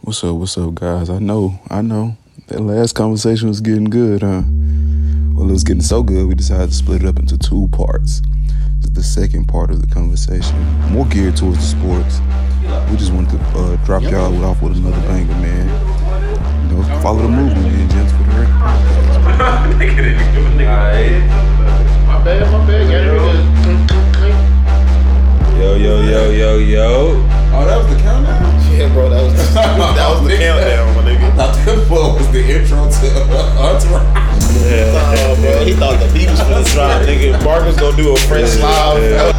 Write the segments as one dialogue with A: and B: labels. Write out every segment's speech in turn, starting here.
A: What's up? What's up, guys? I know, I know. That last conversation was getting good, huh? Well, it was getting so good, we decided to split it up into two parts. This is the second part of the conversation, more geared towards the sports. We just wanted to uh, drop y'all with- off with another banger, man. You know, follow the movement, man, gents, for the record.
B: My bad, my bad. Gotta be
C: Yo, yo, yo, yo, yo. Oh, that was the countdown?
B: good. Yeah, bro, that was that was the countdown, my nigga.
C: I thought that was the intro to Entourage.
B: Oh, bro, he thought the beat was gonna drop, nigga. Mark was gonna do a French live.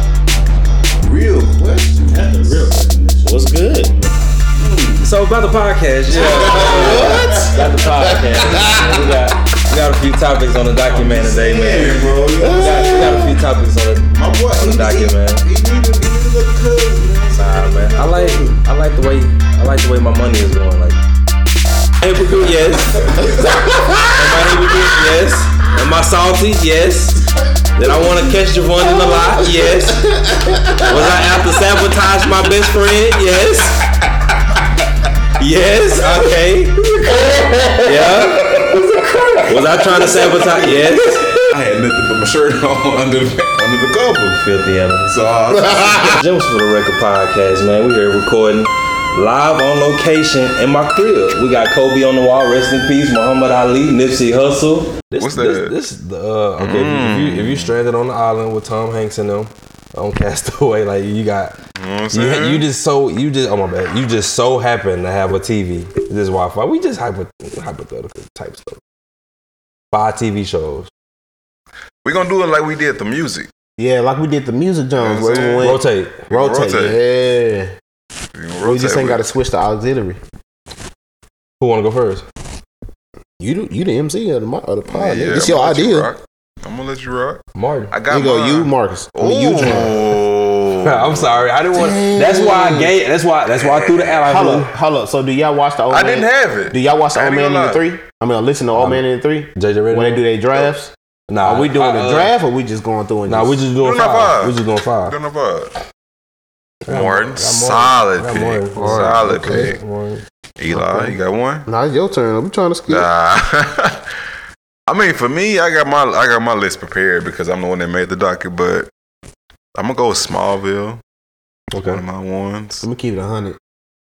C: Real question.
B: What's good?
D: So about the podcast, yeah. About the podcast. We got, we got a few topics on the document today, man.
C: bro. You
D: We got, we got a few topics on the
C: My boy,
D: on the document, man.
C: He needed he needed a cousin.
D: Nah, man. I like I like the way I like the way my money is going. Like, hypocrite, yes. Am I hypocrite? Yes. Am I salty? Yes. Did I want to catch Javon in the lot? Yes. Was I out to sabotage my best friend? Yes. Yes. Okay. Yeah. Was I trying to sabotage? Yes.
C: I had nothing but my shirt on under the, under the cover.
D: Filthy animals.
C: So I was
D: Gems for the Record podcast, man. We here recording live on location in my crib. We got Kobe on the wall, rest in peace. Muhammad Ali, Nipsey Hussle. This,
C: What's
D: this-
C: that?
D: This, is the uh, okay. if you- If, you, if you stranded on the island with Tom Hanks and them on Castaway, like you got, you, ha- you just so you just oh my bad, you just so happen to have a TV, this Wi-Fi. We just hypo, hypothetical type stuff. Five TV shows,
C: We're gonna do it like we did the music.
B: Yeah, like we did the music
C: You
B: Jones,
C: know what
B: where
C: I'm
B: we
C: saying?
B: went rotate.
D: rotate.
B: rotate. Yeah,
C: We, gonna
B: we just
C: rotate
B: ain't
C: with
B: got to switch to auxiliary.
D: Who want to go first?
B: You do, you the MC of the, mo- of the
C: it.
B: pod.
C: Yeah,
B: nigga. This
C: I'm
B: your
C: gonna let you
B: idea.
C: rock. I'm gonna let you rock.
D: Martin.
C: I got
B: You go,
C: mine.
B: you Marcus. I mean, you John.
C: Ooh.
D: I'm sorry. I didn't want. That's why I gave. That's why. That's why I threw the out.
B: Hold up, hold up. So do y'all watch the old?
C: I
B: man?
C: didn't have it.
B: Do y'all watch the
C: I
B: old
C: ain't
B: man in
C: gonna
B: the
C: lie.
B: three? I mean, listen to old man in the three
D: JJ Reddick.
B: when they do their drafts.
D: Nah,
B: Are we doing
D: I-
B: a
C: Uh-uh.
D: uh,
B: draft or we just going through and
D: Nah, we just doing
C: Doing our
D: five.
C: five.
D: We just doing five.
C: Don't know about
D: I got
C: Martin,
D: I got
C: solid
D: I got
C: pick.
D: Martin.
C: Solid
D: Okay,
C: pick.
D: Martin.
C: Eli. You got one?
B: Nah, it's your turn. I'm trying to skip.
C: Nah. I mean, for me, I got my I got my list prepared because I'm the one that made the docket. But I'm gonna go with Smallville. One
D: Okay.
C: of my ones,
B: Let me keep it hundred.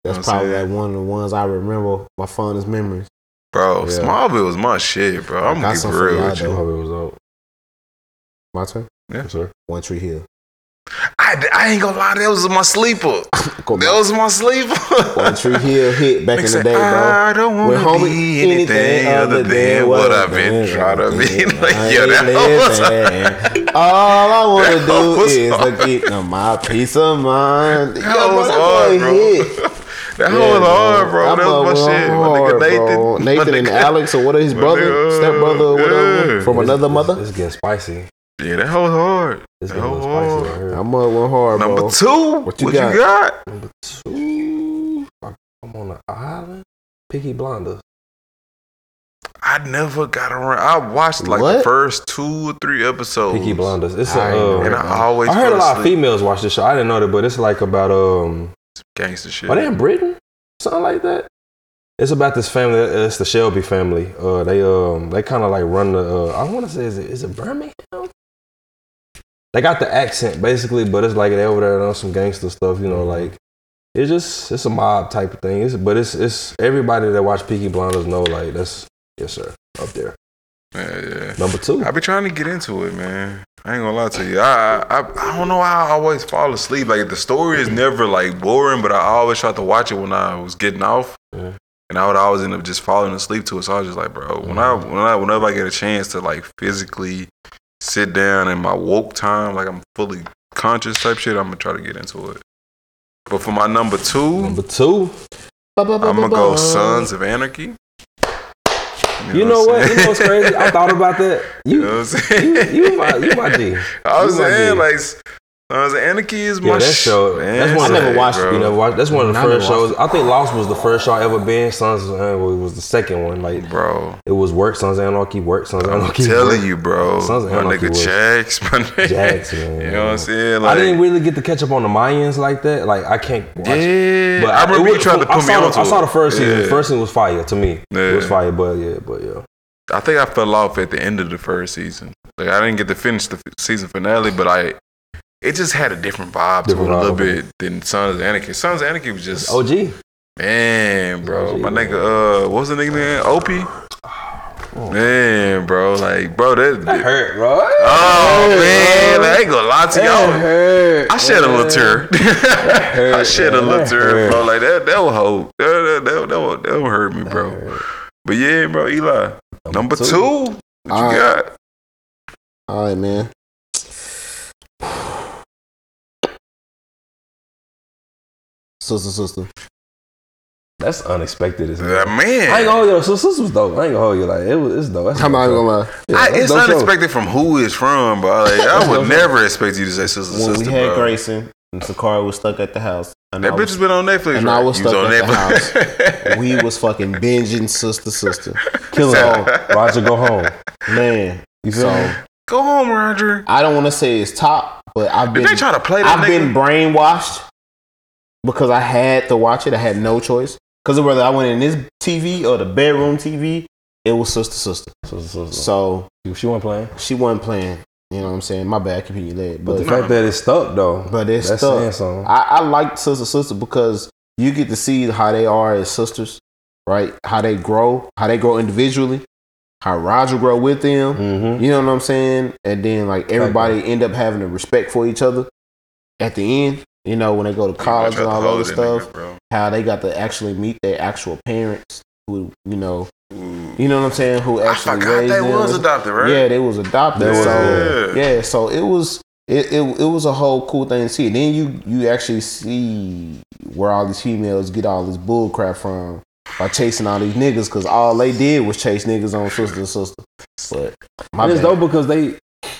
B: That's
C: Know what I'm
B: probably
C: saying?
B: like one of the ones I remember. My fondest memories.
C: bro.
B: Yeah.
C: Smallville was my shit, bro. I'm
B: got
C: gonna keep
B: some for
C: real
B: y'all,
C: with
D: I
C: you.
B: though.
D: hope it was out.
B: My turn.
D: Yes, sir.
B: One Tree Hill.
C: I, I ain't gonna lie, that was my sleeper.
B: Go
C: That
B: back.
C: was my sleeper.
B: One Tree Hill hit back in the
C: Nigga said,
B: day, bro.
C: I don't
B: With
C: want to
B: homie,
C: be anything, other than what I've been trying to be.
B: I
C: Like, yo, that was.
B: living. All I want to
C: That
B: do
C: was
B: is
C: hard.
B: to get on my peace of mind.
C: That
B: Yo,
C: was
B: that
C: hard,
B: boy
C: bro.
B: hit.
C: That
B: Yeah,
C: was hard, bro. That was my
B: mother
C: shit. My
B: hard,
C: nigga Nathan.
B: bro.
C: My
B: Nathan and
C: nigga-
B: Alex, or what is his
C: My
B: brother,
C: nigga,
B: stepbrother, or whatever,
C: yeah.
B: from another
D: It's,
B: mother.
D: it's getting spicy.
C: Yeah, that whole hard.
D: It's
C: That
D: getting a
C: whole
D: little spicy.
C: hard.
D: right here.
B: That mother went hard,
C: Number
B: bro.
C: two, what you got?
D: Number two. Fuck, I'm on an island. Picky Blonders.
C: I never got around. I watched like the
B: What?
C: first two or three episodes.
D: Picky Blonders. It's a.
B: I ain't
D: uh,
B: never
C: And I always
D: I heard a
C: fell
D: lot of
C: asleep.
D: females watch this show. I didn't know that, but it's like about um,
C: gangster shit.
D: are they in Britain? Something like that. It's about this family. It's the Shelby family. Uh, they um, they kind of like run the. Uh, I want to say is it is it Birmingham? They got the accent basically, but it's like they over there on some gangster stuff. You know, like it's just it's a mob type of thing. It's, but it's it's everybody that watch Peaky Blinders know like that's yes sir up there
C: Yeah,
D: number two.
C: yeah. I be trying to get into it, man. I ain't gonna lie to you. I, I I don't know how I always fall asleep. Like the story is never like boring, but I always tried to watch it when I was getting off,
D: Yeah.
C: and I would always end up just falling asleep to it. So I was just like, bro, when I
D: Mm-hmm.
C: when I whenever I get a chance to like physically sit down in my woke time, like I'm fully conscious type shit, I'm gonna try to get into it. But for my number two,
D: Number two.
C: I'm gonna go Sons of Anarchy.
D: You know what? You know what's
C: I'm saying?
D: crazy? I thought about that.
C: You
D: You
C: know what I'm
D: you
C: saying?
D: you my you my G.
C: I was
D: You my
C: saying
D: G.
C: like s- Sons of Anarchy is my
D: Yeah, that
C: sh-
D: show.
C: man,
D: that's one
B: I
D: of
B: never
D: the,
B: watched it,
C: bro.
D: You know, wa- that's one of the
E: Neither
D: first
E: watched
D: shows. I think Lost was the first show I ever been. Sons of Anarchy was the second one. Like
C: bro.
D: it was work, Sons of Anarchy, work, Sons of
C: I'm
D: Anarchy.
C: telling
D: work.
C: you, bro.
D: Sons of
C: my
D: Anarchy
C: nigga
D: was-
C: Jax, my nigga.
D: Jax, man.
C: You know what I'm saying?
D: I didn't
C: Like,
D: really get to catch up on the Mayans like that. Like I can't. Watch it.
C: yeah, I remember
D: it
C: you
D: was-
C: tried to
D: I
C: put me
D: saw
C: on.
D: the- I saw the first season. The
C: Yeah.
D: first season was fire to me. It was
C: Yeah.
D: fire, but yeah, but yeah.
C: I think I fell off at the end of the first season. Like I didn't get to finish the f- season finale, but I it just had a different vibe
D: Different
C: to it a little
D: vibe,
C: bit than Sons of Anarchy. Sons of Anarchy was just
D: OG.
C: man, bro.
D: OG,
C: My
D: man.
C: nigga, uh, what was the nigga name? Opie. Man, bro, like bro, that.
D: That hurt, bro.
C: oh
D: That
C: man,
D: hurt,
C: like, I ain't gonna lie to
D: That
C: y'all.
D: hurt.
C: I shed a little
D: Yeah.
C: tear. I shed a little
D: That
C: tear,
D: hurt.
C: bro. Like that, that will hold. That that that, that, will, that will hurt me, bro. But yeah, bro, Eli, number two, what you
E: All right.
C: got?
E: All right, man. Sister, sister.
D: That's unexpected as
C: Uh,
D: hell.
C: man,
D: I ain't gonna hold you. So this was dope. I ain't gonna hold you. Like it was, it's dope. That's
E: I'm not
D: dope.
E: gonna lie.
D: Yeah,
C: I-
D: that's
C: it's
D: dope show.
C: unexpected from who it's from, but like, I would never expect you to say sister,
B: When
C: sister,
B: we had
C: bro.
B: Grayson and Sakara was stuck at the house, and
C: that
B: I
C: bitch
B: was,
C: has been on Netflix.
B: and
C: right?
B: I was
C: You was
B: stuck
C: on
B: at the
C: Netflix.
B: we was fucking binging sister sister, killing all
D: Roger, go home.
B: man.
D: You feel me?
B: So
C: Go home, Roger.
B: I don't want to say it's top, but I've
C: Did
B: been
C: they try to play that
B: I've been
C: nigga?
B: brainwashed because I had to watch it. I had no choice because whether I went in this TV or the bedroom TV, it was sister sister.
D: So, so, so.
B: So
D: She wasn't playing.
B: she wasn't playing. You know what I'm saying? My bad, keeping you led,
D: But
B: but
D: the fact that it's stuck though.
B: But it's
D: that's
B: stuck.
D: Saying something.
B: I, I like sister sister because you get to see how they are as sisters, right? How they grow, how they grow individually, how Roger grow with them.
D: mm-hmm.
B: You know what I'm saying? And then like everybody end up having a respect for each other at the end. You know when they go to college
C: Tried
B: and
C: to
B: all
C: hold
B: that
C: that
B: stuff,
C: nigga, bro.
B: how they got to actually meet their actual parents, who you know,
C: Ooh.
B: you know what I'm saying, who
C: I
B: actually
C: forgot
B: raised
C: they
B: them.
C: was adopted, right?
B: Yeah, they was adopted.
D: They was,
B: so
C: yeah.
B: yeah, so it was it, it it was a whole cool thing to see. And then you you actually see where all these females get all this bull crap from by chasing all these niggas because all they did was chase niggas on sister to sister. But my
D: And it's
B: bad.
D: dope because they,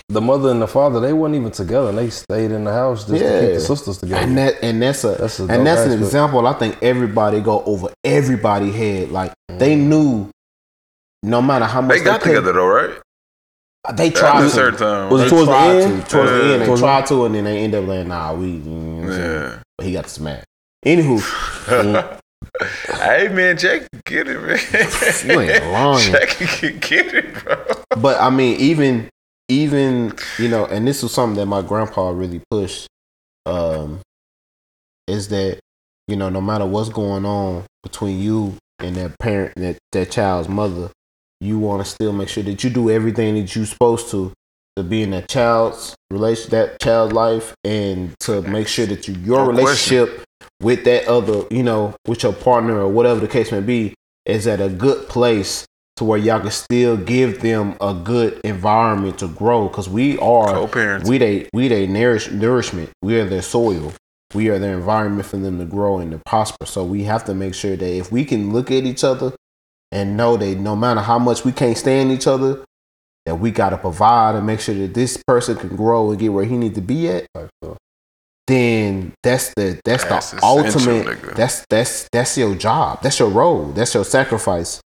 D: the mother and the father, they wasn't even together. They stayed in the house just to keep
B: Yeah.
D: the sisters together.
B: and that and that's a,
D: That's a dope
B: and that's an
D: aspect.
B: example. I think everybody go over everybody head. Like
D: Mm-hmm.
B: they
D: Mm.
B: knew, no matter how much
C: They got
B: could-
C: together though, right?
B: They
C: At
B: tried
C: a
B: to.
C: certain time.
D: Was
B: They
D: it towards the
B: tried
D: end?
B: to. Towards the
C: Yeah.
B: end, they
D: Towards the-
B: tried to, and then they end up like, nah, we. You know what I'm saying?
C: Yeah.
B: But he got smacked. Anywho,
C: hey man, Jack can get it, man.
B: You ain't lying.
C: Jack can get it, bro.
B: but I mean, even even you know, and this was something that my grandpa really pushed. Um, is that you know, no matter what's going on between you and that parent, that that child's mother, you want to still make sure that you do everything that you're supposed to to be in that child's relation, that child life, and to make sure that you your
C: No question.
B: relationship with that other, you know, with your partner or whatever the case may be, is at a good place to where y'all can still give them a good environment to grow. Because we are,
C: Co-parents.
B: we they we they nourish nourishment. We are their soil. We are their environment for them to grow and to prosper. So we have to make sure that if we can look at each other and know that no matter how much we can't stand each other, that we gotta provide and make sure that this person can grow and get where he needs to be at then that's the that's,
C: That's
B: the
C: essential,
B: ultimate
C: nigga.
B: that's that's that's your job that's your role that's your sacrifice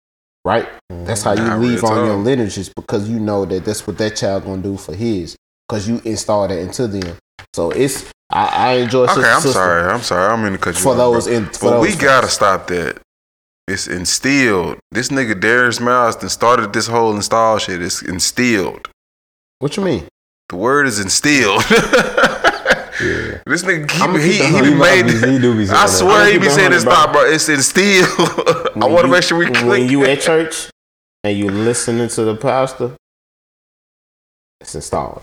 B: right that's how you
C: Mm-hmm. Nah,
B: leave
C: real
B: on your
C: talk.
B: lineages because you know that that's what that child gonna do for his because you install that into them so it's i, I enjoy
C: Okay,
B: sister,
C: I'm
B: sister
C: sorry. I'm sorry. I'm in the cut you
B: for
C: off, bro.
B: those in for
C: But
B: those
C: we gotta stop that. It's instilled. This nigga Darius Miles done started this whole install shit. It's instilled.
B: what you mean
C: The word is instilled. This nigga keep,
B: I'ma
C: he,
B: keep it
C: he
B: a
C: be
B: hundred.
C: made.
D: He do be saying
C: I
D: that.
C: swear
B: I'ma
C: he
B: keep
C: be
B: it a
C: saying
B: hundred,
C: it's
B: bro.
C: not, bro. It's instilled. I
B: When
C: want to
B: you-
C: make sure we
B: when
C: click.
B: you at church and you listening to the pastor it's installed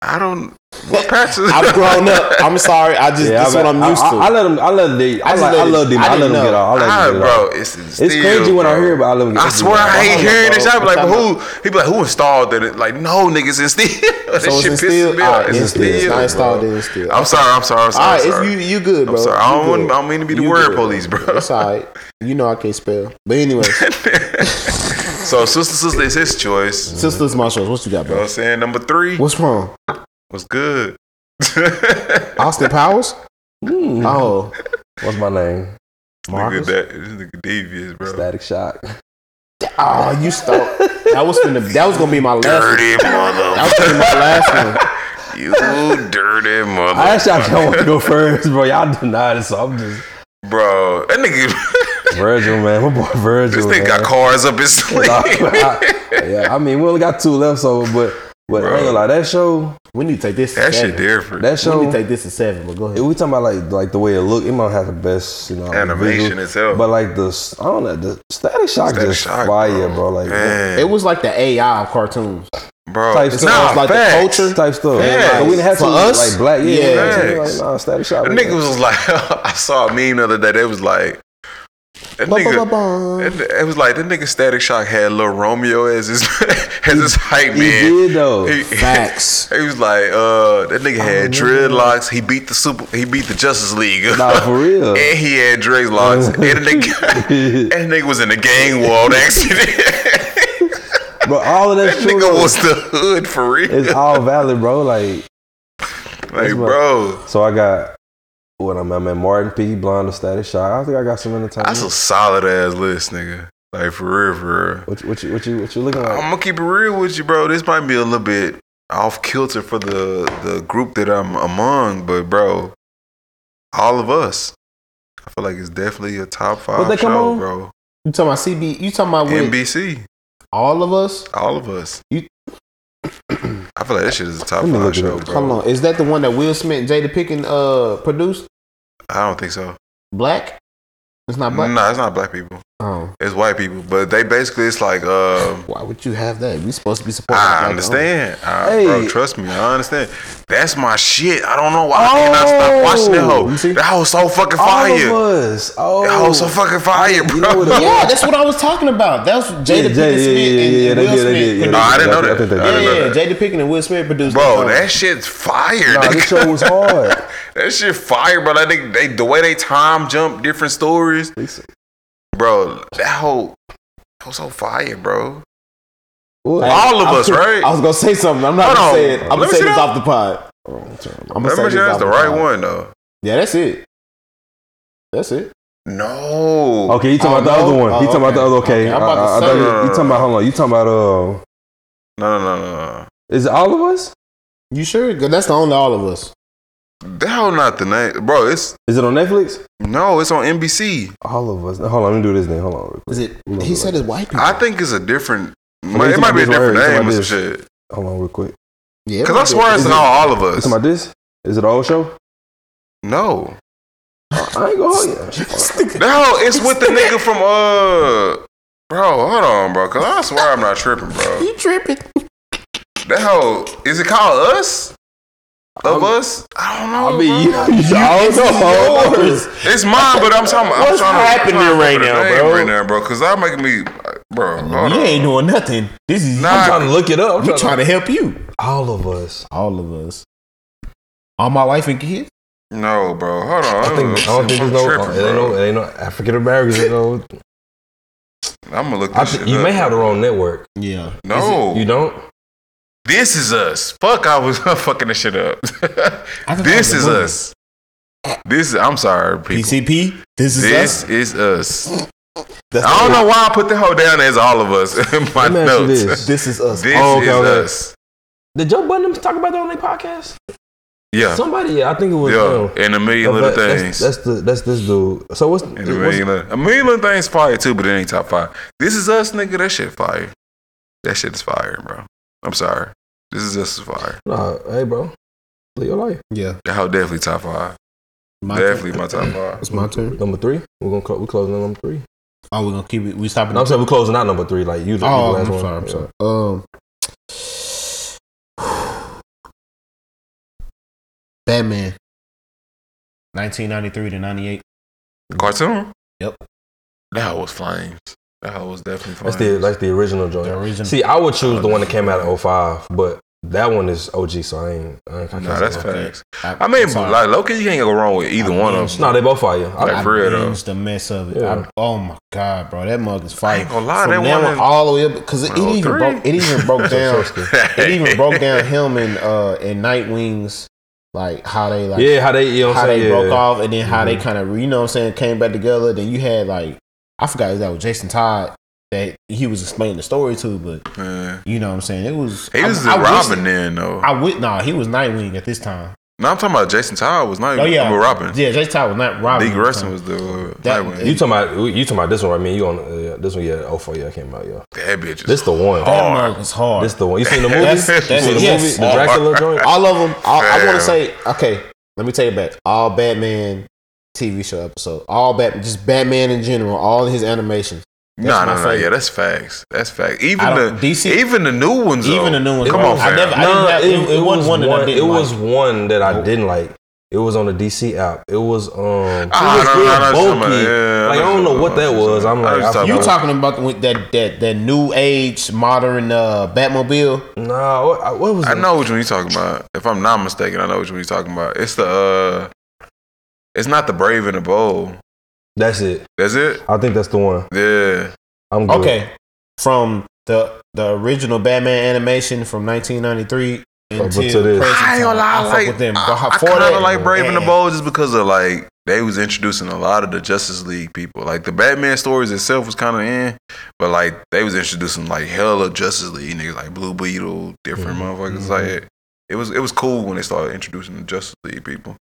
C: I don't. What patches?
B: i've grown up i'm sorry i just
D: Yeah,
B: that's
D: I-
B: what i'm
D: I-
B: used
D: I,
B: to
D: I let him. I let the. I,
B: just
D: like,
B: let
D: I
B: it-
D: love them.
B: I
D: I, let
B: didn't
D: him get
B: know.
D: off. I let
C: Ah,
D: him get off.
C: bro, it's instilled.
D: It's crazy when I
C: bro.
D: hear about. I let him get
C: I
D: off.
C: swear I hate
D: Hold on,
C: hearing
D: bro.
C: this. I be like,
B: I'm
C: but
B: talking
C: who? He be like, who installed it? Like, no, niggas instilled. That
B: So it's
C: shit
B: instilled.
C: pisses me off.
B: Alright,
C: It's
B: it's instilled. It's not
C: instilled. bro.
B: installed. It's instilled.
C: I'm sorry. I'm sorry. I'm sorry.
B: All
C: I'm
B: right,
C: sorry.
B: it's you. You good, bro?
C: I'm sorry. I
B: You
C: don't want.
B: good.
C: I don't mean to be the
B: You
C: word
B: good.
C: police, bro.
B: It's all right. You know I can't spell. But anyway,
C: so sister, sister is his choice.
B: sisters, my shows. What you got,
C: You know what
B: bro?
C: I'm saying? Number three
B: What's wrong?
C: was good.
B: Austin Powers?
D: Mm.
B: Oh,
D: What's my name?
C: Nigga,
B: Marcus?
C: that, this nigga devious, bro.
D: Static Shock.
B: Oh, you stole. That was gonna. That was gonna be my last.
C: Dirty
B: That
C: mother.
B: was gonna be my last one.
C: you dirty mother.
D: I actually I don't want to go first, bro. Y'all denied it, so I'm just
C: Bro, that nigga.
D: Virgil, man. My boy
C: this
D: Virgil.
C: nigga got
D: man.
C: cars up his sleeve.
D: yeah, I mean, we only got two left, so but but I ain't gonna lie, that show,
B: We need to take this. To
C: that shit
B: seven.
C: different.
D: that
B: We
D: show.
B: need to take this to seven. But go
D: If
B: ahead.
D: we talking about like like the way it look, it might have the best you know like,
C: Animation
D: visual.
C: itself.
D: But like the s- I don't know the Static Shock
C: Static
D: just
C: Shock,
D: fire,
C: bro.
D: bro. Like
C: Man,
B: It was like the AI of cartoons.
C: bro.
D: type
C: It's
D: stuff.
C: not
D: It's
B: like the
C: facts.
B: culture.
D: type stuff.
C: Yeah.
D: Like, we didn't have
B: For
D: to
B: us?
D: like black. Yeah,
B: Yeah.
D: yeah. yeah. Like,
C: Facts.
D: nah, Static Shock.
C: That
D: was-
C: nigga was like, I saw a meme the other day. That was like, that nigga.
B: Ba-ba-ba-ba.
C: That, it was like that nigga Static Shock had Lil Romeo as his as his hype
D: he
C: man.
D: did though.
C: He,
B: Facts.
C: he was like, uh, that nigga had dreadlocks. He beat the super. He beat the Justice League.
D: Oh, Nah, for real.
C: and he had dreadlocks. and the nigga, and the nigga was in a gang walled accident.
D: but all of
C: that
D: that shit
C: nigga was the hood for real.
D: it's all valid, bro. Like
C: like,
D: it's what-
C: bro,
D: so, I got what I'm at. man, Martin P. Blonde, the Static Shock. I think I got some entertainment.
C: that's a solid ass list, nigga. Like for real, for real.
D: What, you- what you what you what you looking like?
C: I'm gonna keep it real with you, bro. This might be a little bit off kilter for the the group that I'm among, but bro, all of us. I feel like it's definitely a top five
D: they come
C: show,
D: on?
C: bro.
B: You talking about CB? You talking about with
C: NBC,
B: all of us?
C: all of us.
B: You-
C: I feel like this shit is a top
D: Let me
C: five
D: look it
C: show,
D: up.
C: bro.
B: Hold on. Is that the one that Will Smith and Jada Pickens uh produced?
C: I don't think so.
B: Black? It's not
C: No,
B: black.
C: nah, it's not black people.
B: Oh,
C: It's white people, but they basically it's like um,
B: why would you have that? We supposed to be supporting. black
C: I
B: owned.
C: understand. I,
D: oh. Hey.
C: Bro, trust me. I understand. That's my shit. I don't know why I cannot stop
D: Oh,
C: watching that
D: you
C: hoe.
D: see?
C: That hoe's so fucking
D: all of
C: fire.
D: us. Oh,
C: That hoe's so fucking fire, bro.
D: You know what it
B: Yeah, that's what I was talking about. That was Jada Pickens Smith and, and Will Smith. produced-
C: No, I didn't know that. I
B: Yeah,
C: didn't know
B: yeah,
C: that.
B: Jada Pickens and Will Smith produced.
C: Bro,
B: that.
C: that shit's fire.
D: Nah, this
C: nigga.
D: show was hard.
C: that shit fire, bro. I think they the way they time jump different stories, bro. That whole that was so fire, bro.
D: What?
C: All of us, right?
B: I was gonna say something. I'm
C: Hold
B: not gonna
C: on.
B: say it.
C: Let
B: I'm gonna
C: me
B: say
C: sit
B: this
C: down.
B: off the pod. I'm gonna
C: Let
B: say
C: me
B: this
C: sure
B: off
C: that's the right one though.
B: Yeah, that's it. That's it.
C: No.
D: Okay, you talking
B: Oh,
D: about the
B: no?
D: other one?
B: Oh,
D: you talking about the
B: okay.
D: other? Okay,
B: Okay, I'm about to
D: I- I- I
B: say-
D: thought you- you talking about? Hold on, you talking about? Uh,
C: No, no, no, no,
D: is it all of us?
B: You sure? 'Cause that's the only all of us.
C: no. That hoe not the name, bro. It's
D: Is it on Netflix?
C: no. It's on NBC.
D: All of us. Hold on, let me do this then. Hold on,
B: Is it?
D: Look,
B: He
D: look,
B: said it's white people.
C: I think it's a different.
D: you
C: might- it
D: talking
C: might be a
D: about this
C: different
D: right here,
C: name or
D: you
C: some
D: talking
C: shit.
D: hold on, real quick.
B: Yeah, it
C: Cause
B: might
C: I
B: be
C: swear it's
B: a-
C: not all of
D: You
C: us.
D: talking about this? Is it all show?
C: No,
D: I ain't gonna hold you.
C: no, it's with the nigga from uh, bro. Hold on, bro. Cause I swear I'm not tripping, bro.
B: You tripping?
C: That hoe is it called us? Of us? I don't know.
D: I mean, you,
C: bro.
D: I don't know.
B: Yours.
C: it's mine, but I'm talking. I'm
B: What's
C: trying to,
B: happening
C: I'm trying to
B: right
C: remember the
B: now,
C: name
B: bro?
C: Right now, bro. Cause that making me, bro. Hold on.
B: You ain't doing nothing. This is
C: Nah,
D: trying to look it up. I'm
B: we
D: trying to-
B: trying to help you.
D: all of us.
B: All of us. All my wife and kids.
C: no, bro. Hold on.
D: I think I don't think
C: I'm
D: there's no, uh,
C: tripping,
D: it ain't no,
C: bro.
D: it ain't no African Americans. you know.
C: I'm gonna look
D: I
C: this
D: think
C: shit
D: you
C: up.
D: may have the wrong network.
B: Yeah.
C: No,
D: You don't.
C: This is us. Fuck, I was fucking this shit up.
B: I thought
C: this
B: that was
C: is
B: a movie.
C: us. This is. I'm sorry, people.
B: PCP. This is
C: this
B: us.
C: is us.
B: That's
C: I don't know why I put the whole down as all of us in my
D: Let me ask you
C: notes.
D: this.
B: This is us.
C: This
D: Oh, okay,
C: is
D: okay.
C: us.
D: Did Joe Budden talk about that on their podcast?
C: Yeah,
D: Somebody, yeah, I think it was.
C: yeah.
D: um,
C: And a million little
D: that-
C: things.
D: that's, that's the that's this dude. So what's, what's
C: and a million, little, a million little things fire too, but it ain't top five. This is us, nigga. That shit fire. That shit is fire, bro. I'm sorry. This is us is fire.
D: nah, uh, hey bro, live your life.
B: Yeah.
C: That whole definitely top five.
B: My
C: definitely my top five.
B: It's my turn.
D: Number three, we're gonna cl- we closing out number three.
B: Oh, we're gonna keep it. We stopping.
D: No, I'm saying we're closing out number three. Like you, the
B: Oh,
D: you the last
B: I'm
D: one.
B: sorry. I'm
D: Yeah.
B: sorry. Um, Batman, 1993 to 98.
C: Cartoon.
B: Yep.
C: That hoe was flames. That hoe was definitely flames.
D: That's the that's the original joint.
B: The original.
D: See, I would choose the one that came out in 05, but that one is OG, so I ain't. I ain't I can't
C: Nah,
D: say
C: that's
D: that.
C: facts. I mean,
B: I'm sorry.
C: like Loki, you can't go wrong with either one of them.
D: No, they both fire. I,
C: Like, for real, though.
B: binged the mess of it.
D: Yeah.
B: I- oh my god, bro, that mug is fire.
C: ain't gonna lie, that
B: From now
C: one
B: on
C: is-
B: all the way up because it, it
C: Oh,
B: even
C: three.
B: broke. It even broke down.
D: Sosky.
B: it even broke down him and uh and Nightwing's like how they like
D: yeah, how they you know what
B: how
D: I'm saying?
B: they
D: yeah. Mm-hmm.
B: broke off and then how they kind of you know what I'm saying came back together. Then you had like I forgot if that was Jason Todd that he was explaining the story to, but
C: Man.
B: you know what I'm saying it was
C: He
B: I-
C: was
B: I
C: the
B: wish-
C: Robin then though.
B: I would nah, he was Nightwing at this time.
C: no, I'm talking about Jason Todd was not
B: Oh
C: even
B: yeah,
C: with Robin.
B: Yeah, Jason Todd was not Robin.
C: Lee
B: at this
C: Grayson
B: time.
C: was the uh,
B: That-
C: Nightwing.
D: You talking about you talking about this one? Right? I mean, you on uh, this one? Yeah, oh four, yeah, came out. Yeah,
C: that bitch is
D: this the one.
B: That
C: hard.
B: mug was hard.
D: This the one. You seen the movie?
B: That's-
D: you
B: that's-
D: seen the
B: yes.
C: Oh,
D: movie? The Dracula joint.
B: all of them. All, I want
C: Damn.
B: to say okay. Let me take it back. All Batman TV show episode. All Batman, just Batman in general. All his animations. That's
C: No,
B: my
C: no, no. Yeah,
B: favorite.
C: that's facts. That's facts. Even
B: I
C: the
B: don't- DC
C: even the new ones. though.
B: Even the new ones.
C: Come
B: though.
C: on, fam.
B: I never. I didn't have, it, it, wasn't one that I didn't
D: It
B: like.
D: was one that I didn't like. It was on the DC app. It was um.
C: Ah,
D: it was
C: no,
D: real
C: no, no, it's
D: bulky.
C: somebody- yeah,
D: like I don't know what that was. I'm
C: I
D: like,
C: was
D: I
C: talking
B: You
C: about-
B: talking about the, that that that new age modern uh, Batmobile?
D: nah. What, I- what was?
C: I
D: it?
C: know which one you're talking about. If I'm not mistaken, I know which one you're talking about. It's the uh it's not the brave and the bold.
D: That's it.
C: That's it?
D: I think that's the one.
C: Yeah.
D: I'm good.
B: Okay, from the the original Batman animation from 1993
D: Up
B: until
D: until this.
B: present
C: I ain't gonna
B: time,
C: lie,
B: I
C: I
B: fuck
C: like
B: with them.
C: I,
B: But before
C: kind
B: that,
C: of like Brave and the
B: yeah.
C: Bold just because of like they was introducing a lot of the Justice League people. Like the Batman stories itself was kind of in, but like they was introducing like hella Justice League niggas like Blue Beetle, different
B: Mm-hmm.
C: motherfuckers. Like it was it was cool when they started introducing the Justice League people.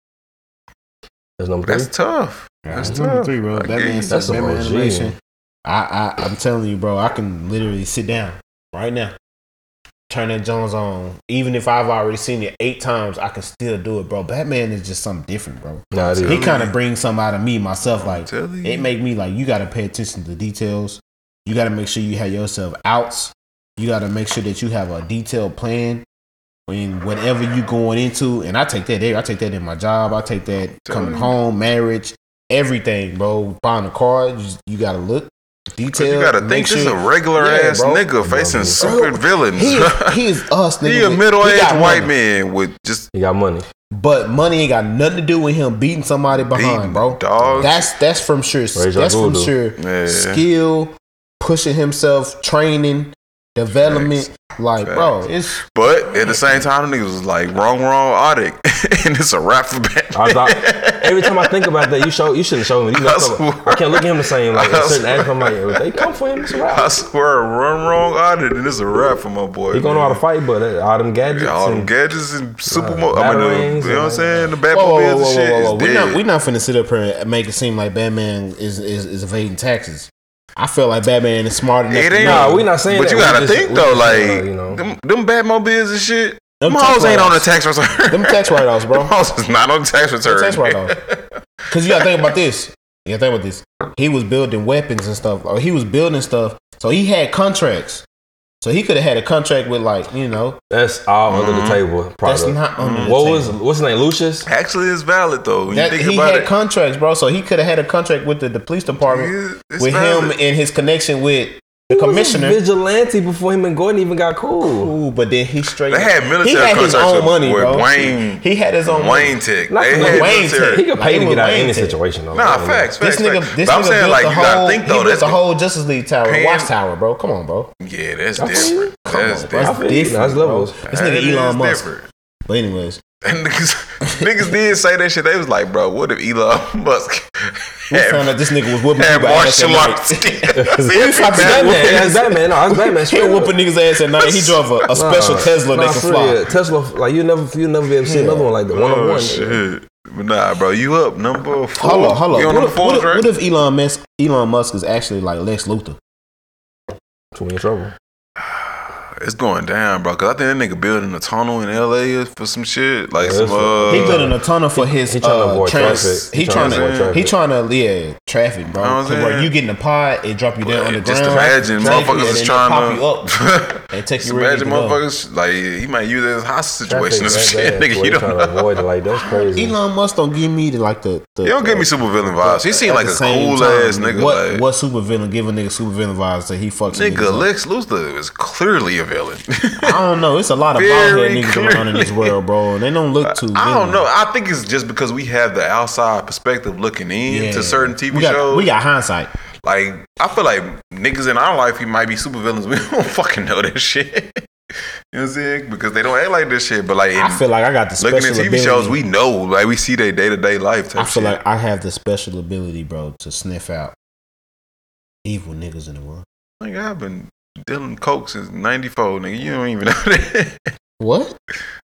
D: That's number
C: That's
D: three.
C: tough. That's
B: number
C: tough.
B: three, bro.
C: I get
B: Batman,
C: you.
D: That's
B: that's
D: a
B: Batman
D: OG.
B: animation. I, I, I'm telling you, bro. I can literally sit down right now, turn that Jones on. Even if I've already seen it eight times, I can still do it, bro. Batman is just something different, bro.
D: Nah, it
B: He
D: is.
B: kind of brings something out of me myself.
C: I'm
B: Like
C: telling you.
B: it make me like you got to pay attention to details. You got to make sure you have yourself outs. You got to make sure that you have a detailed plan in whatever you going into. And I take that there. I take that in my job. I take that coming
C: Done.
B: home, marriage, everything, bro. Buying a car, you, you got to look
C: Cause
B: detailed.
C: you gotta
B: make
C: think this is
B: sure-
C: a regular
B: Yeah,
C: ass
B: bro.
C: nigga facing super villains.
B: He is, he is us. Nigga.
C: He a
B: with-
C: middle aged
B: got
C: white
B: money.
C: man with just
D: He got money.
B: But money ain't got nothing to do with him beating somebody behind,
C: beating
B: bro.
C: dogs.
B: That's that's from sure.
D: Raise your
B: that's from
D: voodoo.
B: sure.
C: Yeah.
B: Skill, pushing himself, training, development. Like, bro, it's
C: but at the same time, the niggas was like wrong, wrong, audit, and it's a rap for
D: I
C: Batman.
D: thought every time I think about that, you show you shouldn't show me. You know,
C: I
D: so-
C: swear.
D: I can't look at him the same. Like
C: I
D: in certain
C: swear.
D: aspects, I'm like, if they come for him, it's a wrap.
C: I swear, run, wrong, audit, and it's a rap for my boy.
D: He gonna know
C: man.
D: how to fight, but uh, all them gadgets.
C: Yeah, all them
D: and-
C: gadgets and super. mo- I mean,
D: batarangs
C: the, you know what I'm
D: Uh, and-
C: saying? The
B: whoa, whoa, whoa,
C: Batmobiles and
B: whoa,
C: shit
B: whoa, whoa.
C: is
B: We're not
C: dead.
B: we not finna sit up here and make it seem like Batman is is, is evading taxes. I feel like Batman is smart enough.
C: It
B: to
C: ain't-
B: know.
D: Nah, we not saying
C: But
D: that.
C: you
D: We
C: gotta
D: just-
C: think
D: we
C: though,
D: just, uh,
C: like
D: you know,
C: them, them Batmobiles and shit. Them
B: Them
C: hoes
B: tax
C: ain't on the
B: write-offs.
C: tax return.
B: them tax write offs,
C: Them
B: bro.
C: hoes is not on the tax return.
B: tax write-off. Because you gotta think about this. You gotta think about this. He was building weapons and stuff, or he was building stuff. So he had contracts. So he could have had a contract with like you know
D: that's all under
C: Mm-hmm.
D: the table. Product.
B: that's not
C: Mm,
B: under the
D: what
B: table.
D: was what's his name? Lucius.
C: Actually, it's valid though. When
B: That,
C: you
B: he
C: think about
B: had
C: it,
B: contracts, bro. So he could have had a contract with the, the police department
C: Yeah, it's
B: with him
C: valid.
B: and his connection with the
D: He was a
B: commissioner.
D: vigilante before him and Gordon even got cool.
B: Ooh, but then he straight.
C: They had military
B: he had his
C: contracts
B: own
C: with-
B: money,
C: with
B: bro.
C: Wayne-
B: He had his own
C: Wayne
B: money.
C: Tech.
D: Not
C: They
D: for no
C: had
B: Wayne
C: military.
B: Tech.
D: He could
B: Like,
D: pay
B: it
D: to
B: was
D: get out of any
B: Wayne tech.
D: situation though.
C: Nah,
D: I don't know.
C: facts,
B: This
C: facts.
B: nigga,
C: facts.
B: this
C: but I'm
B: nigga
C: saying
B: built
C: like
B: the
C: you gotta
B: whole,
C: think
B: he
C: though.
B: built
C: That's
B: the whole Justice League tower,
C: Paying-
B: watchtower, bro. Come on, bro.
C: yeah, that's
D: That's-
C: different. That's
B: bro. That's
D: I
C: different.
D: feel you.
B: different,
D: That's
B: bro.
D: levels.
B: This nigga
C: That is
B: Elon Musk.
C: different.
B: But anyways,
C: And niggas, niggas did say that shit. They was like, bro, what if Elon Musk
B: we
C: had,
B: found out this nigga was whooping
C: had
B: people ass at
C: martial
B: night.
C: arts? See,
B: That's
C: that's
D: Batman.
B: Batman.
D: That's Batman. No, that's Batman.
B: He
D: straight up.
B: whooping niggas ass at night. He drove a, a special
D: Nah,
B: Tesla
D: nah,
B: that can
D: for
B: fly.
D: real. Tesla, like you never, you never be able to see another one like the one on
C: Oh,
D: one.
C: shit. But nah, bro, you up number four.
B: Hold on, hold on.
C: You on
B: What
C: number
B: if, what,
C: four, right?
B: if, what if Elon Musk, Elon Musk is actually like Lex Luthor?
D: Too many trouble.
C: It's going down, bro. Cause I think that nigga building a tunnel in LA for some shit. Like
D: Yeah,
C: some
D: that's
C: uh,
D: what-
B: He building a tunnel for his
D: he tryna
B: uh,
D: avoid
B: trans-
D: traffic.
B: He,
D: He
B: trying
D: tryna
C: avoid
B: to
D: traffic.
B: he trying to yeah traffic, bro.
C: Know what I'm
B: 'Cause where
C: saying?
B: you get in the pod, it drop you down on the
C: just
B: ground.
C: imagine
B: take you,
C: motherfuckers
B: and
C: is
B: then
C: trying
B: pop
C: to
B: you up. and take
C: Just
B: you where you
C: imagine
B: need to go.
C: uh, motherfuckers like he might use it as a hostage situation or some shit.
D: Traffic,
C: Nigga,
D: boy,
C: you
D: he
C: don't
D: trying to
C: know.
D: avoid it. Like that's crazy.
B: Elon Musk don't give me the like the. the
C: He don't give me
B: the-
C: super villain vibes. He seemed
B: at
C: like a
B: the same
C: cool
B: time,
C: ass nigga.
B: What
C: like,
B: what super villain give a nigga super villain vibes that he fucks? niggas
C: nigga,
B: up?
C: Lex Luthor is clearly a villain.
B: I don't know. It's a lot of bald head
C: Very
B: niggas around in this
C: clearly.
B: world, bro. And they don't look too.
C: I don't
B: villain.
C: know. I think it's just because we have the outside perspective looking in
B: Yeah.
C: to certain TV
B: we got,
C: shows.
B: We got hindsight.
C: Like, I feel like niggas in our life, he might be super villains. We don't fucking know that shit. know what I'm saying? Because they don't act like this shit. But like, in,
B: I feel like I got the special
C: looking at TV
B: ability.
C: shows, we know, like, we see their day to day life. Type
B: I
C: shit.
B: feel like I have the special ability, bro, to sniff out evil niggas in the world.
C: Like, I've been dealing coke since '94, nigga. You don't even know that.
B: What?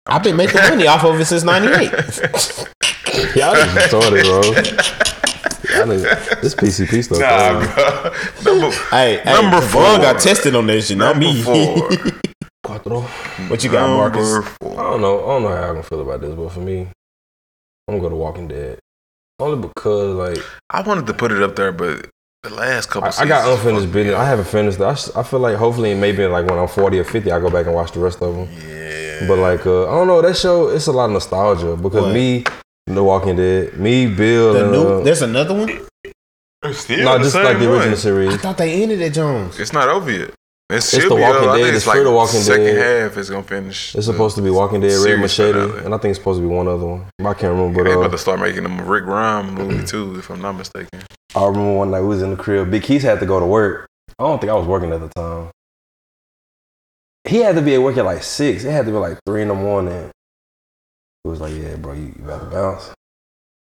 B: I've been making money off of it since '98.
D: Y'all niggas started, bro. Y'all niggas, this PCP stuff.
C: Nah,
D: Nah,
C: bro. Number,
B: hey, hey,
C: Number
B: Vaughn
C: four.
B: got tested on that shit, not
C: number
B: me.
C: four.
B: What you got,
C: number
B: Marcus?
D: I
C: four.
D: don't know. I don't know how I'm gonna feel about this, but for me, I'm gonna go to Walking Dead only because like
C: I wanted to put it up there, but the last couple.
D: I, I got
C: seasons-
D: unfinished business. I haven't finished. that. I, s- I feel like hopefully maybe like when I'm 40 or 50, I go back and watch the rest of them.
C: Yeah.
D: But like uh, I don't know that show. It's a lot of nostalgia because
B: What?
D: me, The Walking Dead, me, Bill,
B: The
D: and
B: new,
D: uh,
B: there's another one.
C: It's still
D: no,
C: the
D: just
C: same
D: like the
C: one.
D: original series.
B: I thought they ended at Jones.
C: It's not over yet. It's,
D: The
C: should be
D: Walking
C: over. I
D: Dead.
C: think
D: It's
C: it's like
D: free The Walking
C: second
D: Dead.
C: half is gonna finish.
D: It's supposed to be Walking Dead, Red
C: series
D: Machete,
C: finale.
D: and I think it's supposed to be one other one. I can't remember.
C: They
D: But
C: about
D: uh,
C: to start making them a Rick Rhyme movie
D: Mm.
C: too, if I'm not mistaken.
D: I remember one night we was in the crib. Big Keys had to go to work. I don't think I was working at the time. He had to be at work at like six. It had to be like three in the morning. He was like, "Yeah, bro, you, you about to bounce."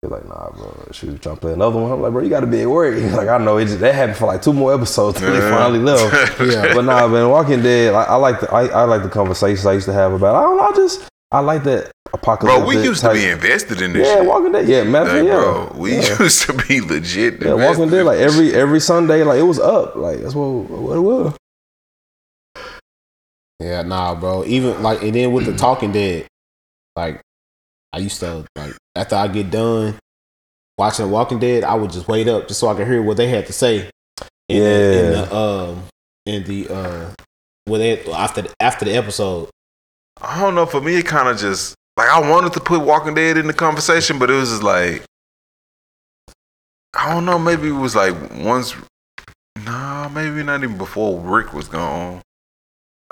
D: He was like, "Nah, bro, shoot, we trying to play another one." I'm like, "Bro, you got to be at work." He's like, "I know." It just, that happened for like two more episodes till they finally left.
C: yeah.
D: but nah, man, Walking Dead. I, I like the I, I like the conversations I used to have about. I don't know. I just I like that apocalypse.
C: Bro, we used to be invested in this
D: Yeah,
C: shit.
D: Walking Dead. Yeah, matter of
C: Like,
D: fact, yeah.
C: bro, we
D: yeah.
C: used to be legit.
D: Yeah,
C: invested
D: Walking Dead.
C: in
D: Like
C: this
D: every every Sunday, like it was up. Like that's what what it was.
B: Yeah, nah, bro. Even like, and then with the Talking Dead, like, I used to like after I get done watching The Walking Dead, I would just wait up just so I could hear what they had to say. In the, in
D: Yeah.
B: the um, in the uh, well, they after the, after the episode,
C: I don't know. For me, it kind of just like I wanted to put Walking Dead in the conversation, but it was just like I don't know. Maybe it was like once, nah, maybe not even before Rick was gone.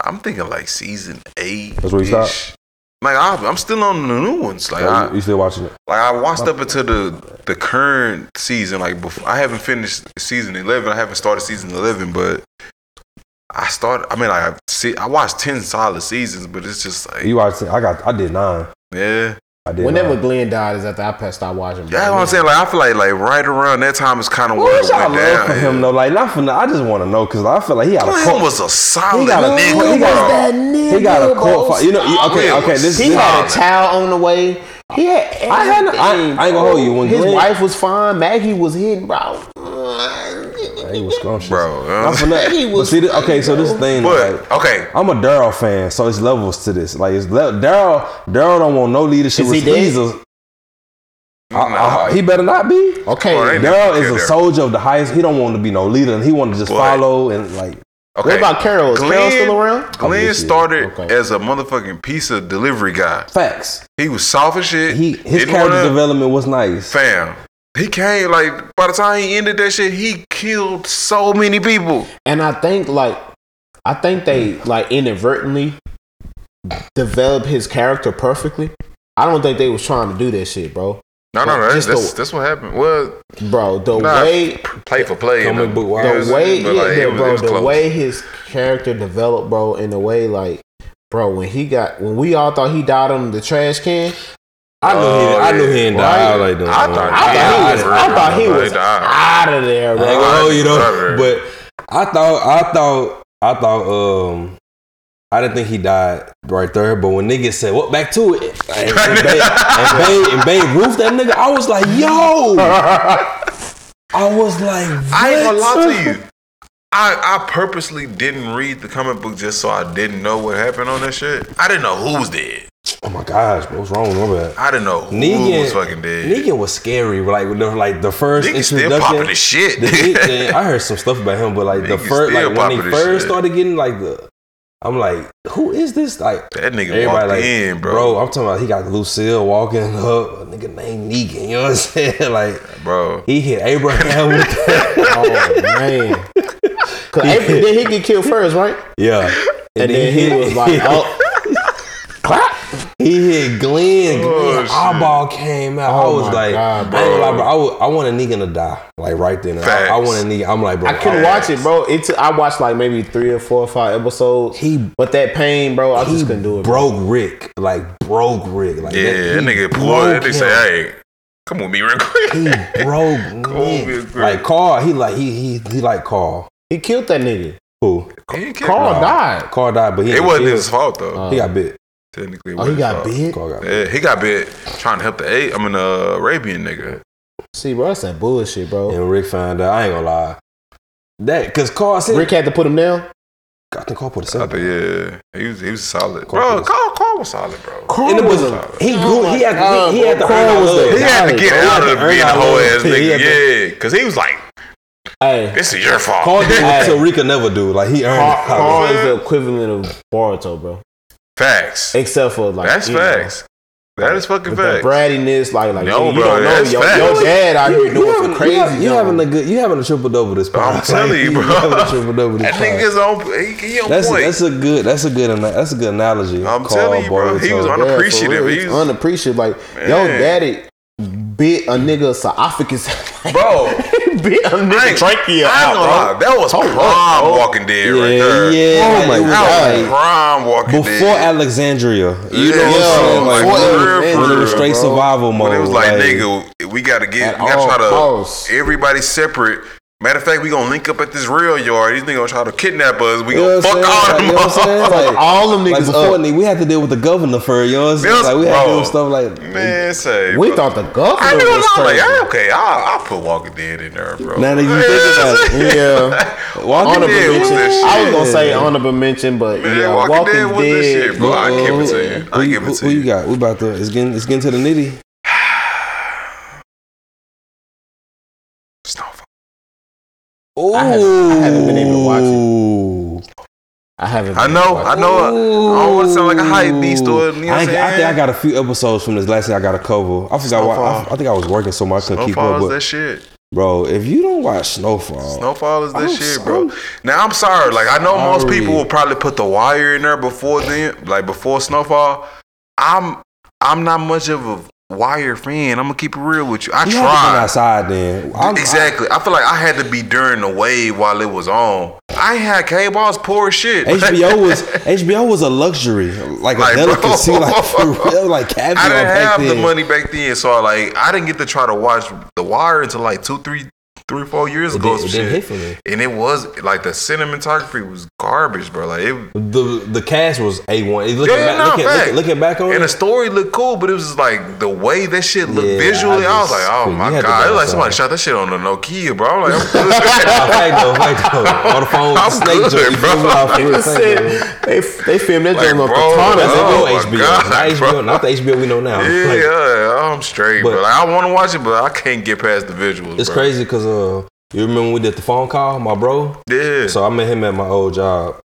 C: I'm thinking like season eight.
D: That's where you stopped?
C: Like I, I'm still on the new ones. Like I,
D: you, you still watching it?
C: like I watched up until the the current season. Like before, I haven't finished season eleven. I haven't started season eleven, but I started. I mean, I see. I watched ten solid seasons, but it's just like
D: You watching? I got. I did nine.
C: yeah.
D: I did.
B: whenever
D: Nine.
B: Glenn died is after I passed started watching. bro.
C: That's what I'm saying. Like I feel like like right around that time is kind of
D: What
C: where
D: was
C: it
D: y'all
C: went
D: love
C: down.
D: for him
C: yeah.
D: though? Like not for now. I just want to know because I feel like he got a
C: Clem
D: cult.
C: was a solid
D: He got a-
C: nigga.
D: he got-
C: bro.
B: nigga,
D: He got a cult.
B: bro.
D: fo- You know. you- Okay.
C: Glenn
D: Okay.
C: was
D: This.
B: He
D: this
B: had a child on the way. He had
D: I had- I- I ain't gonna hold you. When
B: His
D: Glenn-
B: wife was fine. Maggie was hitting, bro.
D: he was scrumptious.
C: bro. uh,
D: Not for
B: He
D: nothing. But
B: was-
D: see, this, okay, so this thing, like,
C: but okay,
D: I'm a Daryl fan, so it's levels to this. Like, it's le- Daryl, Daryl don't want no leadership.
B: Is he dead?
D: responsibilities. I- I- he better not be.
B: Okay,
C: All right.
D: Daryl
C: Okay,
D: is a
C: Daryl.
D: soldier of the highest. He don't want to be no leader, and he want to just
C: But-
D: follow and like.
C: okay.
B: what about Carol? Is Carol still around?
D: Oh,
C: Glenn
D: yes, he is.
C: started
B: Okay.
C: as a motherfucking pizza delivery guy.
D: Facts.
C: He was soft as shit.
D: He his
C: Didn't
D: character
C: wanna-
D: development was nice.
C: fam. He came like by the time he ended that shit, he killed so many people.
B: And I think like I think they like inadvertently developed his character perfectly. I don't think they was trying to do that shit, bro.
C: No,
B: Well,
C: no, no. That's,
B: just
C: that's,
B: the-
C: that's what happened. Well,
B: Bro, the
C: Nah,
B: way
C: play for play.
D: Comic
C: though.
D: book
C: You know
D: wise.
C: what I'm
B: the way
C: saying?
B: yeah,
C: But, like,
B: yeah,
C: it was- it
B: bro,
C: was
B: the
C: close.
B: way his character developed, bro, in the way like bro, when he got when we all thought he died on the trash can,
D: I knew
C: Oh,
D: he. I knew he ain't
C: yeah.
D: die
C: Right.
D: like that.
C: I thought-
B: I thought he was, I thought he
C: Yeah,
B: was
C: he died.
B: out of there,
D: I ain't
B: bro.
D: gonna hold oh, you
C: Brother.
D: though. But I thought, I thought, I thought, um, I didn't think he died right there. But when niggas said, "What back to it?" and, and Babe, and Babe, and Babe Ruth, that nigga, I was like, "Yo!" I was like,
C: I ain't gonna
D: "What?"
C: lie to you. I, I purposely didn't read the comic book just so I didn't know what happened on that shit. I didn't know who was dead.
D: Oh my gosh, bro, what's wrong with my bad?
C: I didn't know who
D: Negan
C: was fucking dead.
D: Negan was scary. Like the, like the first
C: Nigga still
D: introduction.
C: popping the shit.
D: The Nick thing, I heard some stuff about him, but like the
C: Nigga
D: first,
C: still
D: like when
C: popping
D: he
C: this
D: first
C: shit.
D: started getting like the, I'm like, who is this? Like
C: that nigga
D: Everybody
C: walked
D: like,
C: in,
D: bro.
C: bro.
D: I'm talking about he got Lucille walking up, a nigga named Negan. You know what I'm saying? Like
C: Bro,
D: he hit Abraham with that.
B: Oh man. Cause April, then he get killed first, right?
D: yeah,
B: And, then, he was like, oh, clap.
D: He hit Glenn.
C: Oh,
D: Glenn
C: shit.
D: eyeball came out.
B: Oh,
D: I was
B: my
D: like, I
B: God,
D: ain't gonna lie,
C: bro.
D: bro. I, wa- I want a nigga to die, like right then. and there. I, I
C: Facts.
D: want a nigga. I'm like, bro.
B: I couldn't watch it, bro. It took- I watched like maybe three or four or five episodes.
D: He-
B: but that pain, bro, I
D: He
B: just couldn't do it. Bro.
D: broke Rick, like broke Rick, like
C: Yeah, that
D: he
C: nigga pulled it.
D: broke
C: They
D: him.
C: say, hey, come with me real quick.
D: he broke
C: Kobe is
D: Nick.
C: great.
D: Like Carl, he like he he he like Carl.
B: He killed that nigga.
D: Who?
C: He didn't care.
B: Carl
D: Nah.
B: died.
D: Carl died, but he
C: It
D: ain't
C: wasn't
D: killed.
C: his fault though.
B: Uh,
D: He got bit.
C: Technically, it
B: Oh, he
C: wasn't
B: got
C: his fault.
B: bit.
D: Carl got bit.
C: Yeah, he got bit trying to help the eight. I mean, uh, Arabian nigga.
B: See, bro, that's that bullshit, bro.
D: And Rick found out. I ain't gonna lie. That cause Carl said.
B: Rick had to put him down.
D: I think Carl put a
C: I
D: seven.
C: think, yeah, he was he was solid,
D: Carl
C: bro.
D: was-
C: Carl, Carl was solid, bro.
D: And it was he grew. he had to. He, he had to.
B: Carl
D: earn
B: was
D: our
B: the-
D: love.
C: He had to
B: Solid,
C: get
B: bro.
C: out
D: He
C: of
D: had to
C: being a
D: earn our
C: whole
D: love.
C: ass
D: He
C: nigga,
D: had
C: yeah, because he was like,
B: Hey,
C: "This is your fault."
D: Carl did what Tarika never do. Like he earned.
B: Carl,
D: it.
B: Carl is the equivalent of Boruto, bro.
C: facts.
B: Except for like
C: That's
B: you know,
C: facts. that is fucking
B: with that
C: facts.
B: brattiness, like like
C: No,
B: you, you
C: bro,
B: don't know
C: that's
B: your,
C: facts.
B: your dad out here doing some
D: having-
B: crazy.
D: You, have, you
B: junk.
D: having a good. You having a triple double this
C: I'm
D: podcast.
C: telling you, bro.
D: having a triple double this
C: that
D: podcast.
C: nigga's on. He, he on
D: That's
C: point.
D: that's a good. That's a good. ana- That's a good analogy.
C: I'm
D: Carl
C: telling you, bro. He
D: Boruto.
C: was
B: Yeah, for
C: unappreciative.
B: real.
C: He
B: It's
C: was,
B: unappreciative. Like yo,
C: Man.
B: daddy bit a nigga esophagus.
C: bro.
B: bit a nigga
C: Frank,
B: trachea
C: I ain't
B: out,
C: gonna lie.
B: bro.
C: That was prime Walking Dead
D: Yeah,
C: right there.
D: yeah.
B: Oh
D: like,
B: my
D: it was
C: That was
D: like
C: prime Walking
D: before
C: Dead.
D: Alexandria. You know
C: Yeah,
D: what I'm saying?
C: before
D: Like,
C: Alexandria,
D: when it was straight
B: bro.
D: survival mode.
C: But it was like, nigga, we gotta get,
B: At
C: we gotta
B: all
C: try to
B: costs.
C: everybody separate. Matter of fact, we gonna link up at this rail yard. These niggas gonna try to kidnap us. We
D: You
C: gonna
D: know
C: fuck
D: what I'm
C: all
D: saying? Like,
C: them
D: you know what I'm saying?
C: up.
D: Like,
B: All them
D: like
B: niggas
D: before,
B: up.
D: nigga, we had to deal with the governor for you know what I'm saying?
C: Yes,
D: Like we had to
C: bro.
D: do stuff like
C: Man, say
B: We
C: bro.
B: thought the
C: I
B: governor
C: ain't gonna
B: was
C: lie, like,
B: crazy.
C: ah, okay, I'll, I'll put Walking Dead in there, bro.
D: Now that you think about it,
B: Yeah.
D: Walking
B: Honorable
C: Dead was
B: mention.
C: that
B: I was
C: shit.
B: gonna say honorable mention, but
C: Man,
B: yeah,
C: Walking, Dead was this shit, bro. I
D: Uh-oh.
C: give it to you. I
D: Who-
C: give it
D: who-
C: to
D: Who
C: you.
D: you got? We about to it's getting it's getting to the nitty.
C: Snowfall.
D: Ooh.
B: haven't- I haven't been able to watch it.
D: watch it.
B: I haven't.
C: I
B: been
C: know,
B: watching.
C: I know. uh, I don't want to sound like a hype beast or you know what
D: I,
C: I'm
D: ain't- I think I
C: saying?
D: got a few episodes from this last thing I got to cover. I forgot why. I,
C: Snowfall.
D: I think I was working so much I couldn't keep
C: Snowfall
D: up.
C: is
D: But
C: that shit.
D: bro, if you don't watch Snowfall,
C: Snowfall is that
D: I'm
C: shit,
D: so-
C: bro. Now I'm sorry. Like I know most
D: Sorry.
C: people will probably put the wire in there before then, like before Snowfall. I'm I'm not much of a wire fan. I'm gonna keep it real with you. I
D: you have to been
C: tried.
D: outside then. I'm-
C: exactly. I, feel like I had to be during the wave while it was on. I ain't had cable. I was poor as shit.
D: I- HBO was HBO was a luxury, like a
C: Like, bro.
D: delicacy, like for real, like caviar.
C: I didn't
D: back
C: have the
D: then.
C: money back then, so I like I didn't get to try to watch The Wire until like two, three, three, four years
D: It
C: ago. or
D: didn't-
C: some
D: it didn't
C: shit.
D: hit for me.
C: And it was like the cinematography was garbage, bro. Like it,
D: The the cast was a one. Looking,
C: Yeah,
D: back,
C: nah,
D: looking,
C: fact.
D: looking, looking back on
C: and the
D: it,
C: story looked cool, but it was just like the way that shit looked
D: Yeah,
C: visually. I,
D: I
C: was like,
D: just-
C: oh
D: you
C: my
D: had to
C: god, it
D: go
C: was like somebody
D: outside.
C: shot that shit on the Nokia, bro. I'm like, I'm good.
D: Fight though, fight though. on the phone,
C: I'm
D: snake
C: good,
D: joint, you
C: bro.
D: feel me? Off the
B: Nigga
D: snake joint.
B: said they they filmed that
C: Like,
B: joint off the
C: bro,
B: corner.
D: That's
C: Oh
D: oh
C: my
D: HBO,
C: God,
D: not HBO,
C: bro.
D: not the HBO we know now.
C: yeah,
D: Like,
C: yeah, I'm straight,
D: But-
C: bro. Like, I want to watch it, but I can't get past the visuals.
D: it's
C: bro.
D: crazy because uh, you remember when we did the phone call, my bro.
C: Yeah,
D: So I met him at my old job,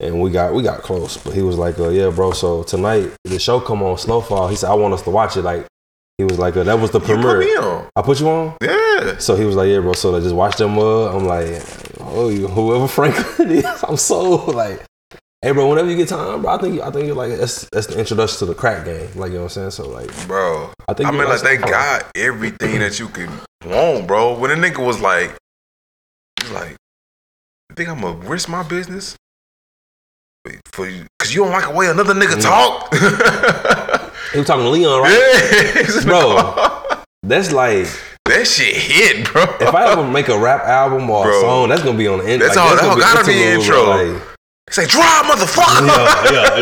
D: and we got we got close. But he was like, uh, "Yeah, bro. So tonight the show come on Snowfall." He said, "I want us to watch it." Like he was like, uh, "That was the
C: you put
D: premiere."
C: me on.
D: I put you on.
C: Yeah,
D: So he was like, "Yeah, bro. So like, just watch them up." I'm like, "Oh, you, whoever Franklin is, I'm so like." Hey bro, whenever you get time, bro, I think I think you're like that's that's the introduction to the crack game. Like you know what I'm saying? So like
C: bro.
D: I think
C: I
D: you
C: mean, like they
D: Snowfall.
C: got everything that you could want, bro. When a nigga was like, he's like, you think I'm gonna risk my business Wait, for you? Cause you don't like the way another
D: Mm.
C: nigga talk.
D: He was talking to Leon, right?
C: yeah,
D: Bro. That's like
C: that shit hit, bro.
D: if I ever make a rap album or a
C: Bro.
D: song, that's gonna be on the intro.
C: That's all- that gotta be intro. say drive, motherfucker.
D: yeah,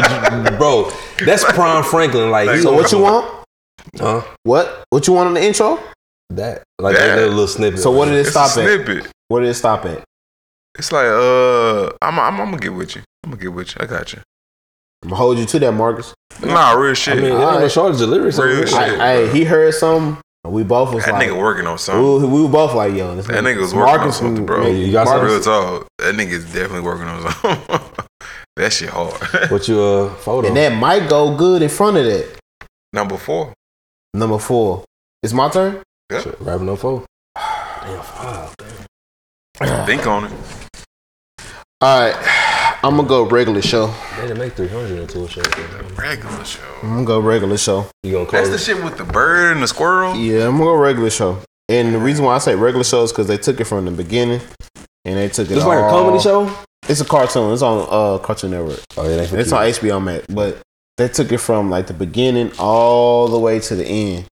D: yeah, bro. That's prime Franklin. Like,
C: Like,
D: he
B: So
D: gonna-
B: what you want?
D: Huh?
B: What what you want on the intro?
D: That like
C: That.
D: that, that little snippet.
B: So what did it
C: It's a
B: stop at?
C: snippet.
B: What did it stop at?
C: It's like, uh, I'm, I'm, I'm gonna get with you. I'm gonna get with you. I got you.
B: I'm gonna hold you to that, Marcus.
C: Nah, real shit.
D: I mean, it ain't no
B: Alright.
D: shortage of lyrics.
C: Real
D: Real
C: shit.
D: shit.
B: Hey, he heard something. and We both was
C: that
B: like,
C: nigga working on something.
B: we, we were both like, yo, this
C: That nigga was working on something, bro.
B: made-
D: You got
B: Marcus-
C: Real talk, that nigga's definitely working on something. that shit hard.
D: What you uh photo?
B: and that might go good in front of that.
C: Number four.
B: Number four. It's my turn.
D: Shit, Rapping on four. Damn, five.
C: Think on it.
B: All right. I'm gonna go regular show.
D: They didn't make 300 into a show.
C: Regular show.
B: I'm gonna go regular show.
D: You gonna
C: That's
D: close
C: the
D: it?
C: shit with the bird and the squirrel.
B: Yeah, I'm gonna go regular show. And the reason why I say regular show is because they took it from the beginning, and they took it.
D: It's like a
B: all-
D: comedy show?
B: It's a cartoon. It's on uh, Cartoon Network.
D: Oh, yeah, they for
B: It's on HBO Max, but they took it from like the beginning all the way to the end,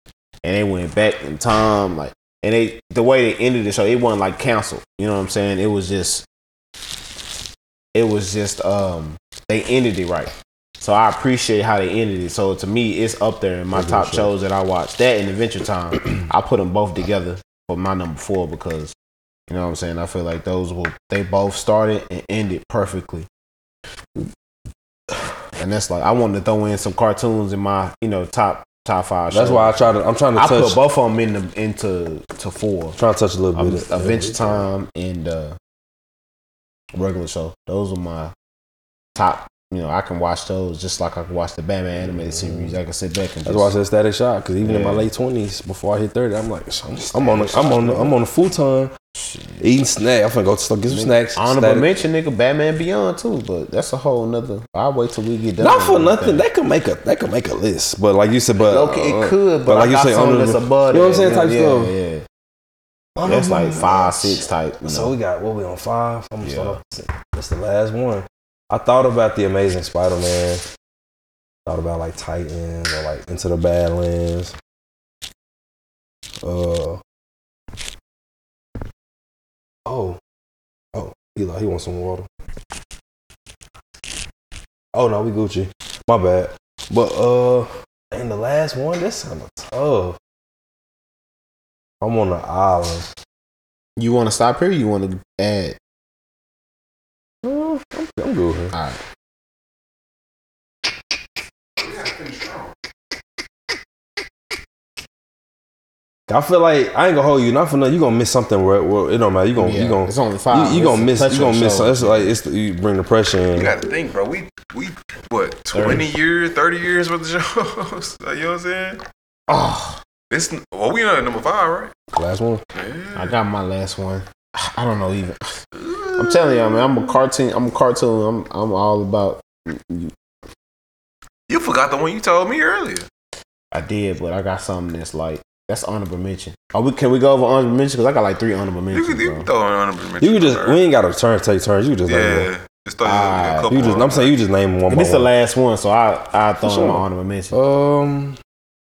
B: and they went back in time, like, and they the way they ended the show, it wasn't like canceled. You know what I'm saying? It was just, it was just, um, they ended it right. So I appreciate how they ended it. So to me, it's up there in my top shows that I watched. That and Adventure Time, I put them both together for my number four because. You know what I'm saying? I feel like those will they both started and ended perfectly. And that's like I wanted to throw in some cartoons in my, you know, top top five
D: That's
B: shows.
D: why I try to. I'm trying to
B: I
D: touch.
B: put both of them in the, into to four.
D: trying to touch a little
B: Um,
D: bit. of-
B: Adventure Time and uh, regular show. Those are my top. You know, I can watch those just like I can watch the Batman animated series. I can sit back and
D: That's why I
B: just,
D: said static shock. Because even in my
B: Yeah.
D: late twenties, before I hit thirty, I'm like, I'm, I'm on, the, I'm on, the, I'm on the futon, eating snack. I'm gonna go to get some snacks.
B: honorable
D: static-
B: mention, nigga, Batman Beyond too. But that's a whole nother. I will wait till we get done.
D: Not for
B: with
D: nothing.
B: everything.
D: That could make a, that could make a list. But like you said, but
B: Okay,
D: uh,
B: it could, but, like I got something that's above.
D: You know what I'm saying?
B: that,
D: Type
B: yeah,
D: stuff.
B: Yeah, yeah. That's like five, six type. You know?
D: So we got what we on five. I'm gonna start off- That's the last one. I thought about the Amazing Spider-Man. Thought about like Titans or like Into the Badlands. Uh oh, oh, Eli, he wants some water. Oh no, we Gucci. My bad. But uh, and the last one, that sounded tough. I'm on the island.
B: You want to stop here? Or you want to add?
D: Mm, I'm, I'm good. with it.
B: All right.
D: I feel like I ain't gonna hold you. Not for nothing. You gonna miss something. Where, where it don't matter. You gonna
B: Yeah,
D: you gonna
B: it's only five.
D: you, you
B: It's
D: gonna
B: a
D: miss you
B: touch-up
D: gonna miss.
B: show.
D: It's like it's you bring the pressure in.
C: You got to think, bro. We we what twenty years, thirty years worth of shows. you know what I'm saying?
B: Oh,
C: This well, we on number five, right?
D: Last one.
B: I got my last one. I don't know even. I'm telling you, I mean, I'm a cartoon. I'm a cartoon. I'm I'm all about.
C: You forgot the one you told me earlier.
B: I did, but I got something that's like that's honorable mention. Are we? Can we go over honorable mention? Cause I got like three honorable
C: You
B: mentions.
C: could, you
B: bro.
C: could throw an honorable mention.
D: You could just
C: on
D: we
C: there.
D: ain't got to turn take turns. You just name
C: yeah. Just throw
B: Ah,
C: a couple
D: one. You just.
C: on
D: I'm saying you just name one.
B: And
D: by
B: this is the
D: one.
B: last one, so I I throw
D: For sure.
B: in my honorable mention.
D: Um,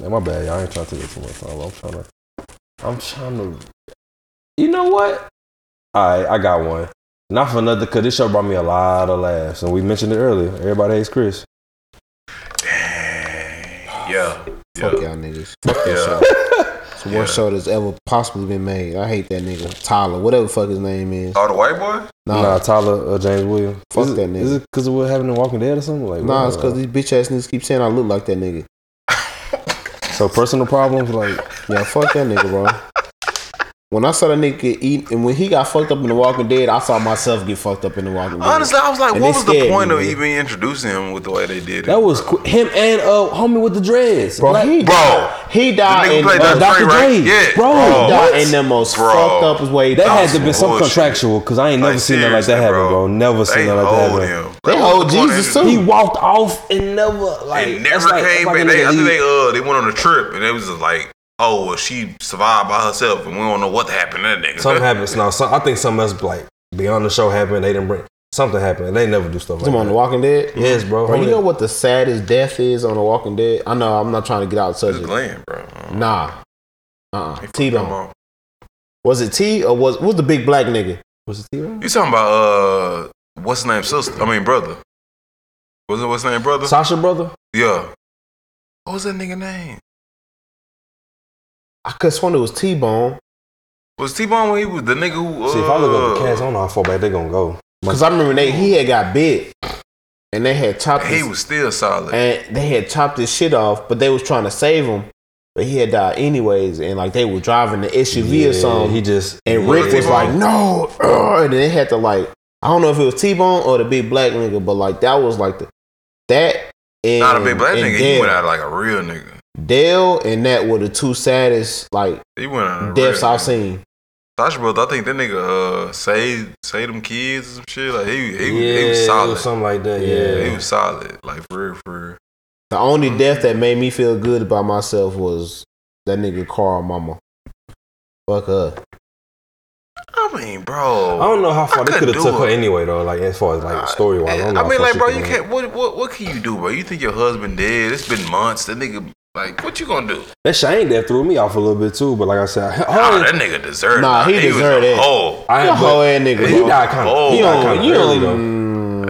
D: yeah, my bad. Y'all I ain't trying to take too much time. I'm trying to. I'm trying to. You know what? All right, I got one. Not for nothing, cause this show brought me a lot of laughs, and we mentioned it earlier. Everybody hates Chris.
C: Dang. Yeah.
B: Fuck
C: Yeah.
B: y'all niggas. Fuck that
C: Yeah.
B: show. It's the worst show that's ever possibly been made. I hate that nigga Tyler, whatever the fuck his name is.
C: Oh, the white boy?
B: Nah,
D: Nah, Tyler uh, James Williams.
B: Fuck
D: is it,
B: that nigga.
D: Is it because of what happened in Walking Dead or something? Like,
B: Nah, it's
D: what?
B: because these bitch ass niggas keep saying I look like that nigga.
D: so personal problems. Like,
B: Yeah, fuck that nigga, bro. When I saw that nigga get eat, and when he got fucked up in The Walking Dead, I saw myself get fucked up in The Walking Dead.
C: Honestly, I was like,
B: And
C: what
B: they
C: was the
B: scared
C: point
B: me,
C: of
B: nigga.
C: even introducing him with the way they did it?
D: that was qu- him and uh homie with the dreads.
B: bro,
D: Like,
B: he
C: Bro.
B: died. He
C: the
B: died
C: nigga
B: in,
C: played
B: uh,
C: Dr. Dre,
D: Dr.
C: right?
D: Dre.
C: Yeah.
D: Bro,
B: he
D: what?
B: died in the most
C: Bro.
B: fucked up way.
D: that
B: That
D: had to been some
C: bullshit.
D: contractual because I ain't never
C: Like,
D: seen that like that
C: seriously,
D: happen,
C: bro.
D: bro. Never seen
C: They
D: that like that
C: hold
D: happen.
C: him.
B: They
C: Like,
B: hold
C: what's the point of
B: Jesus,
C: introducing-
D: He walked off and never like
C: It never
D: that's like- that's
C: came
D: like
C: back.
D: a
C: They,
D: nigga
C: I think
D: leave-
C: they uh they went on a trip and they was just like, oh, well, she survived by herself and we don't know what happened to that nigga.
D: Something happens now. So I think something else like beyond the show happened. They didn't bring something happened. They never do stuff like
B: Come on, The
D: that.
B: Walking Dead.
D: Yes, bro.
B: Bro, you
D: Homie-
B: know what the saddest death is on The Walking Dead? I know I'm not trying to get out of
C: It's
B: subject.
C: Glenn, bro. Um,
B: Nah. Uh-uh.
C: he fucked
B: T
C: him
B: Bone.
C: up.
B: Was it T or was was the big black nigga?
D: Was it T-Bone?
C: You talking about uh what's his name sister? I mean brother. Was it what's his name brother?
D: Sasha brother?
C: yeah. What was that nigga name?
B: I could sworn it was T Bone.
C: Was T Bone when he was the nigga who? Uh,
D: See, if I look up the cast, I don't know how far back they gonna go.
B: Because I remember they he had got bit. And they had chopped
C: he
B: his,
C: was still solid.
B: and they had chopped his shit off, but they was trying to save him. But he had died anyways, and like they were driving the SUV or
D: Yeah,
B: something.
D: He just
B: and Rick was
C: T-Bone.
B: like, "No!" uh," and they had to like, I don't know if it was T Bone or the big black nigga, but like that was like the that and
C: Not a big black
B: and
C: nigga.
B: Dale.
C: He went out like a real nigga.
B: Dale and that were the two saddest like
C: He went out. a real
B: deaths I've
C: nigga.
B: seen.
C: Sasha Bros. I think that nigga uh, say say them kids or some shit. Like he he,
D: yeah,
C: he was
D: It
C: solid.
D: was something like that.
B: Yeah.
D: Yeah,
C: he was solid. Like for real, for real.
B: The only
D: Mm-hmm.
B: death that made me feel good about myself was that nigga Carl Mama. Fuck her.
C: I mean, bro.
D: I don't know how far
C: I
D: they
C: couldn't
D: could have
C: do
D: took her
C: it.
D: anyway though. Like as far as like story wise, I
C: I,
D: don't know. how
C: mean,
D: far
C: like,
D: she
C: bro,
D: could've
C: you
D: went.
C: can't. What, what what can you do, bro? You think your husband dead? It's been months. That nigga, like, what you gonna do?
D: That Shane death threw me off a little bit too. But like I said, I, I
C: Oh,
D: only-
C: that nigga deserved.
B: Nah,
C: it.
B: he deserved
C: was
B: it.
C: a Hole.
D: I
B: You a
D: ain't-
B: hoe ass nigga.
D: he
B: bro.
D: died kind
C: Oh,
D: of. He died kind
B: you
D: of early
B: don't,
D: though.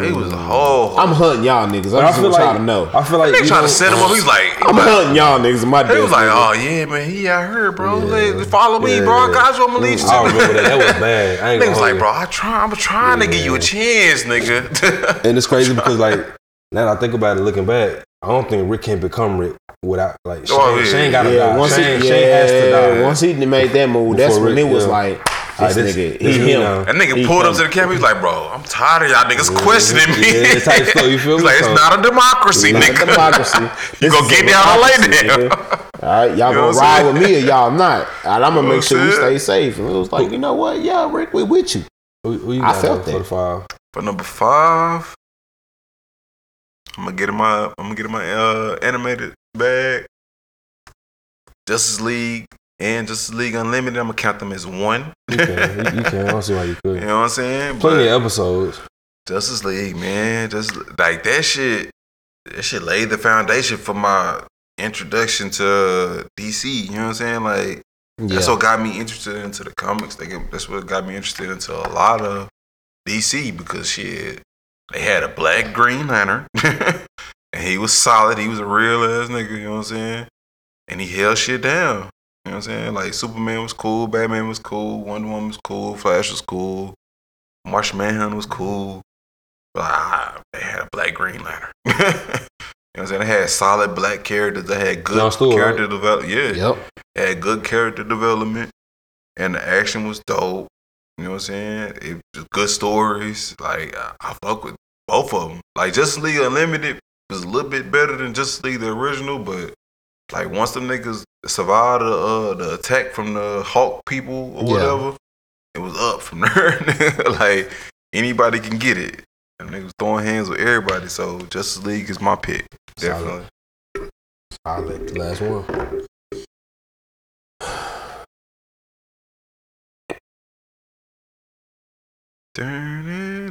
C: He was a
D: Mm.
C: whole.
B: I'm hunting y'all niggas.
D: But
B: I
D: I
B: just
D: feel
B: want
D: like
B: y'all to know.
D: I feel like
C: They
D: you
C: trying
D: know-
C: to set him up. He's like, he
B: I'm
C: like-
B: hunting y'all niggas. My
C: He was
B: death,
C: like,
B: nigga.
C: "Oh yeah, man, he out here, bro.
D: Yeah.
C: Like, follow me, bro. I
D: Yeah.
C: got you. I'ma leave."
D: I remember that. That was bad. I ain't
C: Niggas
D: gonna
C: like,
D: like,
C: bro, I try. I'm trying to give you a chance, nigga.
D: And it's crazy because like now that I think about it, looking back, I don't think Rick can become Rick without like Shane.
C: Oh, yeah.
D: Shane gotta
B: Yeah,
D: die.
B: once
D: Shane,
B: he, yeah,
D: Shane has to die.
B: Once he made that
D: Before
B: move, that's when
D: Rick,
B: it was
D: yeah.
B: like
D: Like,
B: this, nigga,
D: this
B: he
D: me
B: him.
D: now.
C: That nigga
B: He
C: pulled up
B: come-
C: to the camera. He's like, "Bro, I'm tired of y'all niggas questioning me."
D: Yeah, that type stuff, you
C: He's
D: feel me?
C: like, "It's
D: So-
C: not a democracy,
B: Not a
C: nigga.
B: democracy.
C: you
B: This
C: gonna
B: is a
C: get down or lay
B: democracy,
C: down."
B: nigga. All right, y'all
C: You know
B: gonna
C: what I'm
B: ride with me or y'all not, and I'm gonna
C: You know
B: make sure we
C: what I'm
B: stay safe. And it was like, you know what, yeah, Rick, we with you.
D: Who- who you
B: I
D: got
B: felt
D: though for the
B: that.
D: five?
C: For number five, I'm gonna get in my I'm gonna get in my uh, animated bag. Justice League and Justice League Unlimited. I'm gonna count them as one.
D: You can. You, you can. I don't see why you
C: You
D: could.
C: know what I'm saying? But
D: Plenty of episodes.
C: Justice League, man, just like that shit. That shit laid the foundation for my introduction to DC. You know what I'm saying? Like that's what got me interested into the comics. They, get- that's what got me interested into a lot of DC because shit, they had a black Green Lantern, and he was solid. He was a real ass nigga. You know what I'm saying? And he held shit down. You know what I'm saying? Like Superman was cool, Batman was cool, Wonder Woman was cool, Flash was cool, Martian Manhunter was cool. But ah, they had a black Green Lantern. you know what I'm saying? They had solid black characters. They had
D: John
C: good
D: Stewart, right?
C: character development. Yeah,
B: Yep.
C: had good character development, and the action was dope. You know what I'm saying? It was good stories. Like I, I fuck with both of them. Like Justice League Unlimited was a little bit better than Justice League the original, but like once the niggas survived the uh, the attack from the Hulk people or
B: Yeah.
C: whatever, it was up from there. like anybody can get it. Them niggas throwing hands with everybody. So Justice League is my pick,
D: Solid.
C: definitely.
D: Solid. Last one.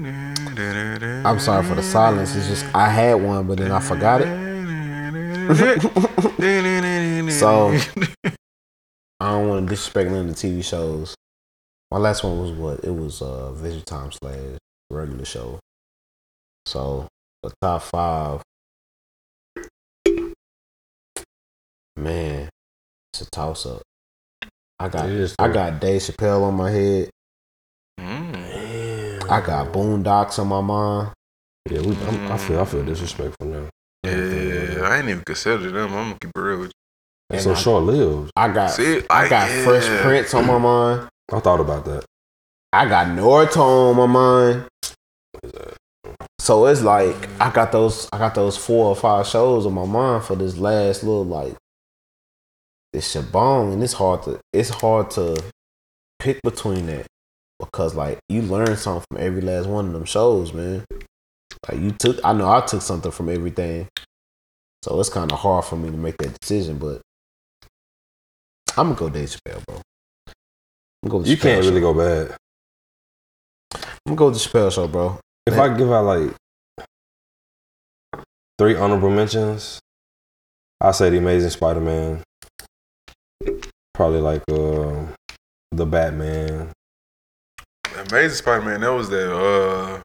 B: I'm sorry for the silence. It's just I had one, but then I forgot it. So- I don't want to disrespect none of the TV shows. My last one was what? It was uh Vision Time slash regular show. So the top five. Man, it's a toss up. I got
D: It is,
B: I
D: though.
B: got Dave Chappelle on my head.
C: Mm.
B: I got Boondocks on my mind.
D: Yeah, we, I'm, I feel. I feel disrespectful now.
C: Yeah, I ain't even considered them. I'm gonna keep it real with
D: It's
B: And
D: so
B: I-
D: short lived.
B: I got
C: See,
B: I
C: like,
B: got
C: yeah.
B: Fresh Prince on my mind.
D: I thought about that.
B: I got Naruto on my mind. So it's like I got those I got those four or five shows on my mind for this last little like this Shabong and it's hard to it's hard to pick between that because like you learn something from every last one of them shows, man. Like you took I know I took something from everything. So it's kinda hard for me to make that decision, but I'm gonna go Dave Chappelle, bro. I'm gonna go with
D: You
B: Chappelle
D: can't
B: Show.
D: really go bad.
B: I'm gonna go with the Chappelle show, bro.
D: If
B: Man.
D: I give out like three honorable mentions, I say the Amazing Spider-Man, probably like um the Batman.
C: it. Amazing Spider-Man. That was that uh,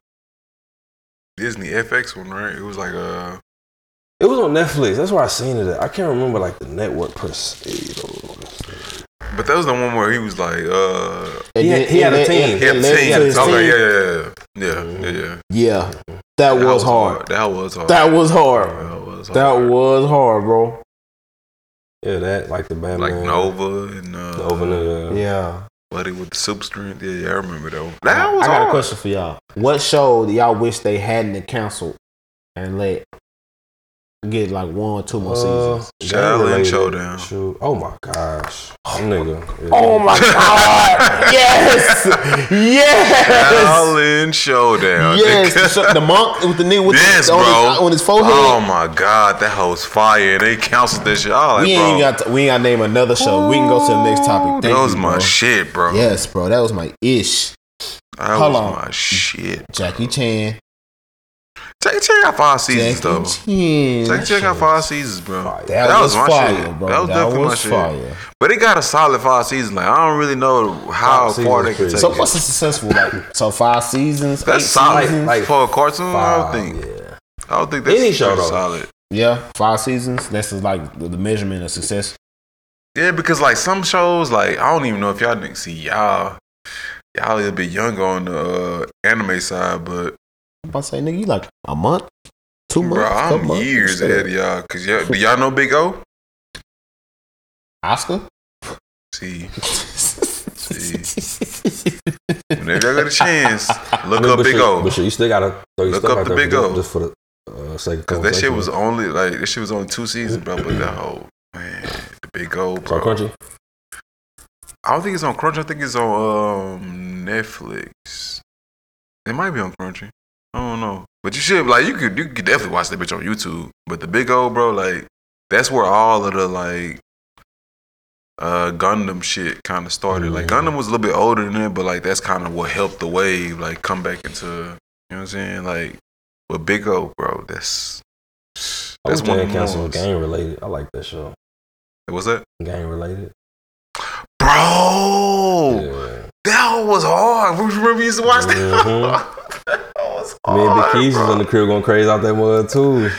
C: Disney FX one, right? It was like uh,
D: It was on Netflix. That's where I seen it. At. I can't remember like the network per se. though.
C: but that was the one where he was like uh,
D: He had- he had a team.
C: he had a
B: led
C: team.
B: to his
C: Okay,
B: team.
C: yeah, yeah, yeah, yeah, yeah, yeah, yeah.
B: Yeah, that was hard.
C: That was hard.
B: That was hard.
C: That was hard.
B: That was hard, bro.
D: Yeah, that like the Batman.
C: like Nova and uh,
D: The Over the,
B: Yeah.
C: Buddy with the super strength. Yeah, yeah, I remember that one. That
B: I
C: was
B: got a
C: hard.
B: question for y'all. What show do y'all wish they hadn't canceled and let get like one or two more
D: Uh,
B: seasons.
C: Shaolin
D: gang-related
C: Showdown.
D: shoot. Oh my gosh, nigga.
B: Oh my god! yes, yes,
C: Shaolin Showdown.
B: yes.
C: nigga.
B: The, sh- the monk with the nigga with
C: Yes,
B: the, on,
C: bro.
B: His, on his forehead.
C: Oh my god, that hoe's fire. They canceled this shit. I was
B: we
C: like,
B: ain't
C: bro,
B: got to, we ain't got to name another show. We can go to the next topic. Thank
C: that was
B: you,
C: my
B: bro.
C: shit, bro.
B: Yes, bro. That was my ish.
C: that
B: hold
C: was
B: on.
C: my shit.
B: Jackie Chan.
C: Take check out five seasons
B: Jackie
C: though.
B: Chan.
C: Take check out five seasons, bro.
D: Fire.
B: That, was, fire, bro. That was, fire.
C: But it got a solid five seasons. Like I don't really know how
D: Five
C: far
D: seasons
C: they can
D: pretty-
C: take
B: So
C: it.
B: what's the successful? Like so five seasons.
C: That's
B: eight
C: solid
B: seasons?
D: Like-
C: for a cartoon. I don't think.
D: Five, yeah.
C: I don't think that's
D: Any show,
C: pretty
D: though.
C: solid.
B: yeah, five seasons. That's just like the, the measurement of success.
C: Yeah, because like some shows, like I don't even know if y'all niggas see y'all. Y'all a little bit younger on the uh, anime side, but
B: I'm about to say, nigga, you like a month, two months,
C: bro,
B: couple
C: I'm
B: months.
C: years
B: Shit.
C: ahead of y'all. Cause y'all, do y'all know Big O?
B: Oscar.
C: See, whenever y'all get a chance,
D: I
C: look
D: mean,
C: up
D: but
C: Big
D: you-
C: O.
D: But you still gotta throw your
C: Look
D: stuff
C: up
D: out
C: the
D: there
C: Big
D: for-
C: O.
D: Just for the uh, sake of
C: Cause that shit
D: conversation.
C: was only like that shit was only two seasons, bro. But that whole man, the Big O,
D: so
C: bro.
D: crunchy.
C: I don't think it's on Crunch. I think it's on um, Netflix. It might be on Crunchy. I don't know, but you should like you could you could definitely watch that bitch on YouTube. But the Big O, bro, like that's where all of the like uh Gundam shit kind of started. Like
D: Mm-hmm.
C: Gundam was a little bit older than that, but like that's kind of what helped the wave like come back into. You know what I'm saying? Like, but Big O, bro, that's
D: I wish
C: that's one
D: they
C: of
D: had
C: the
D: canceled
C: ones.
D: game related. I like that show.
C: What's that,
D: Game related.
C: bro?
D: Yeah.
C: That was hard. We remember we used to watch that. that was
D: Mm-hmm. Me and Big
C: hard,
D: Keys was
C: bro.
D: in the crib going crazy out that mud too.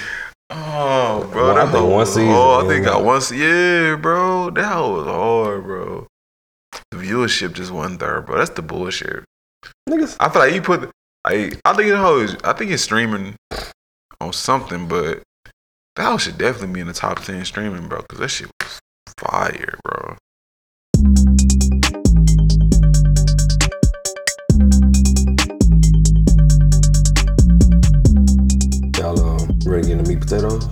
C: Oh, bro,
D: Well, I
C: that
D: think
C: hoe
D: one
C: was
D: season,
C: hard. I
D: yeah.
C: think I once. Yeah, bro, that hoe was hard, bro. The viewership just one third, bro. That's the bullshit.
D: Niggas.
C: I feel like you put. I I think the hoe is. I think it's streaming on something, but that hoe should definitely be in the top ten streaming, bro. Cause that shit was fire, bro.
D: Y'all uh, ready to get the meat potatoes?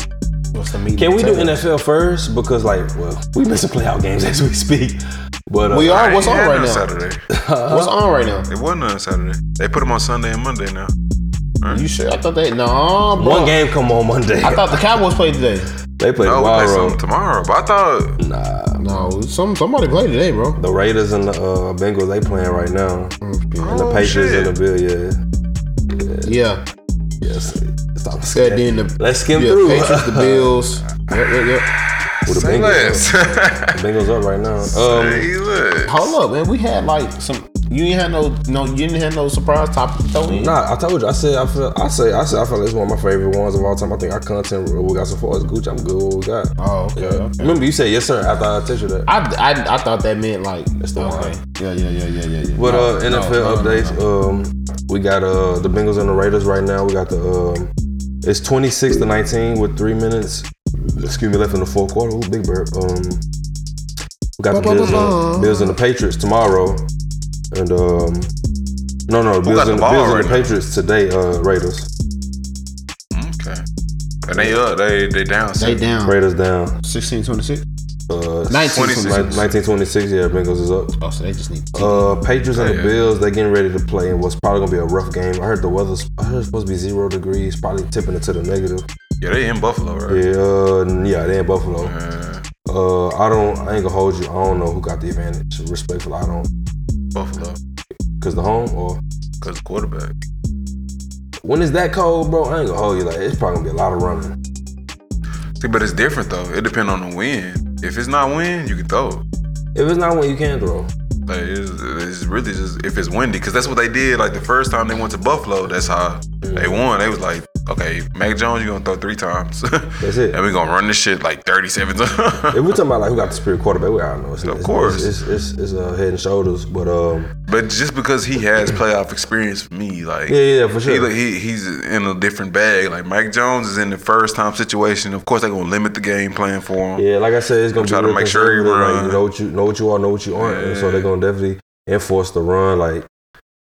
B: What's the meat?
D: Can
B: and
D: we do
B: potatoes?
D: NFL first? Because like, well, we missing playoff games as we speak. But uh,
B: We are. What's
C: It
B: on
C: ain't
B: right
C: on
B: now?
C: Saturday.
B: What's on right now?
C: It wasn't on Saturday. They put them on Sunday and Monday now.
B: You sure? I thought they no, bro.
D: one game come on Monday.
B: I thought the Cowboys played today.
D: they play
C: No, we play
D: tomorrow.
C: something tomorrow. But I thought
D: Nah,
B: No, some somebody played today, bro.
D: the Raiders and the uh, Bengals they playing right now, and the
C: Oh,
D: Patriots
C: shit.
D: and the Bill. Yeah,
B: Yeah,
D: yes. Stop
B: that
D: skipping.
B: then the
D: Let's skim
B: yeah,
D: through.
B: Patriots, the Bills. Yep, yep, yep.
D: With the
C: say
D: Bengals,
C: less.
D: up. Bengals up right now. Um,
C: Say less.
B: Hold up, man. We had like some. You ain't had no no. You didn't have no surprise topic to throw in.
D: nah, I told you. I said I feel. I say I said I feel like it's one of my favorite ones of all time. I think our content we got so far is Gucci. I'm good. with What we got?
B: Oh, okay.
D: Yeah. Remember you said yes sir after I text you that.
B: I, I, I thought that meant like
D: That's the
B: okay.
D: one.
B: Yeah, yeah, yeah, yeah, yeah, yeah.
D: What
B: No,
D: uh
B: no,
D: NFL
B: no, no, no,
D: updates?
B: no.
D: Um, we got uh the Bengals and the Raiders right now. We got the um, it's twenty six to nineteen with three minutes. Excuse me, left in the fourth quarter. Ooh, big bird. Um, we got the Bills and, Bills and the Patriots tomorrow, and um, no, no, Bills
C: got the
D: and the,
C: ball
D: Bills and
C: right
D: the
C: now?
D: Patriots today. Uh, Raiders,
C: Mm, Okay. And they up. They they down.
B: They
C: seven.
B: down.
D: Raiders down.
B: 16, 26.
D: Uh,
B: 19.
C: 26.
D: 1926, yeah, Bengals is up.
B: Oh, so they just need.
D: Uh, Patriots and the
C: Oh, Yeah.
D: Bills, they getting ready to play in what's probably gonna be a rough game. I heard the weather's I heard it's supposed to be zero degrees, probably tipping it to the negative.
C: Yeah, they in Buffalo, right?
D: Yeah, uh, yeah, they in Buffalo.
C: Uh,
D: Uh, I don't, I ain't gonna hold you. I don't know who got the advantage. Respectfully, I don't,
C: Buffalo,
D: cause the home or
C: cause quarterback.
D: when it's that cold, bro, I ain't gonna hold you. Like it's probably gonna be a lot of running.
C: See, but it's different though. It depends on the win. If it's not win, you can throw.
D: If it's not one, you can throw.
C: Like it's, it's really just if it's windy, cause that's what they did. Like the first time they went to Buffalo, that's how they won. They was like, okay, Mac Jones, you gonna throw three times, and
D: That's it.
C: we gonna run this shit like thirty-seven times.
D: If we're talking about like who got the spirit quarterback, we already know. It's,
C: Of
D: it's-
C: course.
D: it's it's, it's, uh, head and shoulders. But um,
C: But just because he has playoff experience for me, like
D: yeah, yeah, for sure.
C: he, he he's in a different bag. Like Mike Jones is in the first time situation. Of course, they're gonna limit the game plan for him.
D: Yeah, like I said, it's gonna
C: Try
D: be
C: to
D: real
C: make sure you
D: conservative,
C: run.
D: Like, know what you know what you are, know what you aren't, and so
C: Yeah.
D: they're gonna definitely enforce the run. Like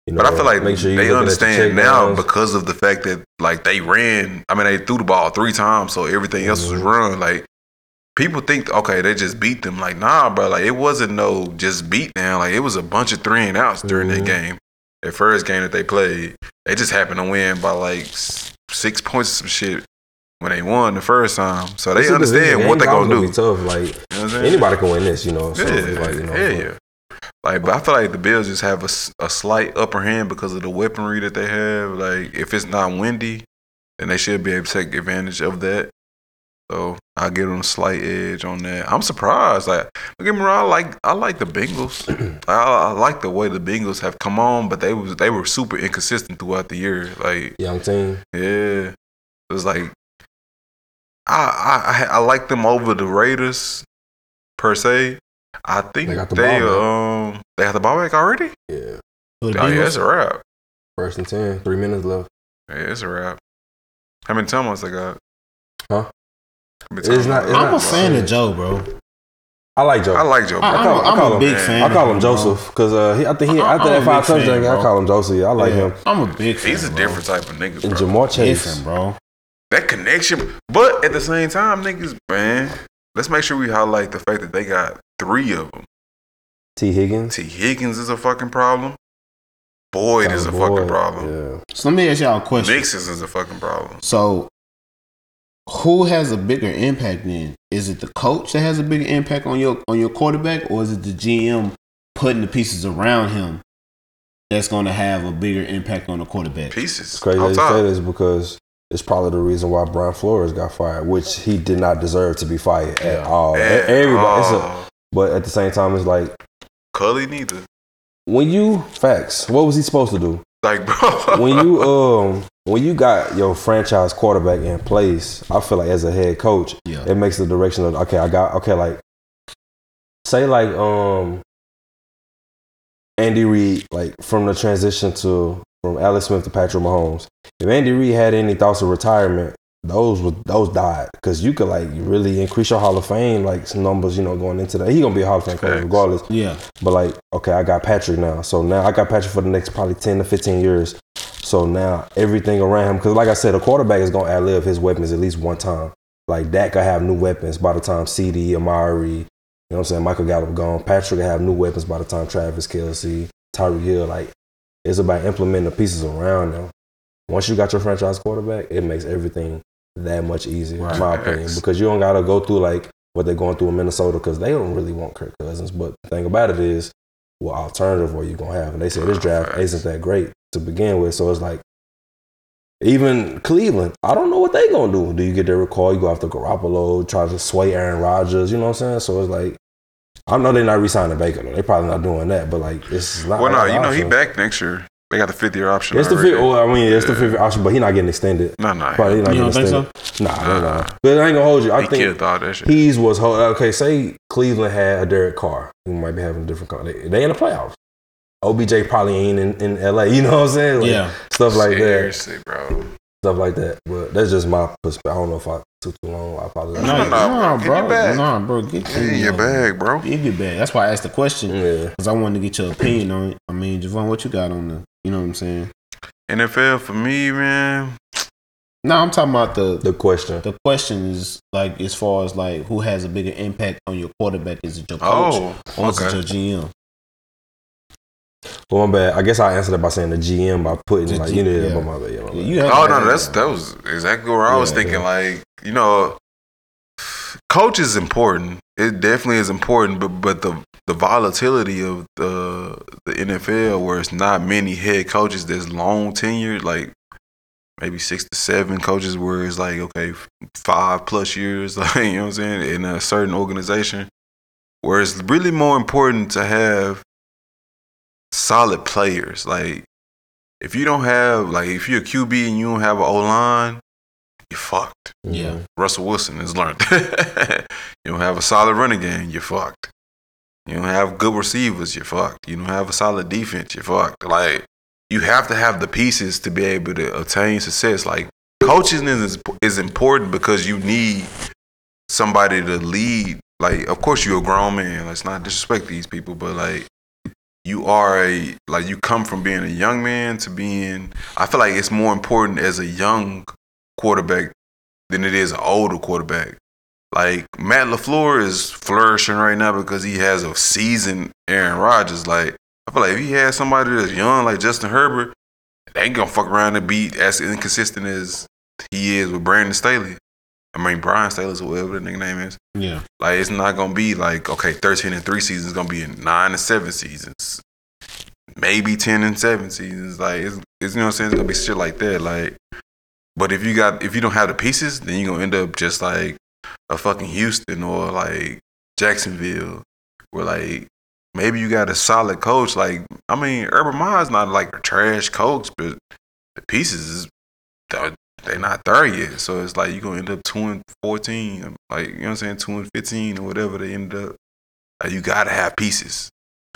D: You
C: But I feel like
D: make sure you
C: they
D: looking at your
C: understand now
D: takedowns.
C: because of the fact that like they ran. I mean, they threw the ball three times, so everything else
D: Mm-hmm.
C: was run. Like people think, okay, they just beat them. Like nah, bro. Like it wasn't no just beat down. Like it was a bunch of three and outs during
D: Mhm.
C: that game. That first game that they played, they just happened to win by like s- six points or some shit when they won the first time. So they
D: It's a division
C: understand
D: game.
C: what they
D: It's always
C: gonna do.
D: be tough. Like
C: You know what I'm saying?
D: anybody can win this, you know. So,
C: yeah,
D: it's like, you know,
C: yeah,
D: but-
C: yeah. Like, but I feel like the Bills just have a, s- a slight upper hand because of the weaponry that they have. Like, if it's not windy, then they should be able to take advantage of that. So I give them a slight edge on that. I'm surprised. Like, don't get me wrong, I like I like the Bengals. I, I like the way the Bengals have come on, but they was they were super inconsistent throughout the year. Like,
D: young team.
C: yeah. It was like I I I- I like them over the Raiders per se. I think
D: They
C: they,
D: got the ball
C: um they got the ball back already?
D: Yeah,
B: But
C: Oh yeah, it's a wrap.
D: first and ten, three minutes left.
C: Yeah, it's a wrap. How many timeouts they got?
D: Huh?
C: How many
D: It's
C: timeouts
D: not-
C: they
D: it's
C: got?
B: I'm
D: not-
B: a fan of Joe, bro.
D: I like Joe.
C: I like Joe. Burrow.
B: I,
D: I
B: am
D: call-
B: a,
D: I
B: I'm
D: call
B: a
D: him-
B: big
C: I
B: fan.
D: I call
B: of
D: him
B: bro.
D: Joseph because uh, he, I think he
B: I-
D: after
B: I'm
D: that
B: a
D: five
B: big fan,
D: touchdown, game, I
B: bro.
D: call him Joseph. I like
B: Yeah,
D: him.
B: I'm a big fan.
C: He's a
B: bro.
C: different type of nigga,
D: And
C: bro.
D: Jamar Chase.
B: Different, bro.
C: that connection, but at the same time, niggas, man, let's make sure we highlight the fact that they got three of them.
D: T. Higgins.
C: T. Higgins is a fucking problem. Boyd is a
D: Tyler
C: fucking
D: Boyd.
C: problem.
D: Yeah.
B: So let me ask y'all a question.
C: Nixon's is a fucking problem.
B: So, who has a bigger impact? Then is it the coach that has a bigger impact on your on your quarterback, or is it the GM putting the pieces around him that's going to have a bigger impact on the quarterback?
C: Pieces.
D: It's crazy that
C: Off
D: you
C: top.
D: say this because it's probably the reason why Brian Flores got fired, which he did not deserve to be fired at all. E-
C: Yeah.
D: Everybody, it's a,
C: Oh,
D: but at the same time, it's like
C: Cully neither.
D: when you facts. What was he supposed to do?
C: Like, bro.
D: When you um when you got your franchise quarterback in place, I feel like as a head coach,
B: Yeah.
D: it makes the direction of okay, I got okay, like say like um Andy Reid, like from the transition to from Alex Smith to Patrick Mahomes. If Andy Reid had any thoughts of retirement, those were those died because you could like really increase your Hall of Fame like numbers, you know, going into that. He gonna be a Hall of Fame coach
C: Facts.
D: regardless.
B: Yeah,
D: But like, okay, I got Patrick now. So now I got Patrick for the next probably ten to fifteen years. So now everything around him, because like I said, a quarterback is gonna outlive his weapons at least one time. Like Dak could have new weapons by the time CD, Amari, you know what I'm saying, Michael Gallup gone. Patrick could have new weapons by the time Travis Kelsey, Tyreek Hill. Like it's about implementing the pieces around them. Once you got your franchise quarterback, it makes everything that much easier, in my
C: Right.
D: opinion, because you don't gotta go through like what they're going through in Minnesota because they don't really want Kirk Cousins. But the thing about it is, what alternative are you gonna have? And they say this draft isn't that great to begin with, so it's like even Cleveland, I don't know what they gonna do. Do you get their recall? You go after Garoppolo, try to sway Aaron Rodgers. You know what I'm saying? So it's like. I know they're not re-signing Baker. Though. They're probably not doing that, but like it's not.
C: well, no,
D: like an
C: you know, he
D: option.
C: back next year. They got the fifth year option.
D: It's the
C: already.
D: fifth. Well, I mean, it's the fifth option, but he not getting extended.
C: No, no.
D: Probably he not
B: You
D: getting
B: don't think
D: extended. Nah, nah,
C: Nah.
D: nah. But I ain't gonna hold you. I
C: he
D: think
C: killed all that shit.
D: He's was hold, okay. Say Cleveland had a Derek Carr, we might be having a different. con- They, they in the playoffs. OBJ probably ain't in, in LA. You know what I'm saying? Like,
B: yeah.
D: Stuff like that.
C: Seriously, bro.
D: Stuff like that. But that's just my perspective. I don't know if I took too long. I apologize.
C: No, no, no,
B: nah,
C: get
B: bro.
C: your bag.
B: Nah, bro. Get
C: He in your bag, bro.
B: Give your bag. That's why I asked the question
D: Yeah.
B: because I wanted to get your opinion on it. I mean, Javon, what you got on the? You know what I'm saying?
C: NFL for me, man.
B: No, I'm talking about the
D: The question.
B: the question is like as far as like who has a bigger impact on your quarterback? Is it your coach
C: Oh,
B: or is
C: okay.
B: it your GM?
D: Well, my bad. I guess I answered it by saying the GM by putting
B: The
D: like
B: G-
D: you know.
B: yeah.
D: but my bad. Yeah, my bad.
B: You have
C: Oh no, that's that was exactly where I was
D: Yeah,
C: thinking. Like you know, coach is important. It definitely is important, but but the the volatility of the the NFL, where it's not many head coaches that's long tenured, like maybe six to seven coaches, where it's like okay, five plus years, like you know what I'm saying, in a certain organization, where it's really more important to have solid players, like if you don't have like if you're a QB and you don't have an O line, you're fucked.
B: yeah.
D: Mm-hmm.
C: Russell Wilson has learned that. you don't have a solid running game, you're fucked. You don't have good receivers, you're fucked. You don't have a solid defense, you're fucked. Like you have to have the pieces to be able to obtain success. Like coaching is is important because you need somebody to lead. Like of course you're a grown man. Let's not disrespect these people, but like you are a like you come from being a young man to being. I feel like it's more important as a young quarterback than it is an older quarterback. Like Matt Lafleur is flourishing right now because he has a seasoned Aaron Rodgers. Like I feel like if he had somebody that's young like Justin Herbert, they ain't gonna fuck around and be as inconsistent as he is with Brandon Staley. I mean Brian Staley's or whatever the nickname is.
B: Yeah.
C: Like it's not gonna be like okay, thirteen and three seasons gonna be in nine and seven seasons, maybe ten and seven seasons. Like it's, it's you know what I'm saying. It's gonna be shit like that. Like, but if you got if you don't have the pieces, then you're gonna end up just like a fucking Houston or like Jacksonville, where like maybe you got a solid coach. Like I mean, Urban Meyer's not like a trash coach, but the pieces is the they're not there yet. So it's like you're gonna end up two and fourteen, like you know what I'm saying, two and fifteen or whatever they end up. Like you gotta have pieces.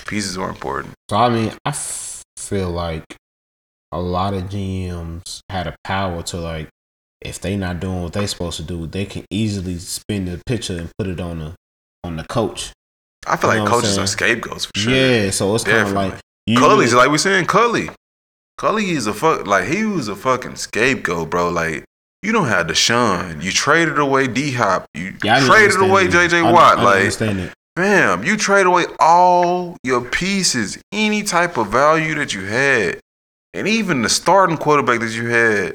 C: Pieces are important.
B: So I mean, I f- feel like a lot of GMs had a power to like, if they not doing what they supposed to do, they can easily spin the picture and put it on the on the coach.
C: I feel
B: You
C: like
B: know what I'm
C: coaches
B: saying?
C: are scapegoats for sure.
B: Yeah, so it's kind of
C: Definitely.
B: like you
C: Cully's like we saying Cully. Cully is a fuck like he was a fucking scapegoat, bro. Like you don't have Deshaun. You traded away D Hop. You
B: Yeah, I didn't
C: traded away
B: understand it. I
C: JJ
B: didn't-
C: Watt.
B: I didn't
C: like
B: understand it.
C: Fam, you trade away all your pieces, any type of value that you had, and even the starting quarterback that you had,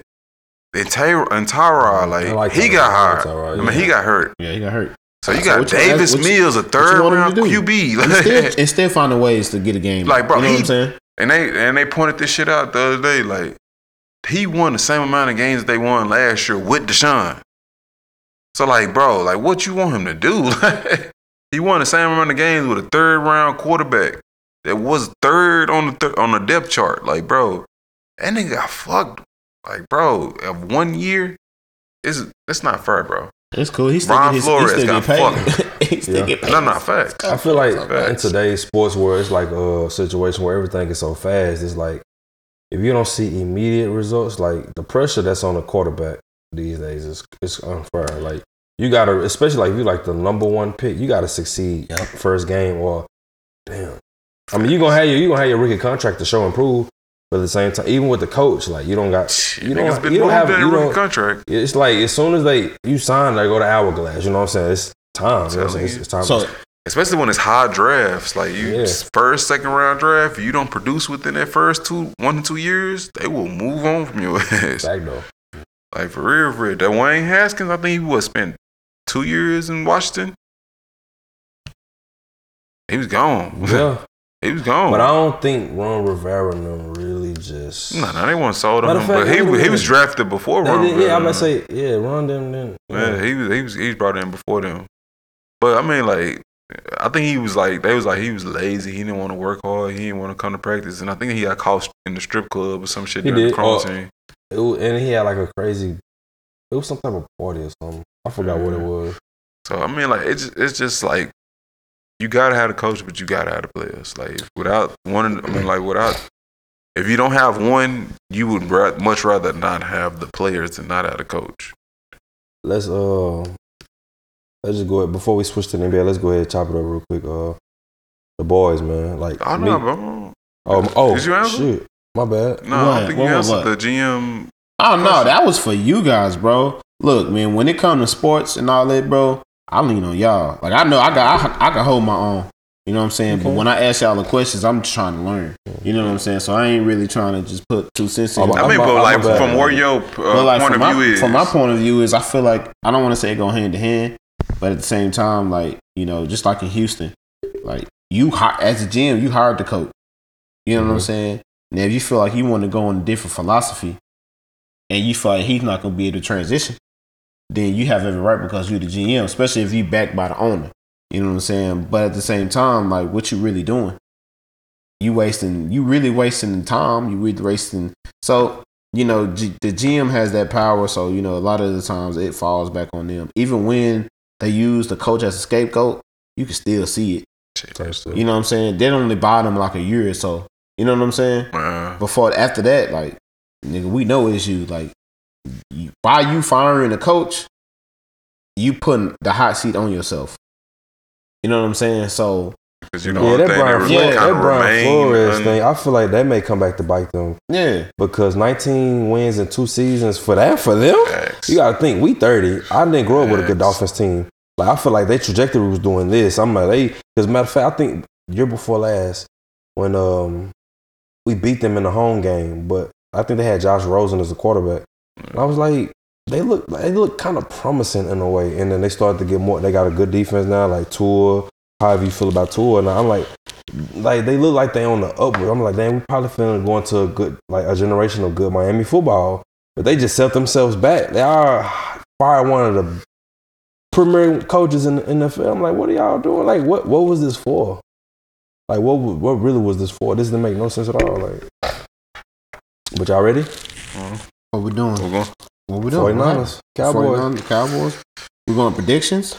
C: and, Ty- and Tyrod, like,
D: like
C: he
D: Tyrod.
C: got
D: I like
C: hired.
D: Tyrod,
C: I mean,
D: yeah.
C: he got hurt.
B: Yeah, he got hurt.
C: So you
B: So
C: got
B: what you-
C: Davis
B: that's what you-
C: Mills, a third
B: want him
C: round
B: to do?
C: QB,
B: And still,
C: like,
B: and still finding ways to get a game.
C: Like, bro,
B: you know what
C: he-
B: I'm saying?
C: and they and they pointed this shit out the other day. Like, he won the same amount of games that they won last year with Deshaun. So like, bro, like, what you want him to do? he won the same amount of games with a third round quarterback that was third on the th- on the depth chart. Like, bro, that nigga got fucked. Like, bro, of one year, it's it's not fair, bro.
B: It's cool. He's still
C: Ron
B: getting his,
C: Flores
B: he's still
C: got
B: getting paid. he's still
D: Yeah.
B: getting paid.
C: No, not fact.
D: I feel like in
C: Facts.
D: today's sports world, it's like a situation where everything is so fast. It's like if you don't see immediate results, like the pressure that's on the quarterback these days is it's unfair. Like you gotta, especially like if you like the number one pick, you gotta succeed first game or damn. I mean, you gonna have your you gonna have your rookie contract to show and prove, but at the same time, even with the coach, like you don't got you
C: Niggas
D: don't,
C: been
D: you don't
C: moved
D: have
C: in a
D: you
C: rookie
D: don't,
C: contract.
D: It's like as soon as they you sign, they go to hourglass. You know what I'm saying? It's time. You know what I'm saying? It's, it's time.
B: So
C: especially when it's high drafts. Like you
D: Yeah.
C: first, second round draft, if you don't produce within that first two, one to two years, they will move on from your ass.
D: back though.
C: Like for real, for real. That Wayne Haskins, I think he was spent two years in Washington. He was gone.
D: Yeah.
C: he was gone.
D: But I don't think Ron Rivera and them really just.
C: no, no, they weren't sold on
D: Matter
C: him.
D: of fact,
C: But he
D: wait a
C: he was
D: minute.
C: drafted before
D: They
C: Ron.
D: didn't- yeah, I'm
C: Rivera.
D: gonna say yeah. Ron them then.
C: Yeah, he was he was he was brought in before them. But I mean like I think he was like they was like he was lazy, he didn't want to work hard, he didn't want to come to practice. And I think he got caught in the strip club or some shit
D: He
C: during the
D: did. Oh.
C: quarantine.
D: It wa- and he had like a crazy. It was some type of party or something. I forgot what it was.
C: So I mean like it's it's just like you gotta have a coach, but you gotta have the players. Like without one of the- I mean like without if you don't have one, you would ra- much rather not have the players than not have a coach.
D: Let's uh, let's just go ahead before we switch to the NBA. Let's go ahead and chop it up real quick. Uh, the boys, man. Like
C: I don't
D: me-
C: know, bro.
D: Oh, oh,
C: Did you answer?
D: shit. My bad.
C: No, I
B: What?
C: don't think
B: What,
C: you
B: what,
C: answered
B: what?
C: the GM.
B: Oh no,
C: Question.
B: that was for you guys, bro. Look, man, when it comes to sports and all that, bro, I lean on y'all. Like I know I got I, I can hold my own. You know what I'm saying? But
D: Okay.
B: when I ask y'all the questions, I'm just trying to learn. You know what I'm saying? So I ain't really trying to just put two cents in.
D: I'm-
C: I mean,
D: I'm
C: but
D: a-
C: like
D: I'm a bad
C: from
D: man.
C: where your uh,
B: But like
C: point
B: from,
C: of
B: my,
C: view is,
B: from my point of view is I feel like I don't want to say it go hand to hand, but at the same time, like you know, just like in Houston, like you hi- as a GM, you hired the coach. You know what I'm
D: Mhm.
B: saying? Now, if you feel like you want to go on a different philosophy, and you feel like he's not going to be able to transition, then you have every right because you're the GM, especially if you backed by the owner. You know what I'm saying? But at the same time, like what you really doing? You wasting, you really wasting time. You really wasting. So you know G- the GM has that power. So you know a lot of the times it falls back on them. Even when they use the coach as a scapegoat, you can still see it. You know what I'm saying? They only buy them like a year or so. You know what I'm saying?
C: uh,
B: Before after that, like nigga, we know it's you. Like you, by you firing the coach, you putting the hot seat on yourself. You know what I'm saying? So
C: Because you know, yeah, that Brian,
D: Flo-
B: yeah,
C: kind
D: that
C: of
D: Brian Flores
C: remain.
D: thing, I feel like that may come back to bite them
B: Yeah.
D: because 19 wins in two seasons for that for them.
C: Facts.
D: You gotta think we 30. I didn't grow up with a good
C: Yes.
D: Dolphins team. Like I feel like their trajectory was doing this. I'm like they because matter of fact, I think year before last when um we beat them in the home game, but I think they had Josh Rosen as the quarterback. And I was like, they look they look kind of promising in a way. And then they started to get more. They got a good defense now, like Tua. However you feel about Tua, and I'm like, like they look like they on the upward. I'm like, damn, we probably finna go into a good like a generation of good Miami football. But they just set themselves back. They are fired one of the premier coaches in the NFL. I'm like, what are y'all doing? Like, what what was this for? Like, what wa- what really was this for? This didn't make no sense at all. Like, but y'all ready?
B: What we doing?
C: We're going-
B: What we doing?
D: 49ers, Cowboys.
B: 49ers, Cowboys. We going predictions?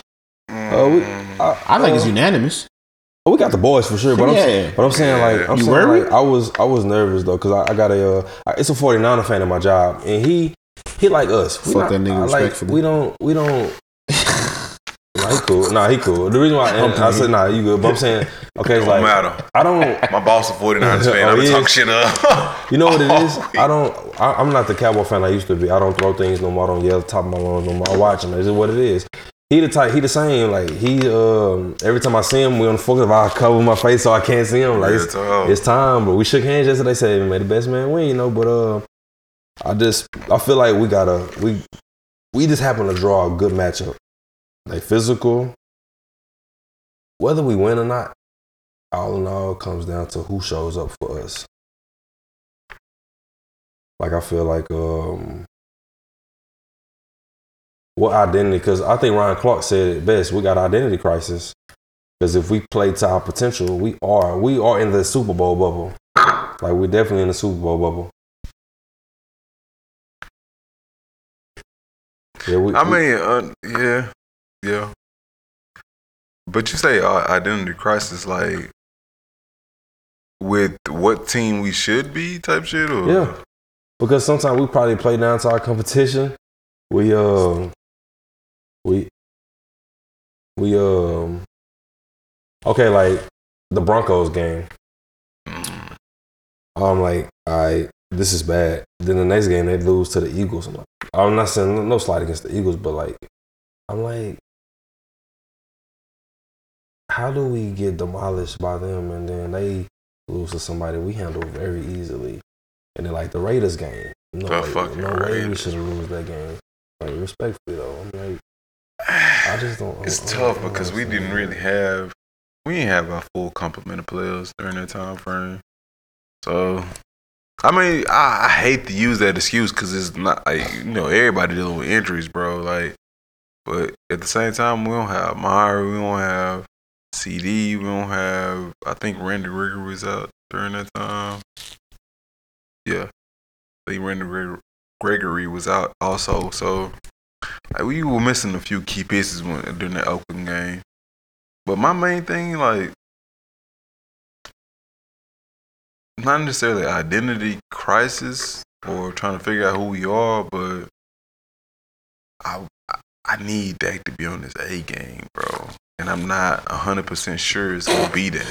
D: Uh, we, I,
B: I think
D: uh, oh,
B: it's unanimous.
D: We got the boys for sure, but I'm saying.
B: yeah.
D: But I'm saying like I'm
B: You
D: saying
B: worried?
D: like I was I was nervous though because I, I got a uh, I- it's a 49er fan at my job and he he like us. We
B: Fuck that nigga
D: I like,
B: respectfully.
D: we don't we don't. nah, he cool. Nah, he cool. The reason why and I said nah, you good. But I'm saying okay, it's
C: don't
D: like
C: matter.
D: I don't.
C: My boss a 49ers fan.
D: Oh,
C: I'm
D: yeah.
C: talking shit up.
D: You know what it is?
C: Oh,
D: I don't. I, I'm not the cowboy fan I used to be. I don't throw things no more. I don't yell at the top of my lungs no more. I watch him. This is what it is. He the type. He the same. Like he. Um. Every time I see him, we on the fucking. I cover my face so I can't see him. Like
C: Real
D: it's,
C: talk.
D: it's time. But we shook hands yesterday. Said may the best man win. You know. But uh, I just I feel like we gotta we we just happen to draw a good matchup. Like physical. Whether we win or not, all in all, comes down to who shows up for us. Like I feel like um what identity cuz I think Ryan Clark said it best. We got identity crisis. Cuz if we play to our potential, we are we are in the Super Bowl bubble. Like we're definitely in the Super Bowl bubble. Yeah, we,
C: I
D: we-
C: mean, uh, yeah, yeah. But you say uh, identity crisis, like with what team we should be type shit, or
D: Yeah. because sometimes we probably play down to our competition. We um we we um okay, like the Broncos game.
C: Mm,
D: I'm like, all right, this is bad. Then the next game they lose to the Eagles. I'm like, I'm not saying no- no slight against the Eagles, but like, I'm like, how do we get demolished by them and then they lose to somebody we handle very easily? And then like the Raiders game, no,
C: The
D: way,
C: fucking
D: no way we
C: Raiders.
D: should have lost that game. Like respectfully though, I'm like, I just don't.
C: it's
D: I don't- I
C: tough
D: don't
C: because we
D: understand.
C: didn't really have we didn't have our full complement of players during that time frame. So, I mean, I, I hate to use that excuse because it's not like you know everybody dealing with injuries, bro. Like, but at the same time, we don't have Meyer, we don't have CD, we don't have. I think Randy Rigger was out during that time. Yeah, I think Randy Gre- Gregory was out also. So like, we were missing a few key pieces when, during that Oakland game. But my main thing, like, not necessarily identity crisis or trying to figure out who we are, but I I- I need Dak to be on this A game, bro. And I'm not 100% sure it's going to be that.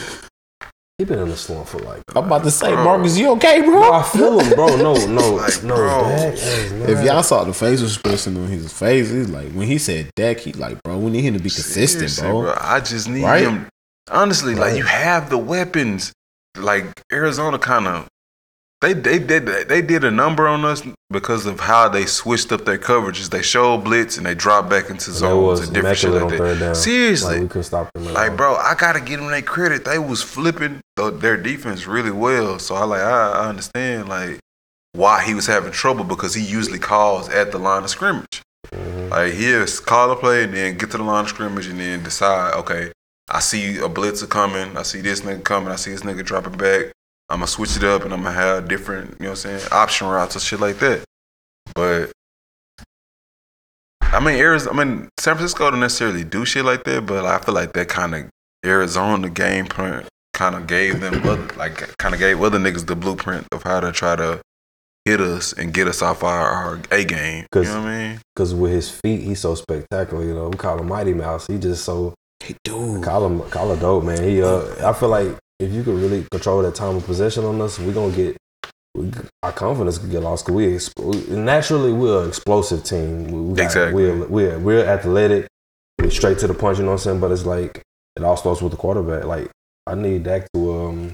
D: He been in the slump for like.
B: I'm about to say,
C: Bro.
B: Marcus, you okay, bro?
D: I feel him, bro. No, no,
C: Like,
D: no.
C: bro.
D: that is not-
B: If y'all saw the facial expression on his face, he's like when he said Dak, he like, bro, we need him to be consistent,
C: Seriously,
B: bro.
C: I just need
B: Right?
C: him. Honestly, like
D: Right.
C: you have the weapons. Like Arizona, kind of they they did they did a number on us because of how they switched up their coverages. They showed blitz and they dropped back into
D: And that
C: zones
D: was
C: and different shit
D: immaculate
C: like
D: on
C: that.
D: third down.
C: Seriously.
D: like, we couldn't stop them. at all.
C: Like, bro, I gotta give them their credit. They was flipping th- their defense really well. So I like I, I understand like why he was having trouble because he usually calls at the line of scrimmage. Like he'll s- call a play and then get to the line of scrimmage and then decide, okay, I see a blitzer coming, I see this nigga coming, I see this nigga dropping back. I'm gonna switch it up and I'm gonna have different, you know what I'm saying, option routes or shit like that. But I mean, Arizona, I mean, San Francisco don't necessarily do shit like that, but I feel like that kind of Arizona game plan kind of gave them other, like kind of gave other niggas the blueprint of how to try to hit us and get us off our, our A game. You
D: 'Cause-
C: know what I mean?
D: because with his feet, he's so spectacular. You know, we call him Mighty Mouse. He just so
B: Hey, dude.
D: Call him, call him dope, man. He, uh, I feel like if you could really control that time of possession on us, we're gonna get we, our confidence could get lost. Cause we, ex- we naturally we're an explosive team. We, we got,
C: Exactly.
D: We're, we're we're athletic. We're straight to the punch. You know what I'm saying? But it's like it all starts with the quarterback. Like I need Dak to um.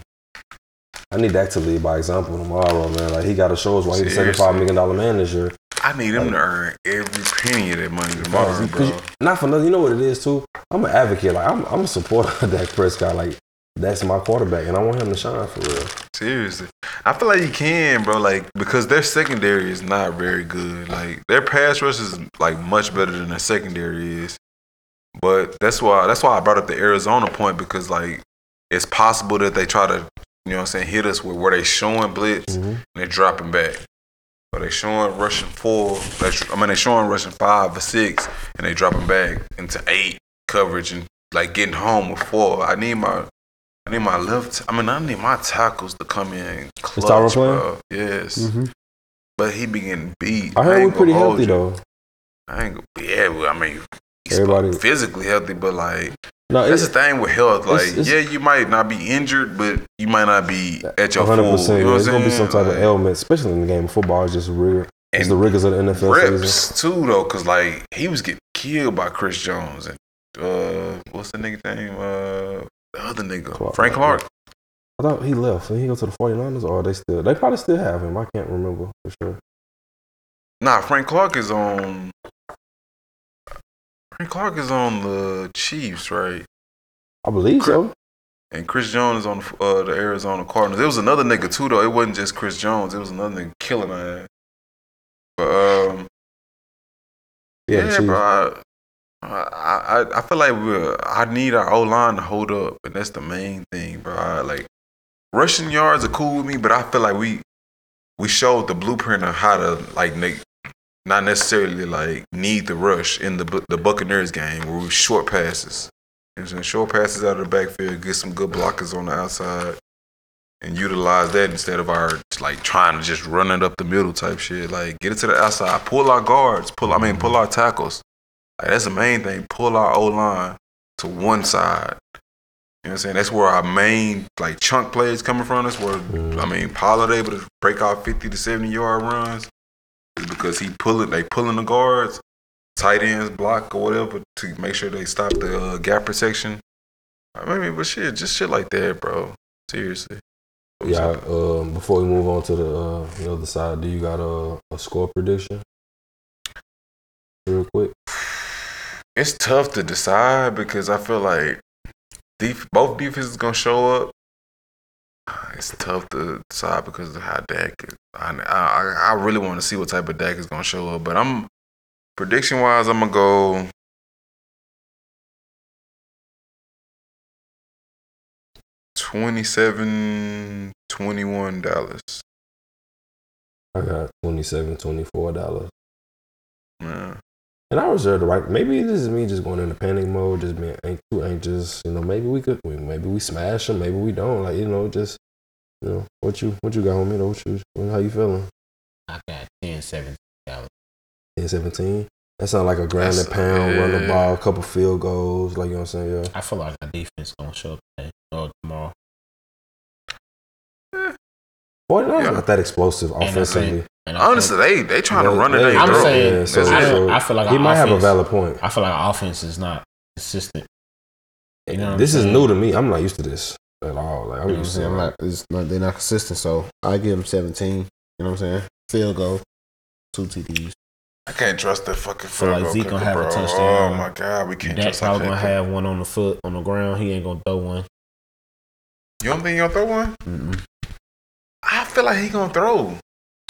D: I need Dak to lead by example tomorrow, man. Like he got to show us why he's a
C: Seriously.
D: seventy-five million dollar man this year.
C: I need him to earn every penny of that money tomorrow,
D: Because you-
C: bro.
D: Not for nothing. You know what it is too. I'm an advocate. Like I'm, I'm a supporter of Dak Prescott. Like that's my quarterback, and I want him to shine for real.
C: Seriously, I feel like you can, bro. Like because their secondary is not very good. Like their pass rush is like much better than their secondary is. But that's why that's why I brought up the Arizona point because like it's possible that they try to you know what I'm saying hit us with where they showing blitz
D: Mm-hmm.
C: and they're dropping back. Or they showing rushing four. They, I mean they showing rushing five or six and they dropping back into eight coverage and like getting home with four. I need my I need my left. I mean, I need my tackles to come in clutch,
D: Tyron playing?
C: bro. Yes,
B: Mhm.
C: but he be getting beat.
D: Mm-hmm. I heard
C: ain't
D: we're pretty
C: gonna hold
D: healthy
C: you.
D: though.
C: I ain't. Gonna, yeah, well, I mean, he's
D: Everybody-
C: physically healthy, but like
D: No,
C: that's
D: it's
C: the thing with health. Like,
D: it's- it's-
C: yeah, you might not be injured, but you might not be at your
D: one hundred
C: full.
D: percent.
C: You know what I'm
D: It's
C: saying?
D: gonna be some type
C: like,
D: of ailment, especially in the game of football. It's just rigor. It's
C: And
D: the rigors of the NFL season.
C: Rips too though, cause like he was getting killed by Chris Jones and uh, what's the nigga name? Uh, the other nigga,
D: Clark.
C: Frank Clark.
D: I thought he left. Did he go to the 49ers, or they still? They probably still have him. I can't remember for sure.
C: Nah, Frank Clark is on. Frank Clark is on the Chiefs, right?
D: I believe so.
C: And Chris Jones is on uh, the Arizona Cardinals. It was another nigga too, though. It wasn't just Chris Jones. It was another nigga killing her ass. But um,
D: Yeah,
C: yeah,
D: the Chiefs.
C: bro. I, I I- I feel like we're. I need our O line to hold up, and that's the main thing, bro. I, like rushing yards are cool with me, but I feel like we we showed the blueprint on how to like ne- not necessarily like need the rush in the Bu- the Buccaneers game where we short passes. You know what I'm saying? Short passes out of the backfield, get some good blockers on the outside, and utilize that instead of our like trying to just run it up the middle type shit. Like get it to the outside, pull our guards, pull I mean pull our tackles. Like that's the main thing. Pull our O line to one side. You know what I'm saying? That's where our main like chunk plays coming from. That's where
D: Mm.
C: I mean Pollard able to break out fifty to seventy yard runs is because he pulling they pulling the guards, tight ends block or whatever to make sure they stop the uh, gap protection. I mean, but shit, just shit like that, bro. Seriously.
D: Yeah. Um, before we move on to the, uh, the other side, do you got a, a score prediction? Real quick.
C: it's tough to decide because I feel like def- both defenses gonna show up. It's tough to decide because of how Dak is. I I, I really want to see what type of Dak is gonna show up, but I'm prediction wise, I'm gonna go. Twenty-seven, twenty-one dollars.
D: I got 27 24 dollars.
C: Yeah.
D: And I reserve the right. Maybe this is me just going into panic mode, just being an- too anxious. You know, maybe we could, we- maybe we smash them, maybe we don't. Like you know, just you know, what you what you got on me though? What you, what- how you feeling?
B: I got 10 7.
D: Ten seventeen. That sounds like a grand
C: That's-
D: a pound, run the
C: yeah.
D: ball, a couple field goals. Like you know what I'm saying? Yeah.
B: I feel like our defense going to show up today or tomorrow.
D: Boy, that's
C: Yeah.
D: not that explosive
B: I think-
D: offensively.
B: And I think-
C: Honestly, they they trying
D: They-
C: to run it.
D: they-
C: They
B: I'm
C: throw.
B: saying-
D: yeah, so-
C: That's
B: I,
C: it.
D: so-
B: I feel like
D: He
B: our
D: might have a
B: offense-
D: valid point.
B: I feel like our offense is not consistent. You know what I'm
D: this is
B: saying?
D: new to me. I'm not used to this at all. Like I'm
B: You know what I'm
D: used to
B: saying? I'm
D: like,
B: not, it's not, they're not consistent, so I give them 17. You know what I'm saying? Field goal, two TDs.
C: I can't trust that fucking
B: Feel like
C: field goal
B: Zeke gonna
C: kicker,
B: have a
C: bro.
B: touchdown.
C: Oh my god, we can't
B: Dak
C: trust that.
B: probably gonna
C: kicker.
B: have one on the foot on the ground. He ain't gonna throw one.
C: You don't think he gonna throw one? I feel like he gonna throw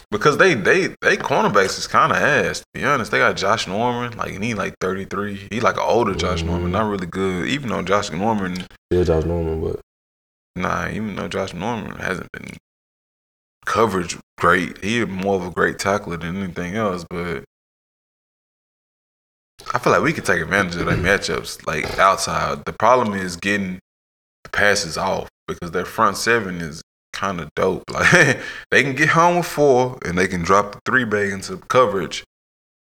C: because they they they cornerbacks is kind of ass. To be honest, they got Josh Norman, like and he like thirty three. He like an older Josh Norman, not really good. Even though Josh Norman,
D: still Josh Norman, but
C: nah, even though Josh Norman hasn't been coverage great, he more of a great tackler than anything else. But I feel like we could take advantage of their matchups, like outside. The problem is getting the passes off because their front seven is kind of dope. Like they can get home with four and they can drop the three bay into coverage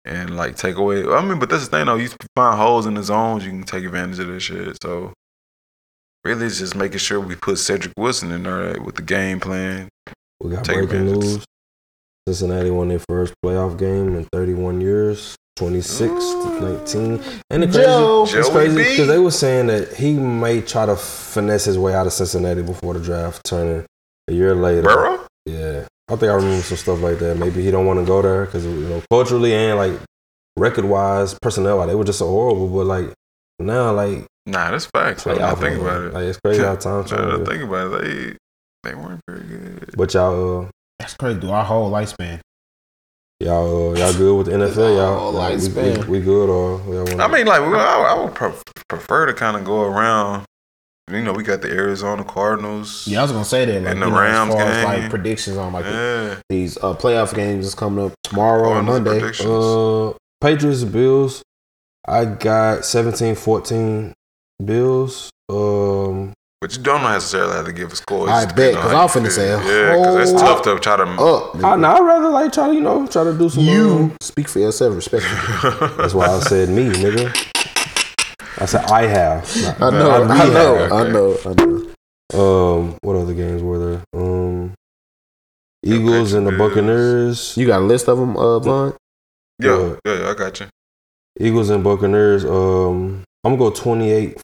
C: and like take away. I mean, but that's the thing though. You find holes in the zones, you can take advantage of that shit. So really, it's just making sure we put Cedric Wilson in there with the game plan.
D: We got
C: Take
D: breaking
C: advantage.
D: news. Cincinnati won their first playoff game in 31 years, 26 to 19. And the crazy,
B: Joe.
D: it's
C: Joey
D: crazy
C: B.
D: because they were saying that he may try to finesse his way out of Cincinnati before the draft, turning a year later.
C: Burrow,
D: Yeah, I think I remember some stuff like that. Maybe he don't want to go there because you know culturally and like record wise, personnel wise, they were just so horrible. But like now, like
C: nah, that's facts. I
D: playoff,
C: think
D: man,
C: about it.
D: Like it's crazy how time
C: Now that I
D: changes.
C: think about it. They they weren't very good.
D: But y'all, uh,
B: That's crazy. Do our whole lifespan.
D: y'all, uh, y'all good with the NFL?
B: Oh,
D: Y'all, like, we,
B: lifespan.
D: we, we good or y'all wanna-
C: I
B: Mm.
C: mean, like well, I, I would pre- prefer to kind of go around. You know, we got the Arizona Cardinals.
B: Yeah, I was gonna say that. Like,
C: And the
B: you know, as
C: Rams
B: far as,
C: game.
B: like predictions on like
C: Yeah.
B: these uh, playoff games is coming up tomorrow and
C: Cardinals
B: Monday.
C: predictions.
D: Uh, Patriots Bills. I got 17-14 Bills. Um,
C: But you don't necessarily have to give a score. It's
B: I
C: just
B: bet,
C: depending on
B: 'cause I'm
C: how you
B: finna
C: feel.
B: say a
C: Yeah, because it's
B: whole Oh.
C: tough to try to.
B: Up,
D: I,
B: nigga.
D: no, I'd rather like try to you know try to do some. uh,
B: you speak for yourself. Respect.
D: That's why I said me, nigga. I said I have.
B: I know,
D: Not
B: I
D: we
B: know, I know,
C: have,
B: I
C: okay.
B: know,
D: Um, what other games were there? Um, Eagles and the
C: Patriots.
D: Buccaneers.
B: You got a list of them, uh, Blunt?
C: yeah, yeah, I got you.
D: Eagles and Buccaneers. Um, I'm gonna go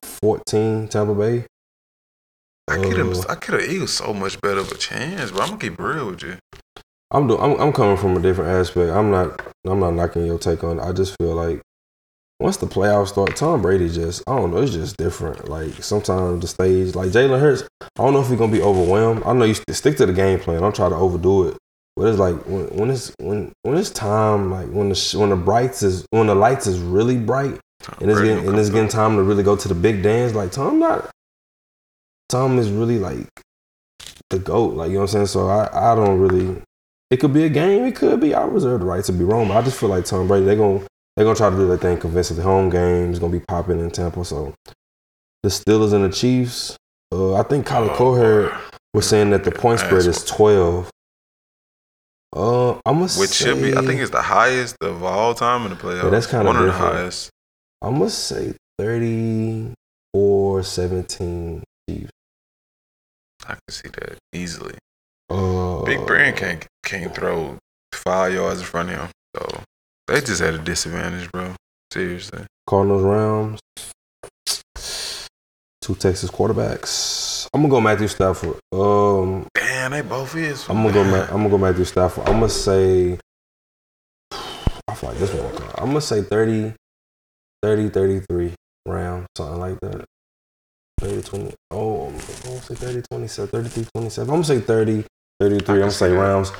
D: 28-14 Tampa Bay.
C: I get him.
D: Uh,
C: I get an Eagles so much better of a chance, but I'm gonna keep real with you.
D: I'm do, I'm I'm coming from a different aspect. I'm not I'm not knocking your take on. it. I just feel like once the playoffs start, Tom Brady just I don't know. It's just different. Like sometimes the stage, like Jalen Hurts. I don't know if he's gonna be overwhelmed. I know you st- stick to the game plan. Don't try to overdo it. But it's like when, when it's when when it's time, like when the sh- when the brights is when the lights is really bright, and it's
C: Brady
D: getting
C: gonna
D: and it's
C: come
D: getting time to really go to the big dance. Like Tom not Tom is really like the goat. Like you know what I'm saying. So I I don't really. It could be a game. It could be. I reserve the right to be wrong. But I just feel like Tom Brady. They're gonna they're gonna try to do their thing convincingly. Home game is gonna be popping in Tampa. So the Steelers and the Chiefs. Uh, I think
C: Oh,
D: Colin Coher was saying that the point spread is twelve. Uh, I'm gonna
C: which
D: say,
C: should be. I think it's the highest of all time in the playoffs.
D: that's kinda
C: one of the
D: different.
C: highest.
D: I'm gonna say 34 17 Chiefs.
C: I can see that easily.
D: Uh,
C: Big Brand can't can't throw five yards in front of him, so they just had a disadvantage, bro. Seriously,
D: Cardinals Rams. Two Texas quarterbacks. I'm gonna go Matthew Stafford. Um,
C: damn, they both is.
D: I'm gonna go. Ma- I'm gonna go Matthew Stafford. I'm gonna say. I feel like this one. I'm gonna say 30, 30, 33 round, something like that. 30, 20. Oh, I'm gonna say 30, 27, 33, 27. I'm gonna say 30, 33. I'm
C: I
D: gonna
C: can see
D: say
C: that.
D: rounds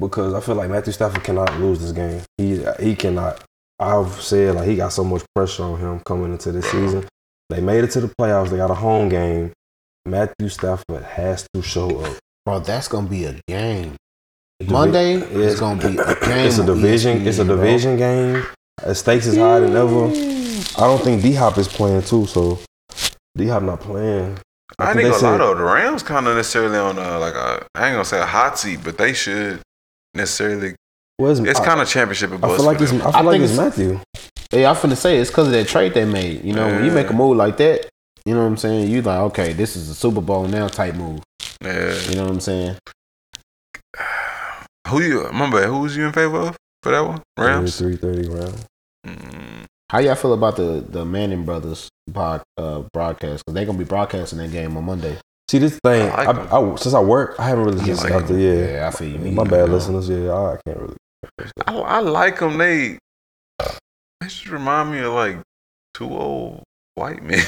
D: because I feel like Matthew Stafford cannot lose this game. He he cannot. I've said like he got so much pressure on him coming into this season. They made it to the playoffs. They got a home game. Matthew Stafford has to show up.
B: Bro, that's gonna be a game.
D: Divi-
B: Monday
D: Yeah.
B: is gonna be a game.
D: It's a
B: on E
D: division. It's a
B: ESPN, bro.
D: division game. The stakes is higher than ever. I don't think D Hop is playing too, so D Hop not playing.
C: I think
D: think
C: a
D: they
C: lot
D: said-
C: of the Rams kind of necessarily on a, like a, I ain't gonna say a hot seat, but they should necessarily.
D: Well, it's,
C: It's
D: I-
C: kind of championship.
D: I, feel like it's. I feel
B: I
D: like
B: think
D: it's,
B: it's-
D: Matthew.
B: Hey, I'm finna say it's because of that trade they made. You know, when you make a
C: Yeah.
B: move like that, you know what I'm saying. You like, okay, this is a Super Bowl now type move.
C: yeah.
B: You know what I'm saying.
C: Who you remember? Who was you in favor of for that one? Rams.
D: Three thirty round.
C: Mm,
B: How y'all feel about the the Manning brothers pod, uh, broadcast? Because they gonna be broadcasting that game on Monday.
D: See this thing.
C: I like
D: I,
C: them.
D: I, since I work, I haven't really
C: I
D: just
C: like
D: got to.
C: them.
D: Yeah,
B: I feel you.
D: my bad,
B: You know.
D: listeners. Yeah, I can't really.
C: I, I like them. They they just remind me of like two old white men.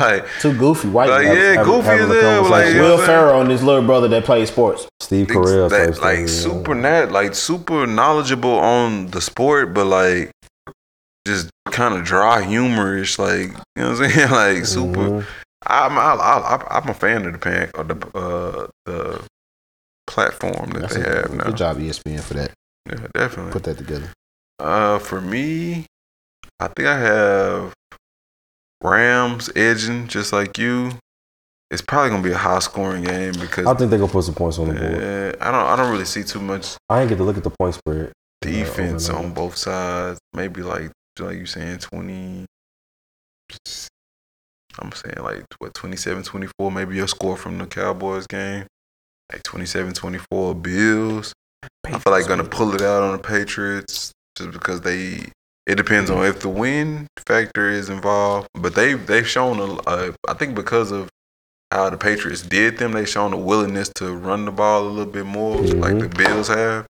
C: like
B: Too goofy white.
C: Like,
B: guys.
C: yeah, goofy
D: having
C: as
D: a
C: hell. Like, you know
D: conversation.
B: Will
C: what I'm saying?
B: Ferrell and his little brother that plays sports.
D: Steve
C: Ex-
D: Carell
C: that,
D: type stuff,
C: like
D: yeah.
C: super nat, like super knowledgeable on the sport, but like just kind of dry humorish, like you know what I'm saying, like super.
D: Mhm.
C: I'm I, I, I'm a fan of the pan or the uh, the platform that
B: That's
C: they
B: a-
C: have now.
B: Good job, E ESPN, for that.
C: Yeah, definitely.
B: Put that together.
C: Uh, for me, I think I have Rams edging just like you. It's probably gonna be a high scoring game because eh,
D: I think they're gonna put some points on the board.
C: uh, I don't I don't really see too much
D: I ain't get to look at the point spread.
C: defense
D: overload.
C: on both sides. Maybe like like you saying twenty. I'm saying like what 27, 24, Maybe your score from the Cowboys game, like 27, 24 Bills. I feel like gonna pull it out on the Patriots just because they. It depends on if the win factor is involved, but they they've shown a, a I think because of how the Patriots did them, they shown a willingness to run the ball a little bit more, like the Bills have.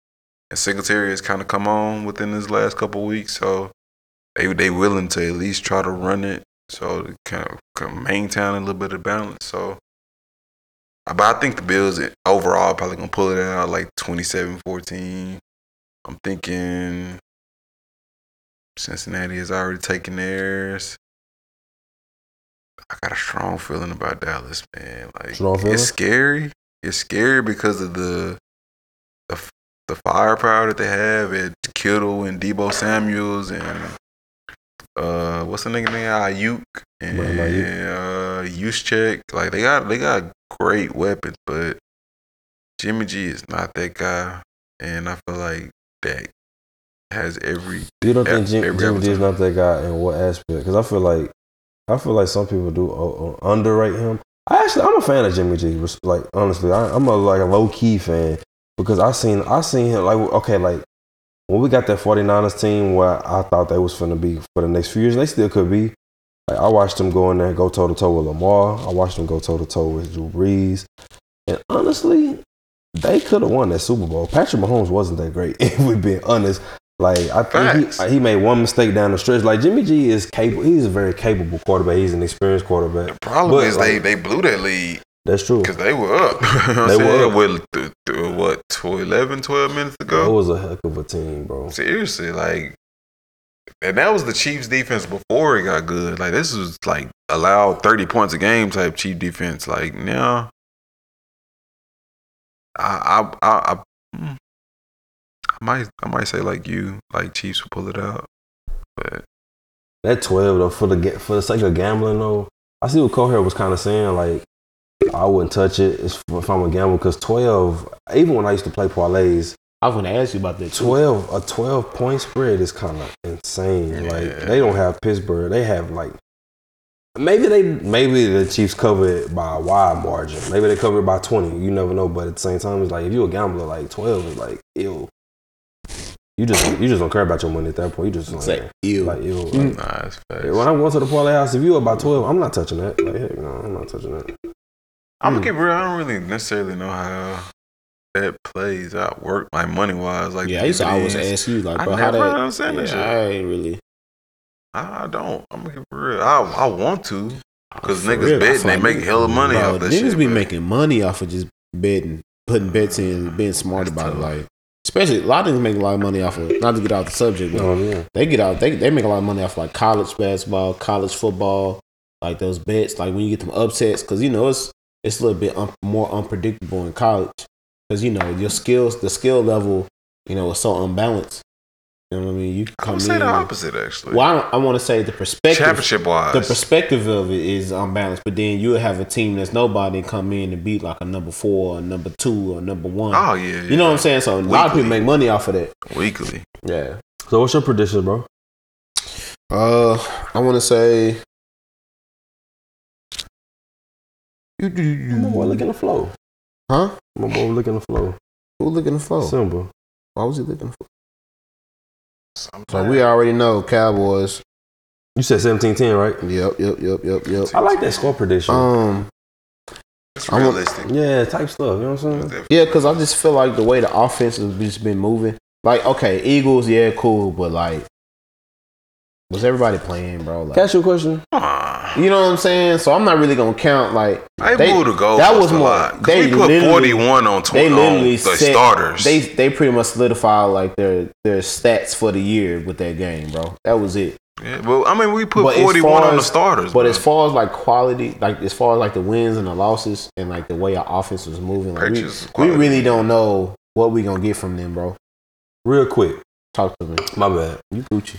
C: And Singletary has kind of come on within this last couple weeks, so they they willing to at least try to run it, so to kind of can maintain a little bit of balance. So, but I think the Bills overall probably gonna pull it out like 27-14. I'm thinking Cincinnati has already taken theirs. I got a strong feeling about Dallas, man. Like
D: Strong feeling?
C: it's scary. It's scary because of the the f- the firepower that they have at Kittle and Debo Samuels and uh what's the nigga name Ayuk and
D: Brandon
C: uh Juszczyk. Like they got they got great weapons, but Jimmy G is not that guy, and I feel like that has every
D: You don't
C: Yeah,
D: think Jim,
C: every
D: Jimmy G is
C: episode.
D: not that guy in what aspect? Because I feel like I feel like some people do uh, uh, underrate him. I actually I'm a fan of Jimmy G. res- Like honestly, I, I'm a like a low key fan because I seen I seen him like okay like when we got that 49ers team where I thought they was finna be for the next few years, they still could be. Like, I watched them go in there and go toe to toe with Lamar. I watched them go toe to toe with Drew Brees, and honestly. They could have won that Super Bowl. Patrick Mahomes wasn't that great, if we're being honest. Like I think
C: Facts.
D: he, he made one mistake down the stretch. Like Jimmy G is capable. He's a very capable quarterback. He's an experienced quarterback.
C: problem
D: But,
C: is
D: like-
C: they they blew that lead
D: That's true.
C: because they were up. You know what
D: They
C: I'm saying?
D: were up.
C: with th- th- what 12, 11, 12 minutes to
D: That
C: go.
D: was a heck of a team, bro.
C: Seriously, like, and that was the Chiefs' defense before it got good. Like this was like allowed thirty points a game type Chief defense. Like now, I I I, I, mm, I might I might say like you like Chiefs will pull it out, but
D: That twelve though, for the ga- for the sake of gambling though, I see what Coher was kind of saying. Like I wouldn't touch it if if I'm a gambler because twelve. Even when I used to play parlays,
B: I was gonna ask you about that. too.
D: twelve a twelve point spread is kind of insane. Like
C: Yeah.
D: they don't have Pittsburgh. They have like maybe they maybe the Chiefs cover it by a wide margin. Maybe they cover it by twenty. You never know. But at the same time, it's like if you're a gambler, like twelve is like ew. You just you just don't care about your money at that point. You just
B: It's
D: like,
B: like ew.
D: like ew. like,
B: Mm.
C: nah, it's facts.
D: yeah, When I go to the parlay house, if you about twelve, I'm not touching that. Like, heck no, I'm not touching that.
C: I'm gonna keep real. I don't really necessarily know how that plays out work like money wise. Like
B: yeah, I used to always
C: dividends.
B: ask you like,
C: I
B: bro, how
C: never
B: that?
C: understand that shit.
B: yeah, I ain't really.
C: I I don't. I'm gonna keep real. I I want to. Because
B: For
C: niggas
B: real, I
C: betting,
B: feel
C: they make hella money
B: bro,
C: off that
B: niggas
C: shit,
B: be
C: but-
B: making money off of just betting, putting bets in, being smart
C: That's
B: about
C: tough.
B: it. Like, especially a lot of niggas make a lot of money off of. Not to get off the subject, but
D: No, yeah.
B: they get out. They they make a lot of money off like college basketball, college football, like those bets. Like when you get them upsets, because you know it's it's a little bit un- more unpredictable in college, because you know your skills, the skill level, you know, is so unbalanced. You know what I mean? You can
C: I
B: come
C: would say
B: in.
C: the
B: and-
C: opposite actually.
B: Well, I, don't- I want to say the perspective.
C: Championship wise,
B: The perspective of it is unbalanced, but then you'll have a team that's nobody come in and beat like a number four, or number two, or number one.
C: oh yeah,
B: you know what I'm saying? So a lot of
C: Weekly.
B: people make money off of that.
C: saying? Weekly.
B: Yeah.
D: So what's your prediction, bro?
B: Uh, I want to say
D: My
C: Mm.
D: boy, look in the flow.
B: Huh?
D: My boy, look in the flow.
B: Who looking the flow?
D: Simple.
B: Why was he looking for? So
C: Sometimes.
B: we already know Cowboys.
D: You said seventeen ten, right?
B: Yep, yep, yep, yep, yep.
D: I like that score prediction.
B: Um,
C: It's
B: I'm a-
C: realistic.
D: yeah, type stuff. You know what I'm saying?
B: yeah, because I just feel like the way the offense has just been moving. Like, okay, Eagles, yeah, cool, but like, was everybody playing, bro? Like,
D: Catch your question.
C: Come on.
B: you know what I'm saying? So I'm not really gonna count. Like,
C: They,
B: They-
C: blew the goal.
B: that
C: That
B: was
C: was a
B: more-
C: lot. 'Cause
B: they
C: we put
B: literally-
C: 41 on 20
B: they literally
C: on the
B: set-
C: starters.
B: they they pretty much solidified like their their stats for the year with that game, bro. That was it.
C: yeah, well, I mean, we put
B: But as
C: 41
B: far
C: on the
B: as-
C: starters.
B: But
C: bro.
B: as far as like quality, like as far as like the wins and the losses and like the way our offense was moving, like we,
C: Purchase
B: we
C: quality.
B: really don't know what we gonna get from them, bro.
D: Real quick.
B: Talk to me.
D: My bad. You Gucci.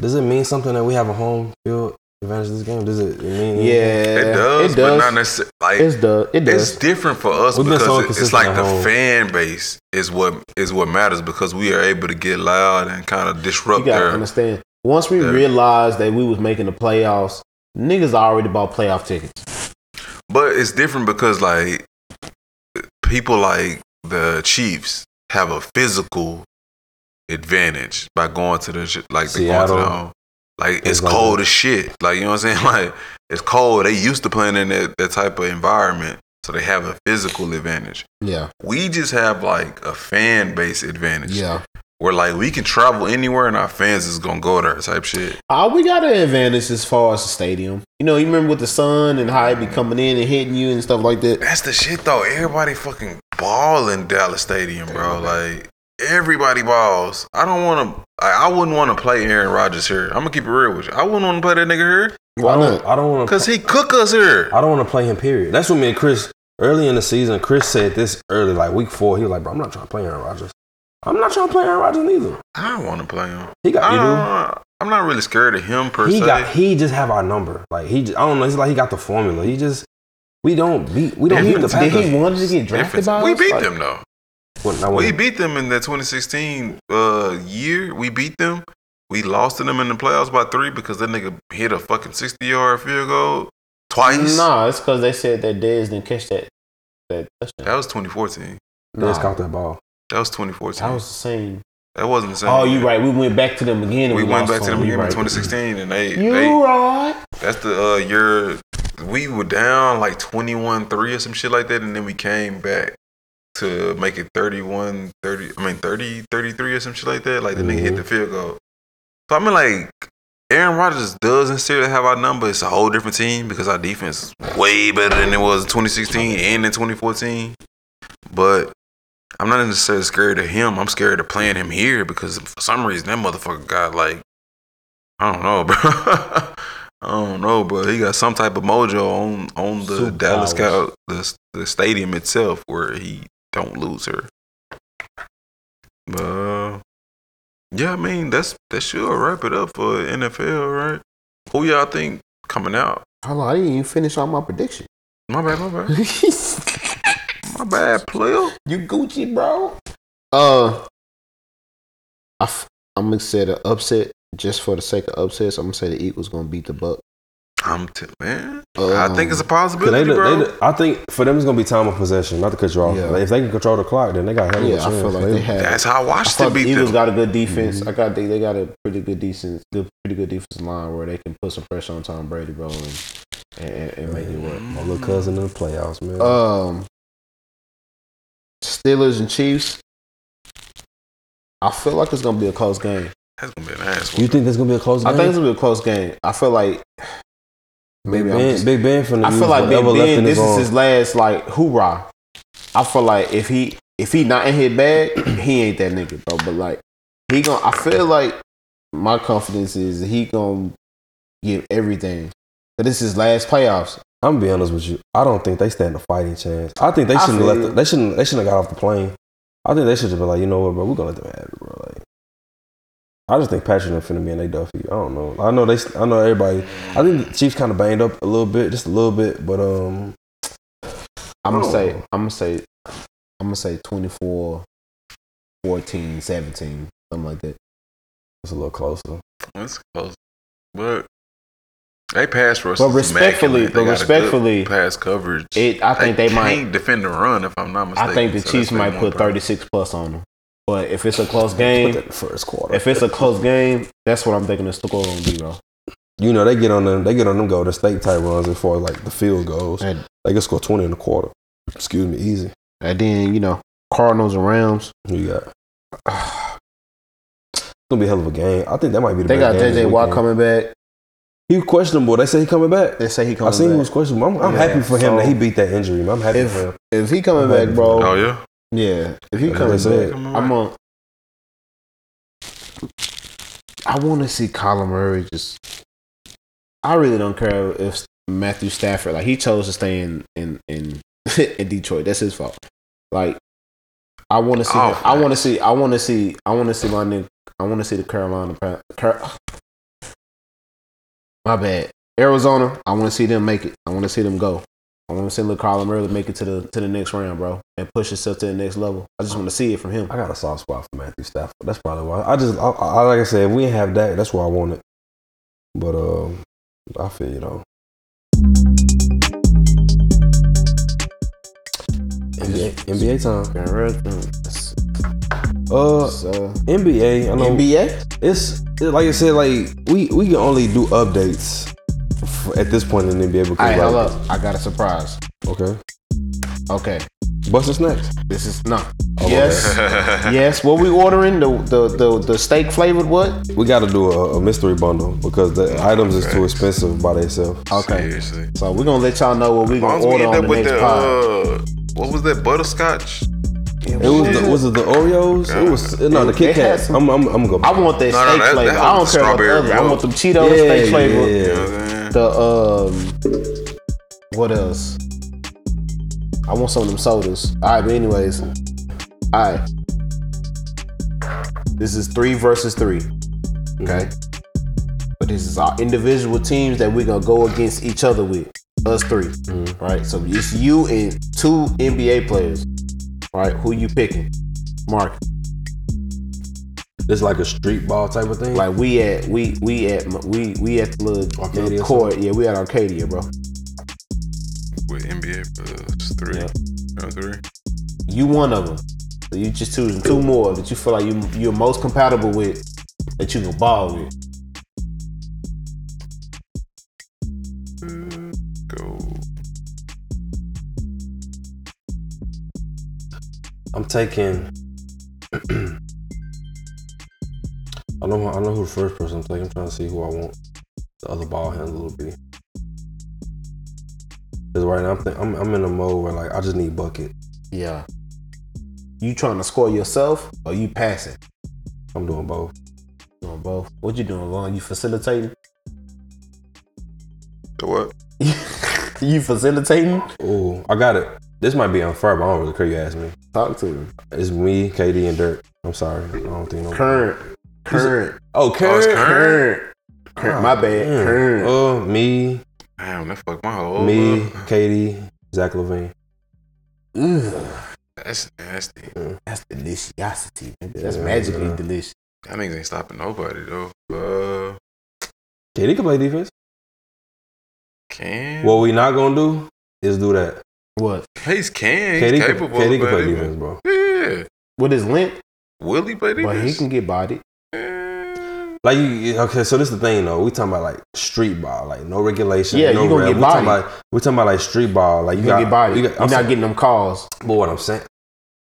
D: Does it mean something that we have a home field advantage of this game? Does it? I mean,
B: Yeah,
C: It does,
B: It
C: but
B: does.
C: not necessarily. Like,
B: It's the it
C: It's
B: does.
C: different for us
D: We've been so
C: because it- it's like
D: inconsistent
C: the
D: the whole-
C: fan base is what is what matters because we are able to get loud and kind of
B: You
C: disrupt
B: gotta
C: their
B: understand. Once we
C: Yeah.
B: realized that we was making the playoffs, niggas already bought playoff tickets.
C: But it's different because like people like the Chiefs have a physical advantage by going to the sh- like the going to
D: Seattle.
C: the home. Like it's
D: It's like
C: cold
D: that.
C: as shit. Like you know what I'm saying? Like it's cold. They used to playing in that, that type of environment, so they have a physical advantage.
B: Yeah,
C: We just have like a fan base advantage.
B: yeah.
C: Where like we can travel anywhere and our fans is gonna go there type shit.
B: All we got an advantage as far as the stadium. You know, you remember with the sun and how it be coming in and hitting you and stuff like that.
C: That's the shit though. Everybody fucking ball in Dallas Stadium, bro. Like everybody balls. I don't want to. I, I wouldn't want to play Aaron Rodgers here. I'm gonna keep it real with you. I wouldn't want to play that nigga here
D: I don't. I don't want to.
C: because he cook us here.
D: I don't want to play him. Period. That's what me and Chris early in the season. Chris said this early, like week four. He was like, "Bro, I'm not trying to play Aaron Rodgers. I'm not trying to play Aaron Rodgers neither.
C: I don't want to play him.
D: He got
C: I
D: you
B: Uh,
C: don't, I'm not really scared of him per
D: He
C: se.
D: got. He just have our number. Like he. Just, I don't know. It's like he got the formula. He just. We don't beat. We don't
C: Yeah,
D: beat the
B: Did he
D: Packers.
B: want to get drafted
C: Difference.
B: by
C: we
B: us?
C: beat
B: Like,
C: them though.
D: Well, not
C: We
D: when-
C: beat them in the 2016 uh, year. We beat them. We lost to them in the playoffs by three because that nigga hit a fucking 60 yard field goal twice.
B: Nah, it's because they said that Dez didn't catch that. That touchdown.
C: That was 2014.
D: They just
B: Nah.
D: caught that ball.
C: That was 2014.
B: That was the same.
C: That wasn't the same.
B: Oh, you right. We went back to them again. And
C: We,
B: we,
C: went
B: lost
C: back to
B: on
C: them again
B: them. You
C: in
B: right.
C: 2016, and they,
B: You
C: they
B: right.
C: that's the uh your we were down like 21 3 or some shit like that, and then we came back to make it 31 30. I mean 30 33 or some shit like that. Like the nigga hit
D: Mhm.
B: Mm-hmm.
C: the field goal. So I mean like. Aaron Rodgers does necessarily have our number. It's a whole different team because our defense is way better than it was in 2016 and in 2014. But I'm not necessarily scared of him. I'm scared of playing him here because for some reason that motherfucker got like I don't know, bro. I don't know, bro. He got some type of mojo on on the
D: Superpowers.
C: Dallas Cow the the stadium itself where he don't lose her. But uh, yeah, I mean that's that should wrap it up for NFL, right? Who y'all think coming out?
B: Hold on, I didn't even finish all my prediction.
C: My bad, my bad,
B: you
C: my bad, player.
B: Gucci, bro. Uh, I f- I'm gonna say the upset just for the sake of upsets. I'm gonna say the Eagles gonna beat the Buck.
C: I'm t- man. I
B: Um,
C: think it's a
D: 'Cause They,
C: possibility,
D: the-
C: bro.
D: they, the- I think for them it's gonna be time of possession, not the control.
B: Yeah.
D: Like, if they can control the clock, then they got hell of a
B: Yeah, I
D: chance.
B: feel like they Mm-hmm. have.
C: That's how
B: I
C: Washington
B: thought the
C: beat them.
B: Eagles got a good defense. I got they, they got a pretty good decent, good pretty good defense line where they can put some pressure on Tom Brady, bro, and and, and- and make it work.
D: my little cousin in the playoffs, man.
B: Um, Steelers and Chiefs. I feel like it's gonna be a close game.
C: That's gonna be an ass.
D: you think that's gonna be a close game?
B: I think it's gonna be a close game. I feel like
D: Big
B: maybe I'm
D: Ben,
B: just-
D: Big Ben finna
B: I
D: use
B: feel like Big
D: whatever left in
B: Ben. This is
D: arm.
B: his last like hoorah. I feel like if he if he not in his bag, he ain't that nigga, bro. But like he gonna. I feel like my confidence is he gonna give everything. But this is last playoffs.
D: I'm gonna be honest with you. I don't think they stand a fighting chance. I think they
B: I
D: shouldn't have
B: feel
D: left.
B: you.
D: The, they shouldn't. They shouldn't have got off the plane. I think they should have been like, you know what, bro? We're gonna let them have it, bro. Like, I just think Patrick and finna be in they Duffy. I don't know. I know they. I know everybody. I think the Chiefs kind of banged up a little bit, just a little bit, but um,
B: I'm gonna say.
D: Oh.
B: I'm gonna say. I'm gonna say 24, 14, 17, something like that.
D: it's a little closer.
C: That's close. But they pass rush.
B: But
C: is
B: respectfully,
C: immaculate. They
B: but
C: got a good
B: respectfully,
C: pass coverage.
B: it. I think they, might.
C: can't defend the run. If I'm not mistaken,
B: I think the
C: So
B: Chiefs
C: that's
B: might
C: their
B: put
C: one problem.
B: 36 plus on them. But if it's a close
D: Put
B: game,
D: that in the first quarter.
B: If it's a close game, that's what I'm thinking the score gonna be, bro.
D: you know, they get on them. They get on them Golden State type runs as far as like the field goes.
B: And,
D: They can score twenty in the quarter. Excuse me, easy.
B: and then you know, Cardinals and Rams.
D: Who you got? It's gonna be a hell of a game. I think that might be the
B: They got
D: best game this
B: JJ Watt
D: weekend.
B: coming back.
D: He was questionable. They say he coming back.
B: They say he
D: I
B: coming
D: seen he was
B: back.
D: questionable. I'm, I'm
B: Yeah,
D: happy for him
B: so-
D: that he beat that injury. man. I'm happy
B: If-
D: for him.
B: If he coming back,
C: Oh
B: bro.
C: yeah,
B: Yeah. If he
D: That's
B: coming
D: what they
B: back,
D: said.
B: I'm on. I want to see Colin Murray just. I really don't care if Matthew Stafford like he chose to stay in in in, in Detroit. That's his fault. Like, I want to see.
C: Oh,
B: him- I want to see. I want to see. I want to see my nigga. I want to see the Carolina. Pan- Car- my bad. Arizona, I want to see them make it. I want to see them go. I want to see Carl Murray make it to the to the next round, bro, and push himself to the next level. I just want to see it from him.
D: I got a soft spot for Matthew Stafford. That's probably why. I just, I, I like I said, if we didn't have that, that's why I want it. But um, I feel you know. NBA, NBA time.
B: Yeah, real thing. It's-
D: Uh,
B: it's, uh,
D: NBA. I know
B: NBA.
D: it's it- like I said. Like we we can only do updates f- at this point in the NBA because
B: All right,
D: like,
B: hold up. I got a surprise.
D: okay,
B: Okay,
D: Buster Snacks.
B: this is no.
D: Oh, my
B: yes, yes. What we ordering? The the the, the steak flavored what?
D: We got to do a, a mystery bundle because the items is too expensive by themselves.
B: Okay,
C: Seriously.
B: so we're gonna let y'all know what we
C: As long
B: gonna
C: as we
B: order
C: end
B: on
C: up
B: the
C: with
B: next
C: the,
B: pod.
C: uh, what was that, butterscotch?
D: It was the, was it the Oreos? It was no the Kit
B: They had
D: Kats.
B: some-
D: I'm I'm I'm gonna.
B: I want that
C: No, no,
B: steak
C: that-
B: flavor.
C: that
B: I don't
C: was
B: care about
C: strawberry
B: the other. I
C: milk.
B: want them Cheetos steak flavor.
C: You know what I'm saying?
B: The um, what else? I want some of them sodas. All right, but anyways, all right. This is three versus three. Okay, but this is our individual teams that we're gonna go against each other with. Us 3
D: Mm.
B: right? So it's you and two NBA players, right? Who you picking? Mark,
D: It's like a street ball type of thing.
B: like we at we we at we we at the little,
D: Arcadia
B: little court. Yeah, we at Arcadia, bro.
C: With NBA plus uh, three.
B: Yeah.
C: No, three.
B: you one of them. So you just choosing two more that you feel like you you're most compatible with that you can ball with.
C: Go.
D: I'm taking. I know I know who the first person I'm taking. I'm trying to see who I want the other ball handler will be. Cause right now I'm, think, I'm I'm in a mode where like I just need bucket.
B: Yeah. You trying to score yourself or you passing?
D: I'm doing both.
B: Doing both. What you doing, Vaughn? You facilitating?
C: The what?
B: you facilitating?
D: Ooh, I got it. This might be unfair, but I don't really care. You ask me.
B: Talk to him.
D: It's me, KD, and Dirk. I'm sorry. I don't think no.
B: Current. Current.
D: Oh,
C: Oh, it's
D: Current.
C: Current?
B: Current. Current. My bad.
D: Mm.
B: Current.
D: Uh, me,
C: Damn, that fucked my whole.
D: me,
C: up.
D: Katie, Zach Levine.
B: Ugh,
C: That's nasty.
B: that's deliciosity. nigga. That's
D: Yeah,
B: magically
D: yeah.
B: delicious.
C: That niggas ain't stopping nobody though. Uh,
D: Katie can play defense.
C: can.
D: What we not gonna do is do that.
B: What?
C: he's can. He's
D: Katie can,
C: capable.
D: KD
C: of
D: can play
C: playing
D: defense, bro.
C: Yeah.
B: With his length,
C: Will he play
B: but he
C: defense?
B: can get bodied.
C: Yeah.
D: Like you, you- okay, so this is the thing though. We talking about like street ball, like no regulation.
B: Yeah,
D: no
B: you gonna
D: rep.
B: get
D: we talking
B: bodied.
D: about we talking about like street ball. Like you,
B: You
D: got
B: gonna get bodied.
D: You
B: You
D: got,
B: are
D: I'm
B: not
D: saying,
B: getting them calls.
D: but what I'm saying,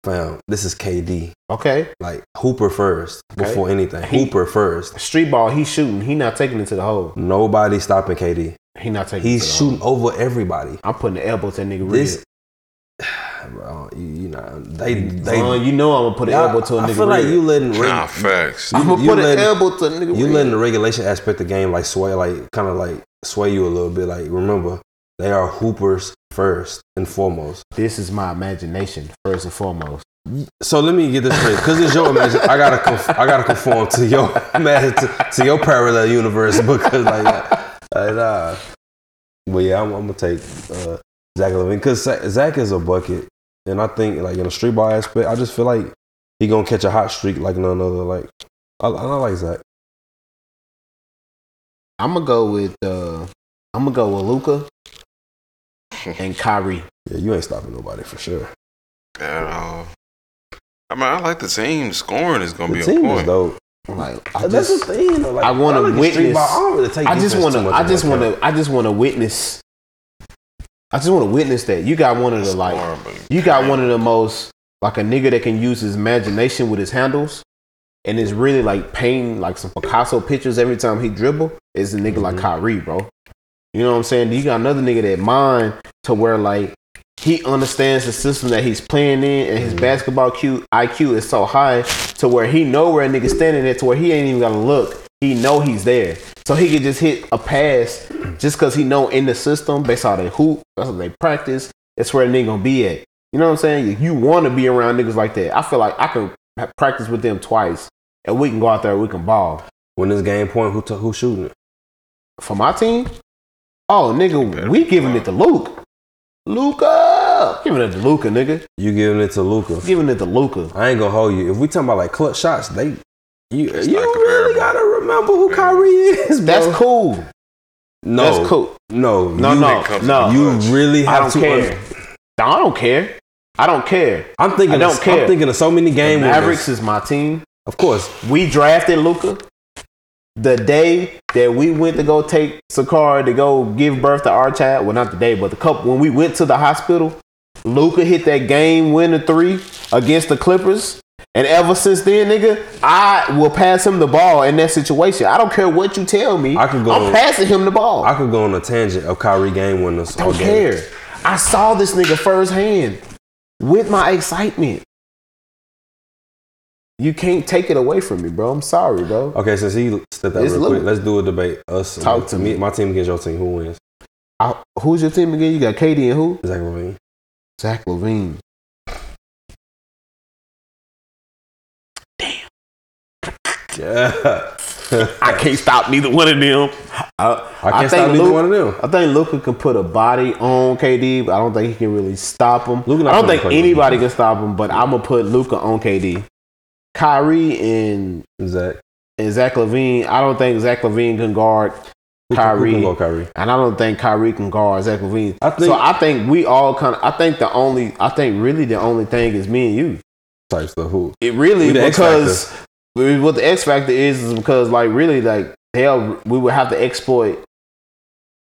D: fam, this is KD.
B: Okay.
D: Like Hooper first
B: Okay.
D: before anything.
B: He-
D: Hooper first.
B: Street ball, he's shooting. He not taking it to the hole.
D: Nobody stopping KD.
B: He not taking. it
D: He's
B: to the
D: shooting over everybody.
B: Hole. I'm putting the elbow to that nigga
D: This,
B: rib.
D: bro, you, you know they they.
B: Vaughn, you know I'm gonna put an
D: Y'all-
B: elbow to a
D: I
B: nigga
D: feel like
B: rib.
D: you letting reg-
C: Nah, facts.
B: I'm gonna
D: you
B: put an
D: letting-
B: elbow to a nigga
D: you
B: rib.
D: letting the regulation aspect of the game like sway, like kind of like sway you a little bit. Like remember, they are hoopers first and foremost.
B: this is my imagination first and foremost.
D: So let me get this straight, because it's your imagine. I gotta conf- I gotta conform to your imagine to, to your parallel universe because like, uh, like nah. But yeah, I'm, I'm gonna take uh, Zach Levine because Zach is a bucket, and I think like in the street ball aspect, I just feel like he gonna catch a hot streak like none other. Like I, I like Zach.
B: I'm gonna go with. uh I'm gonna go with Luca and Kyrie.
D: Yeah, you ain't stopping nobody for sure.
C: At all. I mean, I like the team. Scoring is gonna
D: The
C: be
D: team
C: a
D: is
C: point.
D: dope.
B: Like I
D: That's
B: just,
D: the thing. Though, like,
B: I wanna
D: like the street
B: witness-
D: ball, I don't really take.
B: I just
D: defense
B: want
D: too
B: to.
D: much
B: I
D: into
B: just
D: account.
B: want to. I just want to witness. I just want to witness that. You got one of the like.
C: Scoring, but-
B: You got one of the most like a nigga that can use his imagination with his handles, and it's really like painting like some Picasso pictures every time he dribble. Is a nigga like Kyrie, bro? You know what I'm saying? You got another nigga that mind to where like he understands the system that he's playing in, and his basketball Q, IQ is so high to where he know where a nigga standing at, to where he ain't even gotta look. He know he's there, so he could just hit a pass just cause he know in the system based on they hoop, that's what they practice. That's where a nigga gonna be at. You know what I'm saying? You want to be around niggas like that. I feel like I can ha- practice with them twice, and we can go out there, we can ball.
D: When this game point, who t- who shooting it?
B: For my team, Oh, nigga, we giving it to Luke. Luca, giving it to Luca, nigga,
D: You giving it to Luca.
B: giving it to Luca.
D: I ain't gonna hold you. If we talking about like clutch shots, they you you
C: not comparable.
D: really gotta remember who Kyrie is. Bro.
B: That's cool.
D: No,
B: That's cool.
D: No,
B: No,
D: you,
B: no,
C: comes
B: no.
C: to
D: You
C: Clutch.
D: really have
B: I don't
D: to.
B: care. No, I don't care. I don't care.
D: I'm thinking.
B: I don't
D: of,
B: care.
D: I'm thinking of so many game
B: Mavericks
D: winners.
B: is my team.
D: Of course,
B: We drafted Luca. The day that we went to go take Sakara to go give birth to our child, well, not the day, but the couple when we went to the hospital, Luca hit that game winner three against the Clippers. And ever since then, nigga, I will pass him the ball in that situation. I don't care what you tell me.
D: I can go-
B: I'm passing him the ball.
D: I could go on a tangent of Kyrie game winners.
B: I don't care. I saw this nigga firsthand with my excitement. You can't take it away from me, bro. I'm sorry, bro.
D: Okay, since he stepped out
B: It's
D: real
B: Luka.
D: quick, let's do a debate. Us,
B: Talk to me.
D: My team against your team. Who wins?
B: I- who's your team again? You got Katie and who?
D: Zach Levine.
B: Zach Levine.
D: Yeah.
B: I can't stop neither one of them. I,
D: I can't
B: think
D: stop neither
B: Luke-
D: one of them.
B: I think Luca can put a body on KD, but I don't think he can really stop him.
D: Luka not
B: I don't
D: gonna
B: think
D: play with
B: anybody can stop him, but I'm gonna put Luca on KD. Kyrie and,
D: Zach.
B: and Zach Levine. I don't think Zach Levine can guard
D: Who can-
B: Kyrie.
D: Who can go Kyrie?
B: And I don't think Kyrie can guard Zach Levine.
D: I think-
B: so I think we all kind of. I think the only. I think really the only thing is me and you.
D: Type stuff. Who?
B: It really
D: We the X
B: because what the X factor is is because like really like hell we would have to exploit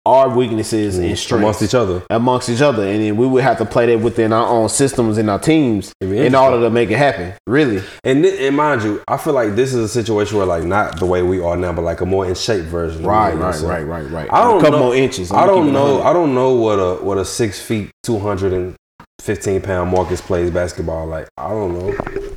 B: our weaknesses
D: Mm,
B: and
D: Amongst
B: strengths
D: each other.
B: amongst each other, and then we would have to play that within our own systems and our teams
D: It'd be
B: in
D: interesting.
B: order to make it happen. Really,
D: And, thi- and mind you, I feel like this is a situation where like not the way we are now, but like a more in shape version. of
B: right,
D: me,
B: right,
D: so.
B: right, right, right.
D: I don't
B: a couple
D: know-
B: more inches.
D: I
B: I'ma keep
D: don't
B: it
D: know.
B: 100.
D: I don't know what a what a six feet two hundred and fifteen pound Marcus plays basketball. Like I don't know.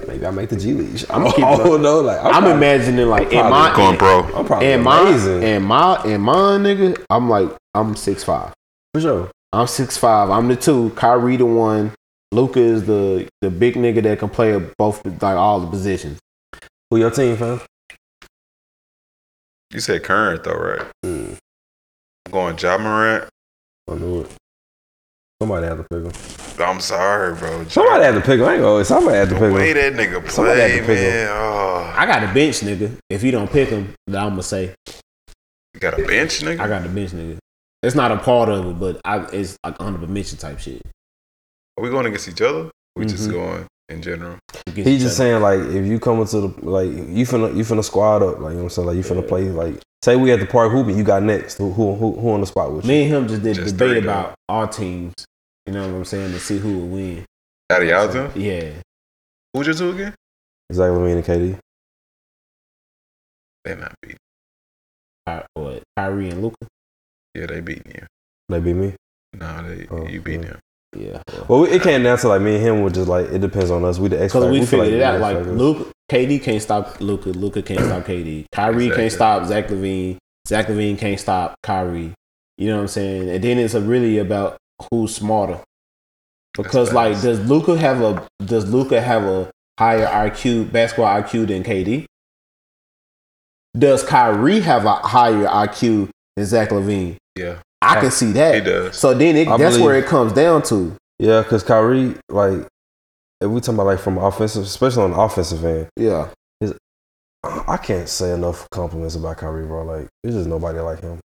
D: Maybe I make the G League. I
B: I'ma
D: don't,
B: keep it
D: know. Like
B: I'm
D: probably-
B: imagining like in
D: probably
B: my
C: Going pro.
D: I'm probably
B: And my
D: amazing.
B: and my and my nigga, I'm like I'm six five.
D: for sure.
B: I'm six five. I'm the two. Kyrie the one. Luca is the the big nigga that can play both like all the positions.
D: Who your team, fam?
C: You said current though, right?
D: Mm,
C: I'm going Ja Morant.
D: I knew it. Somebody had to pick him.
C: I'm sorry, bro. Ja,
D: Somebody had to pick him. I ain't gonna. Somebody had to
C: the
D: pick
C: way
D: him.
C: that nigga
D: Somebody had to
C: play,
D: pick
C: man.
D: him.
C: Oh,
B: I got a bench nigga. If you don't pick him, then I'm gonna say
C: you got a bench, nigga.
B: I got the bench nigga. It's not a part of it, but I it's like on the mention type shit.
C: Are we going against each other? We just going in general.
B: Against
D: He
B: each
D: just
B: other.
D: saying like if you coming to the like you finna you finna squad up like you know what I'm saying like you finna play like say we at the park hooping you got next who who who, who on the spot with you
B: me and him just did
C: Just
B: debate
C: three, though.
B: about our teams. You know what I'm saying to see who would win.
C: Out of y'all two?
B: Yeah,
C: Who's your two again?
D: Zach Levine and KD
C: They not beating.
B: Ky- what, Kyrie and Luca.
C: Yeah, they beating you.
D: they beat me
C: Nah, they
D: Oh,
C: you beating them.
B: Yeah,
D: Well, we- it came down to like me and him were just like it depends on us. We the X
B: Because
D: factor.
B: we,
D: feel
B: figured it
D: we
B: out.
D: the X
B: Like
D: factor.
B: Luke, KD can't stop Luca. Luca can't stop KD. Kyrie
C: Exactly.
B: can't stop Zach Levine. Zach Levine can't stop Kyrie. You know what I'm saying? And then it's a really about who's smarter. Because like,
C: facts.
B: does Luca have a does Luca have a higher IQ basketball IQ than KD? Does Kyrie have a higher IQ than Zach Levine?
C: Yeah.
B: I can see that.
C: He does.
B: So then it,
D: I
B: that's where
D: believe-
B: it comes down to.
D: yeah, because Kyrie, like if we talking about like from offensive, especially on the offensive end,
B: Yeah.
D: I can't say enough compliments about Kyrie, bro. Like there's just nobody like him.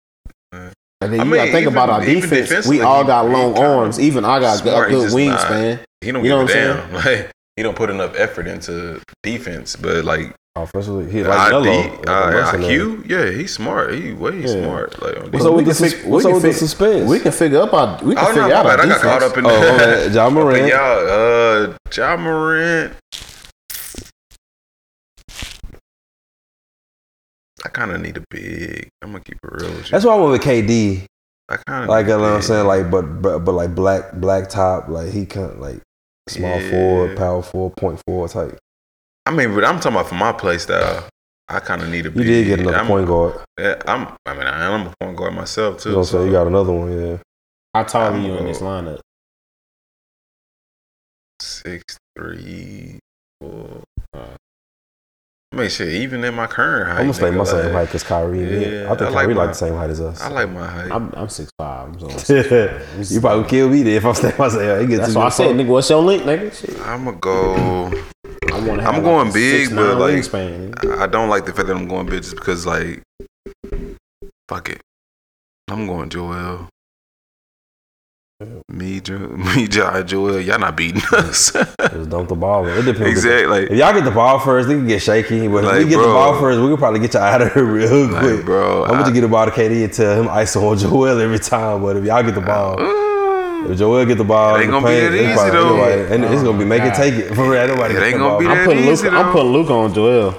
B: And then
C: I
B: you
C: mean,
B: gotta think
C: even-
B: about our
C: even
B: defense.
C: defensively,
B: We all
C: he-
B: got
C: he
B: long
C: kinda
B: arms. Even I got
C: smart.
B: a
C: He
B: good
C: just
B: wingspan.
C: He don't
B: You know
C: give a
B: what
C: damn.
B: I'm
C: Like he don't put enough effort into defense, but like
D: Offensively, he
C: I,
D: like Melo, Oh,
C: D,
D: like,
C: uh,
D: Russell Leonard.
C: IQ, yeah, he's smart. He way smart. Like on
D: What's up with
B: We
D: the
B: can
D: sus-
B: fix- we
D: what's up
B: can
D: with the
B: fix-
D: suspense?
B: We can figure up our. We can
C: Oh, no,
B: figure
C: my
B: out our
C: bad. I got
B: defense.
C: caught up in
D: oh, okay. John
C: But
D: Moran.
C: y'all, uh, John Morant. I kind of need a big. I'm gonna keep it real with you.
D: That's why I went with KD.
C: I kind of
D: Like you know what I'm saying, like but but, but like black black top, like he kind of like small
C: Yeah.
D: forward, power forward, point forward type.
C: I mean, but I'm talking about for my play style. I kind of need a
D: You
C: big.
D: did get another
C: I'm,
D: point guard.
C: eh, I'm. I mean, I am a point guard myself too.
D: You know what I'm
C: so
D: saying? You got another one, yeah.
B: How tall are
C: I'm
B: you in
C: gonna-
B: this lineup?
C: six three four. I mean, shit, even in my current height.
D: I'm gonna stay
C: nigga,
D: my same
C: like,
D: height as Kyrie. and me.
C: Yeah,
D: I think
C: I like
D: Kyrie like
C: my-
D: the same height as us.
C: I like my height.
B: I'm I'm six five. I'm so
D: you probably kill me then if I stay myself. It gets
B: That's
D: too
B: why I
D: much
B: said,
D: fun.
B: nigga, what's your link, nigga? Shit.
C: I'm gonna go.
B: I want to
C: I'm going big, but, like-
B: wingspan. nigga.
C: I don't like the fact that I'm going bitches because like, fuck it, I'm going Joel. Me, jo- me, Ja, Joel. Y'all not beating us.
D: Just dump the ball. man. It depends.
C: exactly. Like,
D: If y'all get the ball first, they can get shaky. But if
C: Like,
D: we get the
C: bro.
D: ball first, we can probably get y'all out of here real
C: like,
D: quick.
C: bro.
D: I'm about to get the ball to KD and tell him ISO on Joel every time. But if y'all get the ball,
C: Ooh.
D: If Joel get the ball,
C: It ain't
D: the
C: gonna be
D: paint,
C: that
D: it's
C: easy,
D: probably-
C: though. Oh,
D: nobody- and it's gonna be make it
B: God.
D: take it for real. Nobody
C: It
D: gets
C: ain't
D: the
C: gonna
D: ball.
C: be
B: I'm
C: that
B: putting
C: easy,
B: Luca. I'm
C: though.
B: putting Luca on Joel.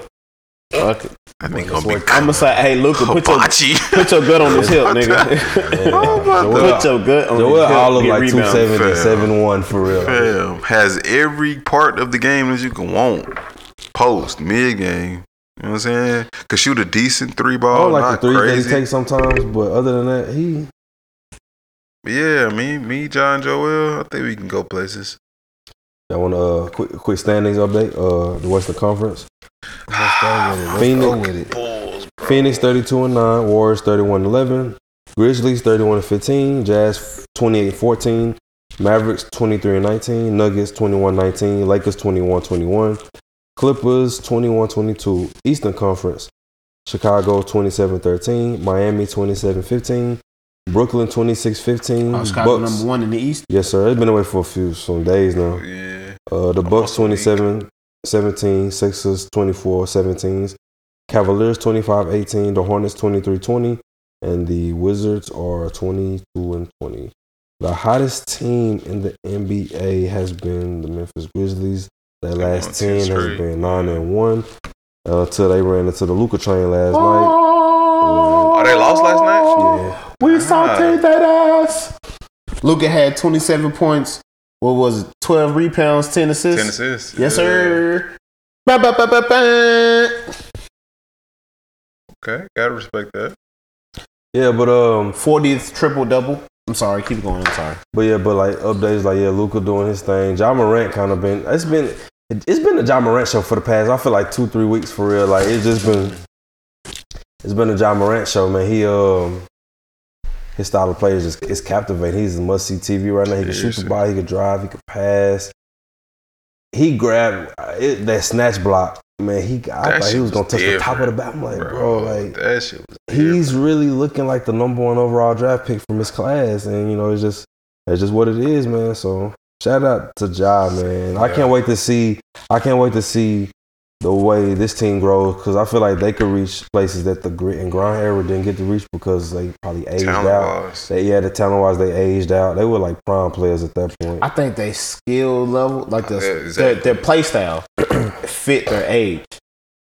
B: Fuck it.
C: I think gonna be
B: I'm gonna say, hey, Luca, put your
C: Kabachi.
B: put your gut on his hip, nigga.
C: Oh, my
D: Joel-
C: God.
B: put your gut on
D: Joel
B: his hip.
D: all of
B: get
D: like
B: rebounds.
D: 270,
C: Fam.
D: 71 for real.
C: Fam, has every part of the game that you can want. Post, mid game. You know what I'm saying? Could shoot a decent three
D: I
C: ball,
D: don't Oh, like
C: Oh, not
D: the threes
C: crazy.
D: that he takes sometimes, but other than that, he
C: yeah, me, me, John Joel. I think we can go places.
D: I want a uh, quick quick standings update. Uh, the Western Conference. Phoenix,
C: Bulls.
D: Phoenix 32 and 9, Warriors 31 and 11, Grizzlies 31 and 15, Jazz 28 and 14, Mavericks 23 and 19, Nuggets 21 19, Lakers 21 21, Clippers 21 22, Eastern Conference, Chicago 27 13, Miami 27 15, Brooklyn 26 15,
B: Oh, Chicago
D: Bucks.
B: number one in the East.
D: Yes, sir. It's been away for a few some days now.
C: Yeah.
D: Uh, the Bucks
C: Almost a week.
D: 27 17, Sixers 24 17, Cavaliers 25 18, the Hornets 23 20, and the Wizards are 22 and 20. The hottest team in the NBA has been the Memphis Grizzlies. Their
C: on
D: last 10
C: ten
D: has
C: straight.
D: been 9 and 1 uh, until they ran into the Luca train last
C: Oh, they lost last night?
D: night. Yeah.
B: We
C: Ah.
B: sauteed that ass. Luca had 27 points. What was it? 12 rebounds, 10 assists.
C: Ten assists.
B: Yes,
C: Yeah.
B: sir. Ba, ba, ba, ba, ba.
C: Okay, gotta respect that.
D: Yeah, but um,
B: 40th triple double. I'm sorry. Keep going. I'm sorry.
D: But yeah, but like updates, like yeah, Luca doing his thing. John Morant kind of been. It's been. It's been a John Morant show for the past. I feel like two, three weeks for real. Like it's just been. It's been a John Morant show, man. He um. His style of play is just is captivating. He's a must see TV right now. He can shoot the
C: Seriously.
D: ball. He can drive. He can pass. He grabbed uh, it, that snatch block. Man, he I
C: That
D: thought he
C: shit
D: was gonna
C: was
D: touch the top of the
C: different,
D: back. I'm like, bro, like
C: that shit was
D: he's really looking like the number one overall draft pick from his class, and you know it's just it's just what it is, man. So shout out to Ja, man. I
C: Yeah.
D: can't wait to see. I can't wait to see the way this team grows because I feel like they could reach places that the grit and grind era didn't get to reach because they probably aged out.
C: talent-wise.
D: They, yeah, the talent wise, they aged out. They were like prime players at that point.
B: I think they skill level, like the,
C: Yeah, exactly.
B: their, their play style, fit their age.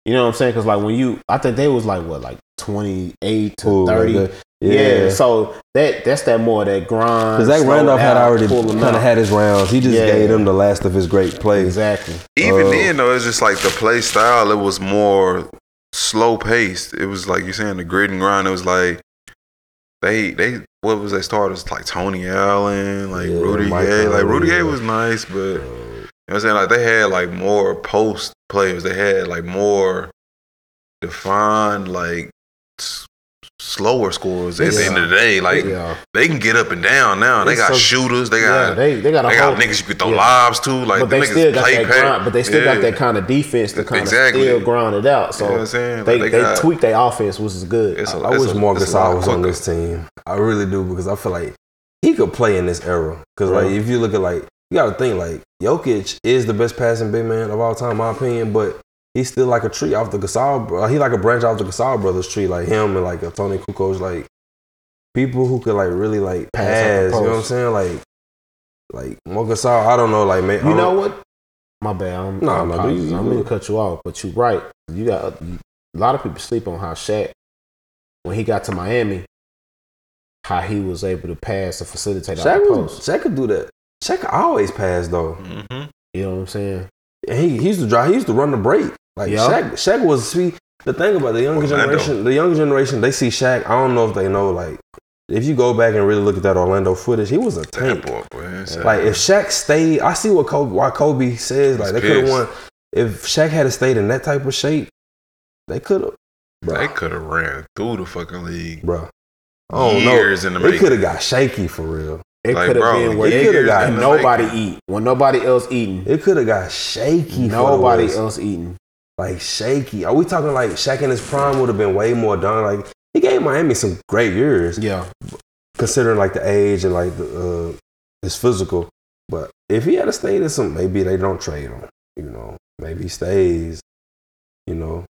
B: You know what I'm saying? Because like when you, I think they was like what, like 28 to
D: Ooh, like
B: 30.
D: that.
B: yeah.
D: yeah.
B: So that that's that more that grind.
D: because Zach
B: slow
D: Randolph had
B: down,
D: already
B: pull 'em
D: kind
B: out.
D: of had his rounds. He just
B: Yeah.
D: gave them the last of his great plays.
B: exactly.
C: Even
B: Oh.
D: Uh,
C: then, though, it's just like the play style. It was more slow paced. It was like you're saying the grit and grind. It was like they they what was they starters like Tony Allen, like
D: Yeah,
C: Rudy
D: Mike
C: Gay. Like Rudy
D: Conley,
C: Gay
D: yeah.
C: was nice, but you know what
B: Oh.
C: I'm saying like they had like more post players. They had like more defined like s- slower scores. At the end of the day, like
B: yeah.
C: they can get up and down now. They
B: It's
C: got
B: so-
C: shooters. They
B: yeah,
C: got.
B: they they got a
C: they
B: whole,
C: got niggas you could throw
B: yeah.
C: lobs to, like
B: but
C: them
B: they
C: niggas
B: still got
C: play
B: that
C: pack.
B: grind. But they still
C: Yeah.
B: got that kind of defense to kind
C: Exactly.
B: of still grind it out. So
C: you know what I'm saying?
B: they,
C: Like,
B: they,
C: got-
B: tweak their offense, which is good.
C: It's a,
D: I
C: it's
D: wish
C: a-
D: more
C: it's a lot
D: Gasol was on
C: quicker.
D: this team. I really do because I feel like he could play in this era. Because like if you look at like you got to think like Jokic is the best passing big man of all time, in my opinion. But he's still like a tree off the Gasol. bro- He like a branch off the Gasol brothers tree, like him and like a Tony Kukoc, like people who could like really like pass.
B: Pass out the
D: you know what I'm
B: post.
D: saying? Like like Mo Gasol, I don't know. Like man, oh,
B: You know what? My bad. I'm,
D: Nah,
B: I'm,
D: nah, dude,
B: apologizing.
D: you
B: I'm
D: good.
B: gonna cut you off, but you're right. You got a lot of people sleep on how Shaq, when he got to Miami, how he was able to pass to facilitate out
D: Shaq,
B: the
D: was,
B: post.
D: Shaq could do that. Shaq could always pass though.
C: Mhm.
B: You know what I'm saying?
D: And he, he used to drive. He used to run the break. Like
B: Yeah.
D: Shaq, Shaq was see the thing about the younger
C: Orlando.
D: generation. The younger generation, they see Shaq. I don't know if they know. Like if you go back and really look at that Orlando footage, he was a
C: That
D: tank.
C: boy, boy, it's a-
D: Like if Shaq stayed, I see what Kobe, why Kobe says. Like
C: He's
D: they could have
C: pissed.
D: won if Shaq had stayed in that type of shape. They could have,
C: They
D: bro.
C: could have ran through the fucking league.
D: bro. I don't
C: years in the
D: know. It
C: making.
D: could have got shaky for real.
E: It
C: Like,
E: could have
C: bro,
E: been where
D: it
E: they
D: coulda got
E: and
C: in the
E: nobody
C: making.
E: eat.
B: When nobody else eating,
D: It could have got shaky. for the
B: nobody
D: West.
B: else eating.
D: like shaky. Are we talking like Shaq in his prime would have been way more done? Like he gave Miami some great years,
B: Yeah,
D: considering like the age and like the uh, his physical. But if he had to stay in some, maybe they don't trade him. You know, maybe he stays. You know,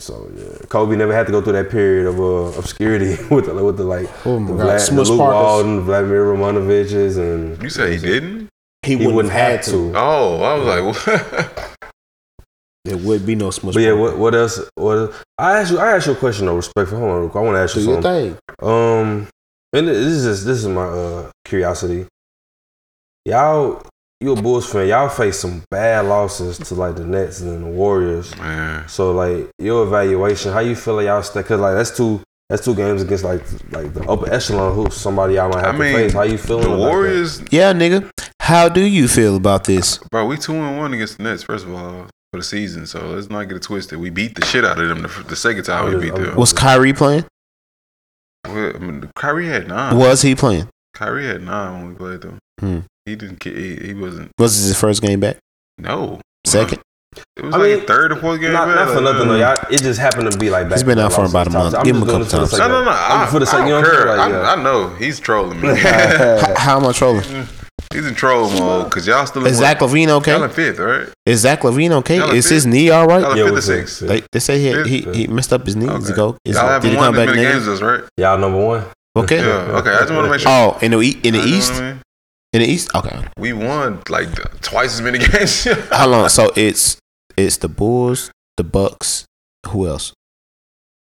D: so yeah, Kobe never had to go through that period of uh, obscurity with the with the like
B: oh
D: the
B: my
D: Vlad-
B: god,
D: the
B: Smush
D: Luke
B: Parkers.
D: Walden, Vladimir Romanovich's, and
C: You say he didn't?
B: He,
D: he wouldn't have to.
C: Oh, I was like, what?
B: There would be no Smush.
D: But yeah,
B: Parkers.
D: what, what else? What else? I asked you. I asked you a question though. Respectful. Hold on, real quick. I want to ask
B: do
D: you
B: your
D: something.
B: thing.
D: Um, and this is just, this is my uh curiosity. Y'all, you a Bulls fan? Y'all face some bad losses to like the Nets and the Warriors.
C: Man,
D: So like your evaluation, how you feel like y'all stack? Cause like that's two that's two games against like like the upper echelon hoops. Somebody y'all might have
C: I
D: to
C: mean,
D: face. How you feeling?
C: the
D: about that?
C: Warriors,
B: Yeah, nigga. How do you feel about this?
C: bro. We two and one against the Nets. First of all, for the season, so let's not get it twisted. We beat the shit out of them the, f- the second time we beat them.
B: Was Kyrie playing?
C: Well, I mean, Kyrie had nine.
B: Was he playing?
C: Kyrie had nine when we played them.
B: Hmm.
C: He didn't. ki- He, he wasn't.
B: Was this his first game back?
C: No.
B: Second?
C: It was
D: I
C: like
D: mean,
C: a third or fourth game.
D: Not,
C: back,
D: not for
C: like,
D: nothing
C: uh,
D: though. Y'all, it just happened to be like back.
B: He's been out for about a month. Give him a couple times.
C: No, no, no. I,
D: for the
C: I
D: second.
C: don't
D: I'm
C: care.
D: just doing this for the sake of- I'm for the sake of- like, yeah.
C: I, I know he's trolling me. Uh,
B: How, how am I trolling?
C: he's in troll mode because y'all still in
B: Is Zach
C: what?
B: Levine
C: Y'all
B: okay?
C: in fifth, right?
B: Is Zach Levine okay?
C: Y'all
B: Is
C: fit?
B: his knee all right?
C: Y'all in
D: Yeah,
C: fifth or
D: what's it?
C: sixth.
B: They, they say he, had, he he messed up his knees
C: Okay.
B: ago. Is,
C: y'all
B: did
C: haven't
B: it
C: won
B: come
C: as
B: back
C: many games
B: negative?
C: as right.
D: Y'all number one.
B: Okay.
C: Yeah. Okay. I just want to make sure.
B: Oh, in the e- in
C: You know
B: the
C: what I
B: east,
C: mean?
B: in the east. Okay.
C: We won like th- twice as many games.
B: How long? So it's it's the Bulls, the Bucks, who else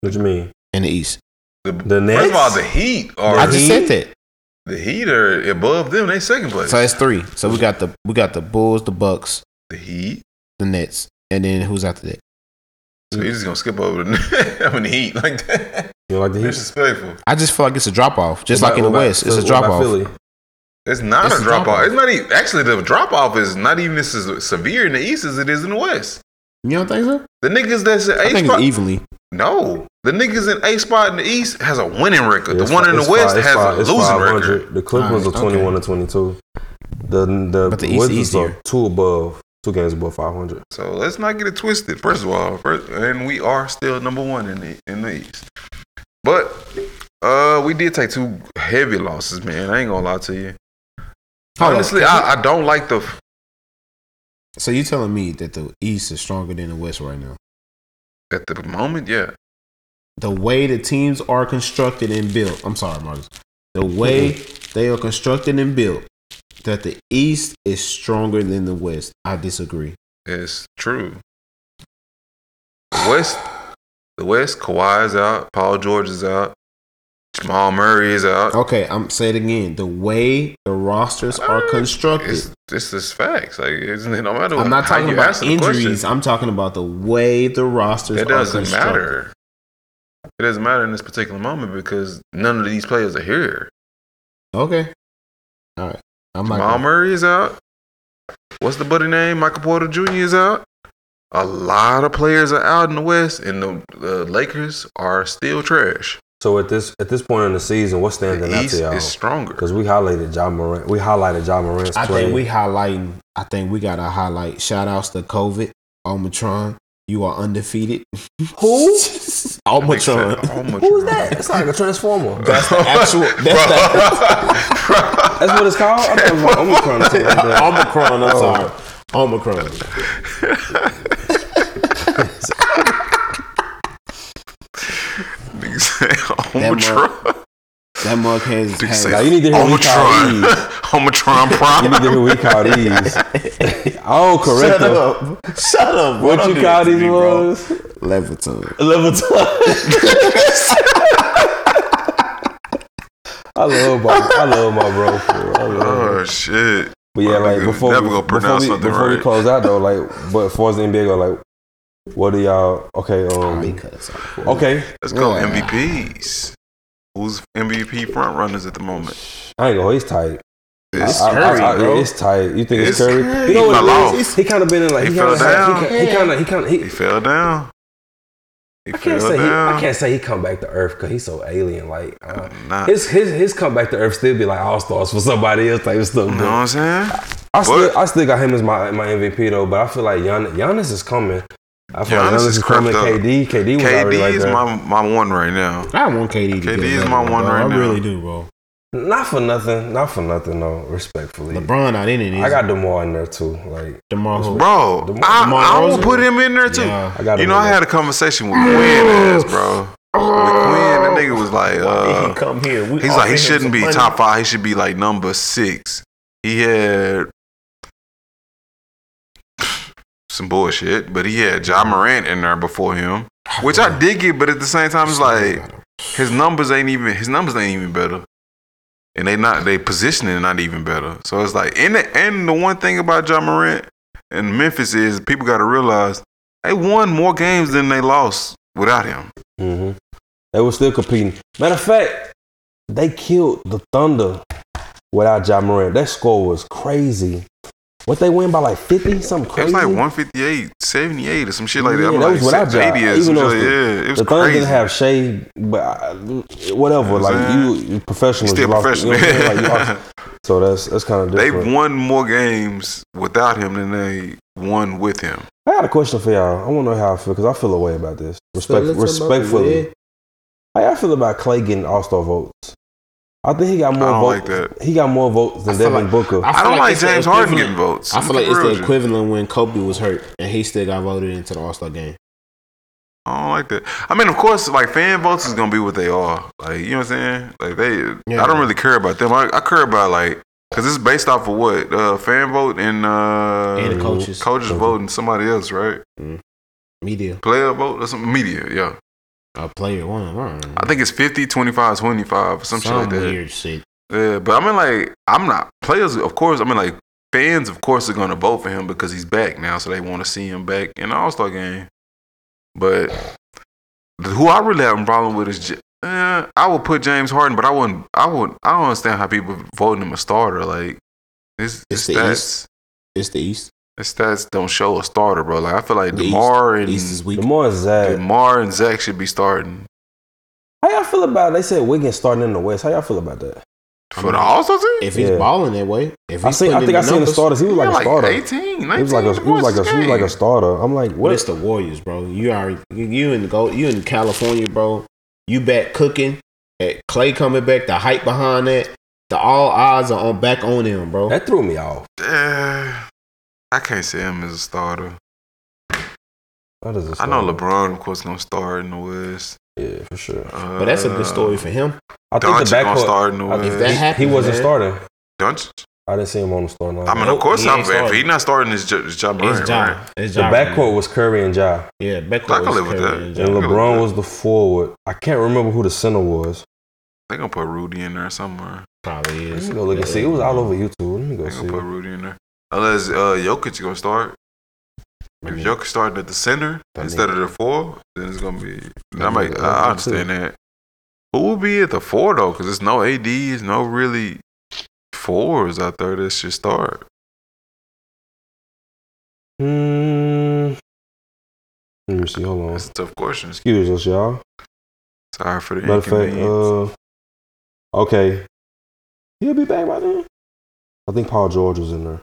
D: What you mean?
B: in the east?
C: the,
D: The Nets.
C: first of all, the Heat are
B: I just said that.
C: the Heat are above them. They second place.
B: So that's three. So we got the we got the Bulls, the Bucks,
C: the Heat.
B: the Nets, and then who's after that?
C: So you're just gonna skip over the, I mean, the Heat like that.
D: You don't like the Heat?
C: Disrespectful.
B: I just feel like it's a drop off, just
D: What
B: like in the
D: about- what about-
B: West. It's
D: so
B: a
D: what
B: drop
D: about
B: off.
D: Philly?
C: It's not
B: It's
C: a
B: a
C: drop
B: drop-off.
C: off. It's not even actually the drop off is not even as severe in the East as it is in the West.
B: You don't think so?
C: The niggas that's in
B: I
C: A
B: think it's
C: spot.
B: evenly.
C: No, the niggas in A spot in the East has a winning record.
D: It's
C: the one
D: fi-
C: in
D: it's
C: the
D: fi-
C: West
D: it's
C: has
D: fi-
C: a
D: it's
C: losing
D: 500.
C: record.
D: The Clippers
B: Alright,
D: are
B: okay.
D: 21 and 22. The the,
B: But the East
D: Wizards
B: easier.
D: are two above, two games above 500.
C: So let's not get it twisted. First of all, first, and we are still number one in the in the East. But uh, we did take two heavy losses, man. I ain't gonna lie to you.
B: Hold on.
C: Honestly, I, I don't like the
B: So you telling me that the East is stronger than the West right now?
C: at the moment. Yeah,
B: The way the teams are constructed and built. I'm sorry, Marcus. The way
D: Mm-hmm.
B: they are constructed and built, that the East is stronger than the West. I disagree.
C: it's true. The West, the West, Kawhi is out. Paul George is out. Jamal Murray is out.
B: Okay, I'm say it again. The way the rosters are constructed.
C: It's this is facts. Like it's, no matter
B: I'm not
C: how
B: talking
C: you
B: about
C: answer the question,
B: injuries. I'm talking about the way the rosters
C: It
B: are
C: doesn't
B: constructed.
C: matter. It doesn't matter in this particular moment because none of these players are here.
B: Okay. All right. I'm not
C: Jamal
B: gonna-
C: Murray is out. What's the buddy name? Michael Porter Jr. is out. A lot of players are out in the West, and the, the Lakers are still trash.
D: So at this at this point in the season, what's standing
C: The
D: out
C: East
D: to y'all?
C: is stronger.
D: Because we highlighted John Morant. We highlighted John Morant's
B: I
D: play.
B: think we highlighting. I think we gotta highlight. Shout outs to COVID, Omatron. You are undefeated.
D: Who?
B: Omatron.
D: Who's that? It's like a transformer. That's,
B: the actual- that's
D: that's what it's called. I'm, I'm, I'm trying to say like that.
B: Omicron.
D: Oh.
B: I'm sorry. Omicron.
C: Nigga say
B: That
C: Omicron.
B: That mug has.
C: Nigga
B: has
D: Now,
C: say
D: you need to hear what we call
C: Omicron.
D: these.
C: Omicron
D: You need
C: Prime.
D: to hear what we call these. I don't correct
B: shut
D: them.
B: up. Shut up. bro.
D: What
B: Don't
D: you
B: do
D: call
B: that to
D: these
B: me, bro.
D: ones?
B: Leviton.
D: I love my, I love my bro. For real. I love him.
C: Oh shit.
D: But
C: My
D: yeah, like
C: nigga
D: before,
C: never gonna
D: before,
C: pronounce
D: we,
C: something
D: before we
C: right.
D: close out though, like but as far as the NBA go, like what do y'all? Okay,
B: Oh, he
D: um,
B: cut us off.
D: okay,
C: Let's go
B: Yeah.
C: MVPs. Who's MVP front runners at the moment?
D: I ain't gonna. He's tight.
C: It's
D: I- I-
B: Curry,
D: I-
B: bro.
D: It's tight. You think it's,
C: It's
D: Curry?
C: Curry.
D: You know
C: He
D: what
C: fell
D: it is?
C: off.
D: He kind of been in like
C: He
D: kind
C: fell
D: of he kind of he
C: he
D: kind of he
C: fell down. He
D: I can't
C: fell
D: say he, I
C: down.
D: can't say he come back to Earth because he's so alien. Like uh,
C: Nah.
D: his his his comeback to Earth still be like All Stars for somebody else type of stuff.
C: You
D: bro.
C: know what I'm saying?
D: I still
C: But-
D: I still got him as my my MVP though, but I feel like Gian, Giannis is coming. I feel
C: Giannis
D: like Giannis
C: is
D: is coming.
C: crept up.
D: KD KD was already
C: KD
D: like
C: is
D: that.
C: my my one right now.
B: I want KD. To
C: KD
B: get
C: is
B: another
C: my one
B: bro.
C: right
B: I
C: now.
B: really do, bro.
D: Not for nothing. Not for nothing though. Respectfully,
B: LeBron not in it. Is
D: I got Demar in there too. Like
B: Demar. Who?
C: Bro,
D: DeMar-
C: I,
B: DeMar
C: I will
B: DeRozan?
C: put him in there too.
B: Yeah.
D: I got.
C: You
D: him
C: know,
D: in
C: I
D: there.
C: had a conversation with Quinn, ass, bro. With Quinn, that nigga was like,
E: Why did
C: uh,
E: he come here? We
C: He's like, he
E: offered him
C: shouldn't
E: some
C: be
E: money.
C: top five. He should be like number six. He had some bullshit, but he had John Morant in there before him, which I did get. But at the same time, it's like his numbers ain't even his numbers ain't even better, and they not they positioning not even better. So it's like, and the, and the one thing about John Morant and Memphis is people got to realize they won more games than they lost without him.
D: hmm They were still competing. Matter of fact, they killed the Thunder without Ja Morant. That score was crazy. What they win by like fifty, something
C: It
D: crazy.
C: was like 158, 78 or some shit like that.
D: Yeah,
C: I'm
D: that
C: like
D: was what I got.
C: 80 or some
D: Even though
C: shit.
D: the-
C: Yeah, it was
D: the Thunder
C: crazy.
D: didn't have Shea, but I,
C: You
D: whatever.
C: know what
D: like
C: I'm
D: you, you professionals,
C: Still
D: you lost-
C: professional.
D: you know what I'm saying? Like, you lost- so that's that's kind of
C: they
D: different.
C: won more games without him than they won with him.
D: I got a question for y'all. I want to know how I feel because I feel a way about this. Respect, respectfully, how y'all feel about Clay getting All Star votes? I think he got more
C: I don't
D: votes.
C: like that.
D: He got more votes than
B: I feel
D: Devin
B: like-
D: Booker.
B: I
C: I,
B: feel
C: don't
B: like
C: like
B: it's the
C: James Harden
B: equivalent-
C: getting votes.
B: I feel like
C: I'm
B: it's
C: real
B: the
C: with you.
B: equivalent when Kobe was hurt and he still got voted into the All Star game.
C: I don't like that. I mean, of course, like fan votes is gonna be what they are. Like you know what I'm saying? Like they, I don't really care about them. I, I care about like because it's based off of what uh, fan vote and uh,
B: And the coaches.
C: coaches voting somebody else, right?
B: Media.
C: Player vote or some media, yeah.
B: A player one. I don't know.
C: I think it's 50, 25, 25, some, shit like that.
B: weird shit.
C: Yeah, but I mean, like, I'm not players, of course. I mean, like, fans, of course, are going to vote for him because he's back now, so they want to see him back in the All Star game. But who I really have a problem with is, J- eh, I would put James Harden, but I wouldn't. I would. I don't understand how people voting him a starter. Like, his, his
B: It's the
C: stats,
B: It's the East.
C: his stats don't show a starter, bro. Like, I feel like
B: The East-
C: Demar and
B: East is weak.
D: Demar Zach.
C: Demar and Zach should be starting
D: How y'all feel about? They said Wiggins starting in the West. How y'all feel about that?
C: for the All Star team.
B: If he's
D: Yeah.
B: balling that way, if he's
D: I seen. I
B: putting
D: think
B: in
D: I seen the
B: numbers-
D: starters. He was like
C: Yeah,
D: a starter.
C: 18, 19.
D: He was like a. He was like a. He was like a starter. I'm like,
B: But it's
D: what?
B: the Warriors, bro. You are you in the go you in California, bro. You back cooking. At Clay coming back, the hype behind that. The all eyes are on back on him, bro.
D: That threw me off.
C: Uh, I can't see him as a starter.
D: That is. a
C: I know
D: starter.
C: LeBron, of course, gonna start in the West.
D: Yeah, for sure.
C: Uh,
B: but that's a good story for him.
D: I think
C: Doncic
D: the
C: gonna
D: backcourt.
C: start in the
D: I
C: West.
D: think
B: If that
D: he-
B: happens,
D: he wasn't
B: man.
D: starting.
C: Doncic?
D: I didn't see him on the starting line.
C: I mean,
B: Nope,
C: of course,
B: he
C: I'm.
B: ain't
C: If he's
B: starting.
C: not starting, it's John, it's John Murray,
B: It's John.
C: right?
B: It's
D: The
B: John.
D: backcourt was Curry and Ja,
B: Yeah, backcourt.
C: I can
B: was
C: live with
B: Curry
C: that.
B: and
D: and
B: John.
D: LeBron was the forward. I can't remember who the center was.
C: They gonna put Rudy in there somewhere.
B: Probably
D: Let
B: is.
D: me go look and see. It was all over YouTube. Let me go
C: They
D: see.
C: gonna put Rudy in there unless uh, Jokic gonna start. If
B: mean-
C: Jokic started at the center
B: I mean-
C: instead of the four, then it's gonna be. I
D: mean,
C: might. I I
D: that's true.
C: understand that. Who will be at the four though? Because there's no ads, no really fours out there that should start.
D: Hmm. Let me see. Hold on.
C: That's a tough question.
D: Excuse us, y'all.
C: Sorry for the
D: Matter of fact,
C: inconvenience.
D: uh, okay, he'll be back by then. I think Paul George was in there.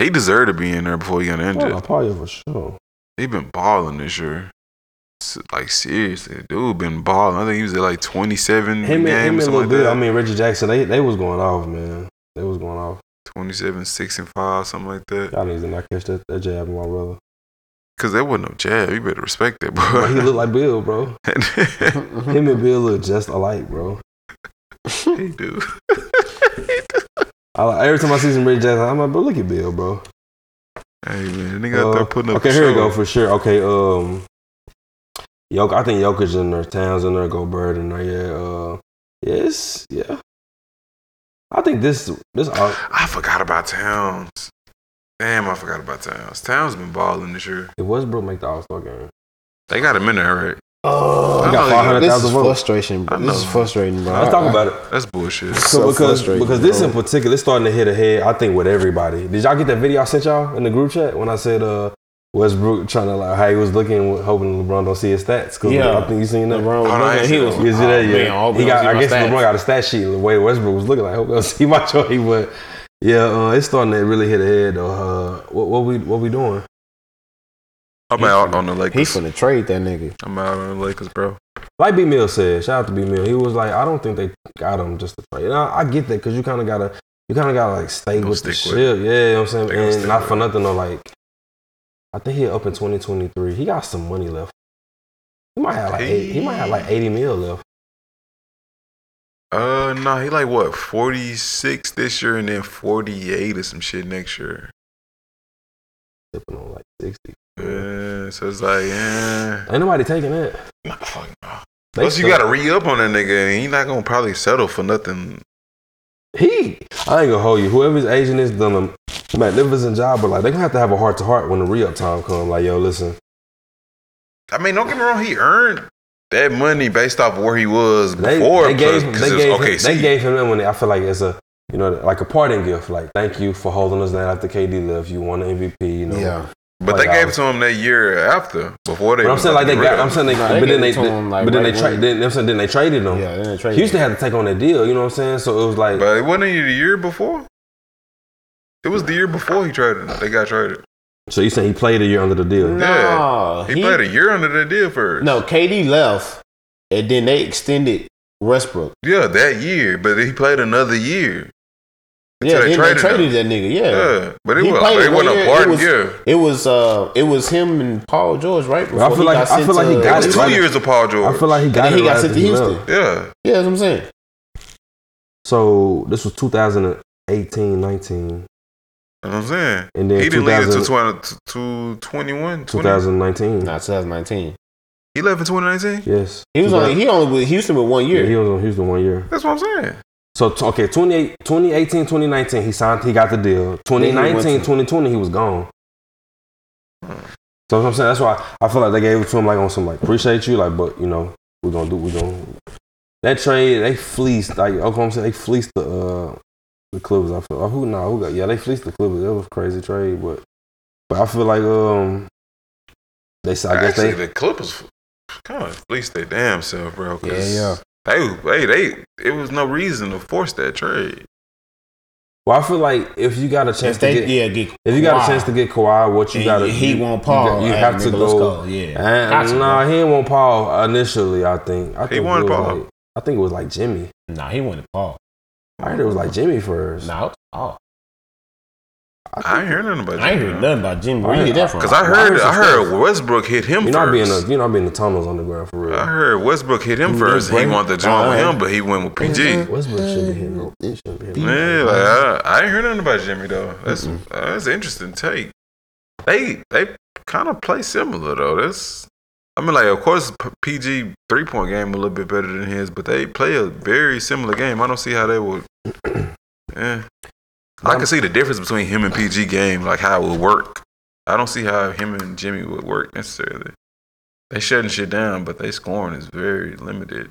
C: he deserved to be in there before he got injured.
D: Oh, probably for sure.
C: He been balling this year. S- Like seriously, dude, been balling. I think he was at like twenty seven
D: Him and, him
C: games,
D: and
C: something
D: Lil
C: like
D: Bill.
C: that.
D: I mean, Reggie Jackson. They they was going off, man. They was going off.
C: 27, 6 and five, something like that.
D: Y'all niggas did not catch that, that jab, my brother.
C: Cause there wasn't no jab. You better respect that,
D: Bro, he
C: bro.
D: looked like Bill, bro. Him and Bill look just alike, bro.
C: he do.
D: I, like- every time I see some Reggie Jackson, I'm like, bro, look at Bill, bro.
C: Hey man, the nigga out there
D: Uh,
C: putting up.
D: okay,
C: a
D: here we
C: show.
D: go for sure. Okay, um, Jok, I think Jokic in there, Towns in there, Gobert in there. Yeah, uh, yes, yeah. I think this this uh,
C: I forgot about Towns. Damn, I forgot about Towns. Towns been balling this year.
D: it was Brooke make the All Star game.
C: They got him in there, right?
B: Oh,
C: I
D: got
C: know
D: five hundred
B: this is
D: thousand votes.
B: frustration. Bro.
C: I
B: This is
C: know.
B: frustrating, bro.
D: Let's talk about it.
C: That's bullshit.
D: So
B: so
D: because
B: frustrating,
D: because this
B: bro.
D: in particular, it's starting to hit a head. I think with everybody. Did y'all get that video I sent y'all in the group chat when I said uh Westbrook trying to like how he was looking, hoping LeBron don't see his stats. Cause
B: Yeah.
D: I think you seen that.
B: LeBron
C: Oh, no, I ain't
B: was
C: seen
B: he
C: that
B: was
C: one.
D: Is it
B: oh,
D: that, yeah.
B: man, I hope
D: he
B: don't
D: got.
B: see
D: I
B: my
D: guess
B: stats.
D: LeBron got a stat sheet. The way Westbrook was looking, like hope y'all see my choice. But yeah, uh, it's starting to really hit the head though. Uh, what, what we what we doing?
C: I'm
B: He
C: out
B: finna-
C: on the
B: He
C: Lakers.
B: finna trade that nigga.
C: I'm out on the Lakers, bro.
D: Like B Mill said, shout out to B Mill. He was like, I don't think they got him just to play. And I, I get that because you kind of gotta, you kind of gotta like stay
C: Don't
D: with the
C: stick
D: ship.
C: with it.
D: Yeah, you know what I'm
C: They gonna
D: saying.
C: stick
D: And not
C: with
D: for
C: it.
D: nothing though, like I think he up in 2023. He got some money left. He might have like eight, he might have like 80 mil left.
C: Uh, nah, he like what 46 this year, and then 48 or some shit next year.
D: Sipping on like 60.
C: Yeah, so it's like, yeah,
D: Ain't nobody taking that.
C: nah, fuck no.
D: They
C: Plus, you
D: suck.
C: gotta re up on that nigga, and he not gonna probably settle for nothing.
D: He, I ain't gonna hold you. Whoever's agent is done a magnificent job, but like they gonna have to have a heart to heart when the re-up time comes. Like, yo, listen,
C: I mean, don't get me wrong, he earned that money based off where he was
D: they,
C: before.
D: they gave,
C: plus-
D: they,
C: it was
D: gave him,
C: OKC.
D: they gave him that money. I feel like it's a, you know, like a parting gift. Like, thank you for holding us down after KD left. You won the MVP, you know.
B: Yeah.
C: but they
D: like,
C: gave it to him that year after, before they.
D: But I'm saying like they
C: got rid
D: got.
C: of
D: I'm
C: him.
D: saying they,
B: Nah, they
D: but then
B: gave
D: they,
B: it to him, like,
D: but then they
B: right
D: tra-
B: when-
D: then, I'm saying then they traded him.
B: Yeah, they didn't trade
D: Houston
B: him.
D: had to take on that deal. You know what I'm saying? So it was like,
C: But it wasn't the year before. It was the year before he traded. They got traded.
D: so you saying he played a year under the deal?
B: Nah,
C: He,
B: he-
C: played a year under that deal first.
B: No, KD left, and then they extended Westbrook.
C: Yeah, that year, but he played another year. they
B: Yeah, then they
C: traded
B: traded that nigga. Yeah.
C: Yeah, but it
B: He
C: was
B: played
C: it
B: one
C: wasn't a
B: year,
C: parting
B: it was-
C: year.
B: It was uh, it was him and Paul George, right?
D: Well, I feel
B: before he
D: like-
B: got
D: I
B: sent
D: feel like he
B: to-
D: got
C: It was
D: right-
C: two years of Paul George.
D: I feel like he got.
B: then
D: it
B: he got
D: right
B: sent
D: after
B: to
D: he
B: Houston.
D: left.
C: yeah,
B: Yeah, that's what I'm saying.
D: So this was 2018, 19,
C: that's what I'm saying.
D: and
C: He
D: then
C: didn't leave until
D: 2000,
C: 20, to 21, 20.
D: 2019.
B: Nah, 2019.
C: He left in 2019?
D: Yes,
B: He was
D: 2000
B: only he only with Houston with one
D: Yeah,
B: year.
D: he was on Houston one year.
C: That's what I'm saying.
D: So t- okay, 28, 2018, 2019, he signed. He got the deal.
B: Then he went
D: 2019,
B: to-
D: 2020, he was gone. So what I'm saying that's why I feel like they gave it to him like on some like appreciate you like, but you know we're gonna do we're gonna that trade they fleeced like Oklahoma City they fleeced the uh the Clippers. I feel who nah who got yeah they fleeced the Clippers. That was a crazy trade, but but I feel like um they said I guess
C: Actually,
D: they
C: the Clippers kind of fleeced their damn self, bro. 'cause
B: Yeah, yeah.
C: They, hey, they, it was no reason to force that trade.
D: well I feel like if you got a chance
B: If
D: to
B: they
D: get
B: yeah get
D: if you got a
B: Kawhi,
D: chance to get Kawhi, what you
B: and
D: got to
B: he won't Paul.
D: You,
B: hey,
D: have to
B: nigga, let's
D: go.
B: Yeah,
D: And,
B: Got to,
D: nah, he didn't want Paul initially. I think. I think it
C: wanted
D: was
C: Paul.
D: Like, I think it was like Jimmy.
B: bro. nah, he wanted Paul.
D: I heard it was like Jimmy first.
B: Nah, it was Paul.
C: I ain't hear nothing about
B: I ain't heard nothing about Jimmy. Where you get that from?
C: Because I
D: Why
C: heard,
D: is
C: I
D: it
C: heard
D: still-
C: Westbrook hit him
D: You're not being
C: first.
D: a, you're not being the tunnels underground for real.
C: I heard Westbrook hit him
B: Who
C: first.
B: did
C: He
B: Brandon?
C: wanted to join with
B: Uh-huh.
C: him, but he went with PG.
D: Westbrook should be hitting. him. He should be hitting him.
C: Yeah, like, I, I ain't heard nothing about Jimmy though. That's uh, that's an interesting take. They they kind of play similar though. That's I mean like of course P- PG three point game a little bit better than his, but they play a very similar game. I don't see how they would. Yeah, I can see the difference between him and PG game, like how it would work. I don't see how him and Jimmy would work necessarily. They shutting shit down, but they scoring is very limited.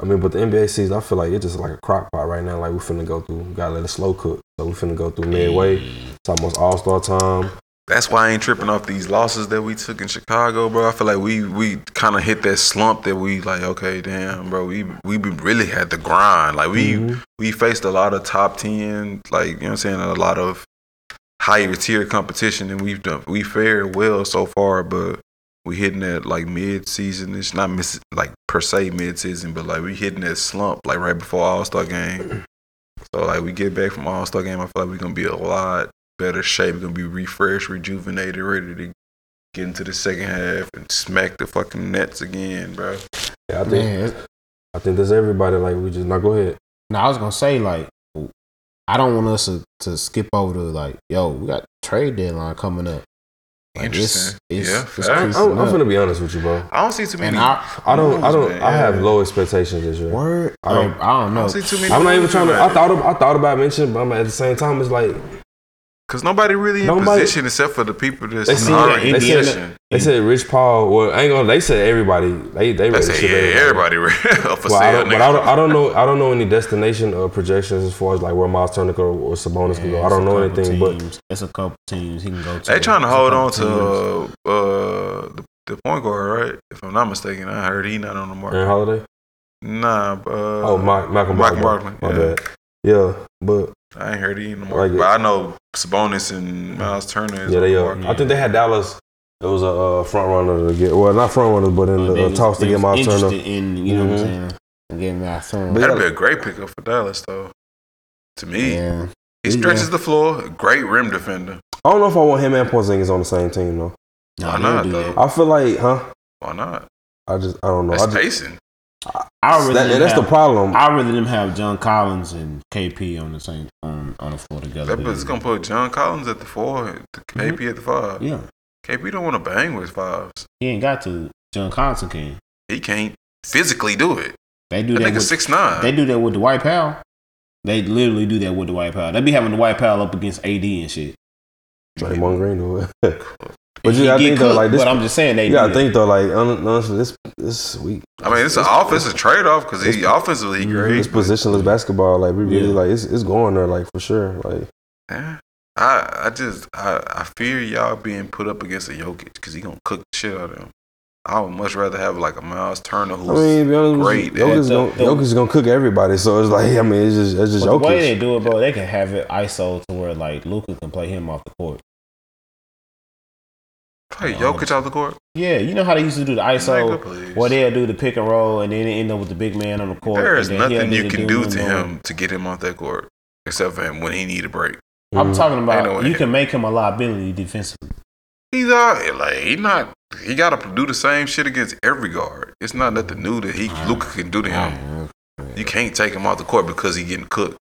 D: I mean, but the NBA season, I feel like it's just like a crock pot right now. Like we finna go through. We gotta let it slow cook. So we finna go through midway. It's almost All Star time.
C: That's why I ain't tripping off these losses that we took in Chicago, bro. I feel like we we kind of hit that slump that we like. Okay, damn, bro. We we be- really had to grind. Like we
D: Mhm.
C: we faced a lot of top ten, like you know what I'm saying, a lot of higher tier competition, and we've done we fared well so far, but we hitting that like mid season. It's not miss like per se mid season, but like we hitting that slump like right before All Star game. So like we get back from All Star game, I feel like we're gonna be a lot better shape. We're gonna be refreshed, rejuvenated, ready to get into the second half and smack the fucking Nets again, bro.
D: Yeah, I think.
B: Man, it's-
D: I think that's everybody. Like we just now go ahead.
B: No, I was gonna say like I don't want us to, to skip over to like, yo, we got trade deadline coming up. Like,
C: Interesting.
B: It's,
C: Yeah,
B: it's, it's
C: facts.
B: creeping
D: I'm, I'm
B: up.
D: gonna be honest with you, bro.
C: I don't see too many.
B: and I
D: I don't. I don't. I have
B: Yeah.
D: low expectations this year.
B: word
D: I
B: I
D: don't-
B: don't, I don't
C: I
B: know.
C: don't see too many.
D: I'm not even trying to. I
C: losers, man.
D: thought. ab- I thought about mentioning, but I'm at the same time, it's like
C: Because nobody really in
D: Nobody-
C: position except for the people that's
D: They
C: in
D: seen
C: our
D: that Indiana-
C: position.
D: They said Rich Paul. Well, I ain't gonna. They said everybody. They they
C: They
D: ready
C: say,
D: shit
C: yeah, everybody real for
D: Well, I
C: sale.
D: don't, but I don't, I don't know. I don't know any destination or projections as far as like where Miles Turner or, or Sabonis could go. I don't know anything, but
B: but it's a couple teams he can go to.
C: They trying to
B: It's a
C: hold on to
B: couple teams.
C: uh, uh, the, the point guard, right? If I'm not mistaken, I heard he not on the market.
D: Aaron
B: Uh,
D: Holiday.
C: Nah, uh,
D: oh, Ma- Malcolm.
C: Malcolm
D: Brogdon.
C: Brogdon,
D: My
C: yeah.
D: bad. Yeah, but
C: I ain't heard he in the
D: Like
C: market.
D: it.
C: but I know Sabonis and Miles Turner. Is
D: yeah,
C: on
D: they.
C: the
D: Uh,
C: market.
D: I think they had Dallas. It was a uh, front runner to get. Well, not front runners, but in
B: But
D: the
B: they
D: uh,
B: was-
D: toss to
B: they
D: get
B: was
D: Miles Turner.
B: interested in, you know what
D: Mhm.
C: Mm-hmm.
B: I'm saying? and Getting Miles Turner.
D: But
C: That'd be a great pickup for Dallas, though. To me,
B: yeah.
C: he
B: Yeah.
C: stretches the floor. Great rim defender.
D: I don't know if I want him and Porzingis on the same team though.
B: Nah,
C: Why
B: they
C: not
B: do that.
C: though?
D: I feel like, huh?
C: Why not?
D: I just, I don't know.
C: That's
D: I just,
C: Payson.
B: I rather
D: that,
B: them
D: that's the
B: have,
D: problem.
B: I rather them have John Collins and KP on the same on, on the floor together.
C: That bitch is gonna put John Collins at the four, the
D: Mm-hmm.
C: KP at the five.
B: yeah,
C: KP don't want to bang with fives.
B: he ain't got to. John Collins can.
C: He can't physically do it.
B: They do
C: That
B: that.
C: nigga
B: With,
C: six nine.
B: They do that with the White Powell. They literally do that with the White Powell. They be having the White Powell up against AD and shit.
D: Draymond Green do it.
B: But
D: But you gotta think though, like this.
B: but I'm just saying they.
D: You
B: do
D: gotta
B: that.
D: think though, like hon- honestly, this this week.
C: I mean, it's an offensive trade off because he offensively he great.
D: It's positionless basketball. Like we really
B: Yeah.
D: like it's it's going there. Like for sure. Like
C: Yeah. eh, I I just I, I fear y'all being put up against a Jokic because he gonna cook the shit out of him. I would much rather have like a Miles Turner
D: I
C: who's
D: mean, to be honest,
C: great.
D: with you, Jokic's
B: Yeah,
D: gonna
B: the- the-
D: Jokic's gonna cook everybody. So it's like I mean, it's just it's just
B: But the way they
D: Jokic.
B: do it, bro, they can have it ISO to where like Luca can play him off the court.
C: play
B: Oh.
C: Jokic
D: um,
C: off the court.
B: Yeah, you know how they used to do the ISO.
C: Nigga, please.
B: Well, they'll do the pick and roll, and then they end up with the big man on the court.
C: there is
B: and then he'll
C: nothing you
B: need
C: can do
B: one
C: to
B: on-
C: him to get him off that court except for him when he need a break.
B: I'm
D: Mhm.
B: talking
C: Ain't no
B: about
C: way.
B: you can make him a liability defensively.
C: He's out like he not. He gotta do the same shit against every guard. It's not nothing new that he Luca can do to him. You can't take him off the court because he getting cooked.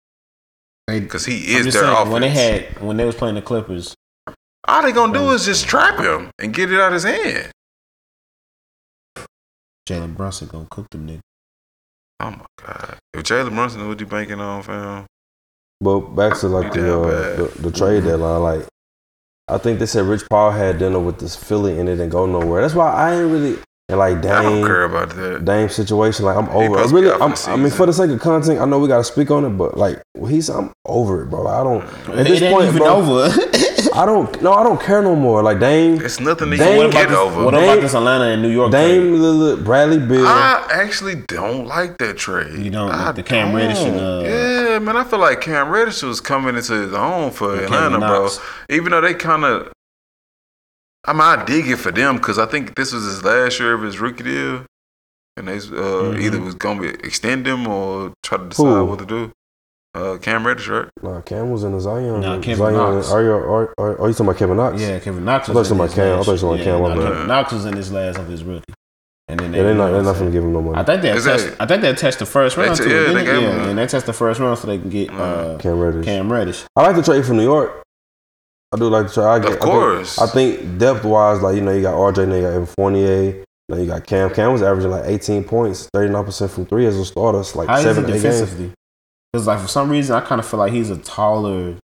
B: They-
C: Because he
B: I'm
C: is
B: just
C: their
B: saying,
C: offense.
B: when they had when they was playing the Clippers,
C: All they gonna do is just trap him and get it out his hand.
B: Jalen Brunson gonna cook them niggas.
C: Oh my god! If Jalen Brunson knew what you banking on, fam,
D: But back to like
C: Yeah,
D: the, uh,
C: bad.
D: the the
B: Mm-hmm.
D: trade deadline, like I think they said Rich Paul had dinner with this Philly and it didn't go nowhere. That's why I ain't really and like
C: I don't
D: Dame
C: care about that.
D: Dame situation. Like I'm
C: He
D: over. I
C: must be
D: really.
C: out for
D: I'm,
C: the
D: I mean,
C: season.
D: for the sake of content, I know we gotta speak on it, but like he's, I'm over it, bro. Like, I don't. At this
B: it ain't
D: point,
B: even
D: bro,
B: over.
D: I don't. No, I don't care no more. Like Dame,
C: It's nothing that you
D: Dame- What
C: can
D: about
C: get
D: this-
C: over.
B: what about
D: Dame-
B: this Atlanta and New York?
D: Dame,
B: trade?
D: Lillard, Bradley Bill.
C: I actually don't like that trade.
B: You don't
C: I
B: like the Cam Reddish and,
C: don't.
B: uh,
C: yeah, man, I feel like Cam Reddish was coming into his own for
B: Kevin
C: Atlanta, bro.
B: Knox.
C: Even though they kind of, I mean, I dig it for them because I think this was his last year of his rookie deal, and they uh,
B: Mm-hmm.
C: either was gonna be extend him or try to decide
D: Who?
C: what to do. Uh, Cam Reddish, right?
D: nah, Cam was in the Zion.
B: Nah, Kevin
D: Zion.
B: Knox.
D: Are you? Are, are, are you talking about Kevin Knox?
B: Yeah, Kevin Knox.
D: I
B: Was
D: thought you
B: in
D: were
B: his
D: talking about Cam. I
B: last-
D: thought you were talking
B: yeah,
D: about
B: nah,
D: Cam, my
C: bad.
B: Kevin Knox was in his last of his rookie, and then
D: Yeah, they're not. They're
B: you know
D: not
B: what I'm
D: gonna give him no money.
B: I think they
C: Is
B: attached.
C: that-
B: I think they attached the first
C: They
B: round
C: t-
B: to
C: yeah,
B: it.
C: they
B: didn't
C: gave
B: Yeah,
C: him- Uh-huh.
B: and they attached the first round so they can get uh,
D: Cam Reddish.
B: Cam Reddish.
D: I like the trade for New York. I do like the trade. I get, I
C: Of
D: think-
C: course.
D: I think, depth wise, like you know, you got RJ, then you got Evan Fournier, then you got Cam. Cam was averaging like 18 points, 39 percent from three as a starter. It's like
B: How is
D: seven,
B: it
D: eight games.
B: defensively? Because like for some reason, I kind of feel like he's a taller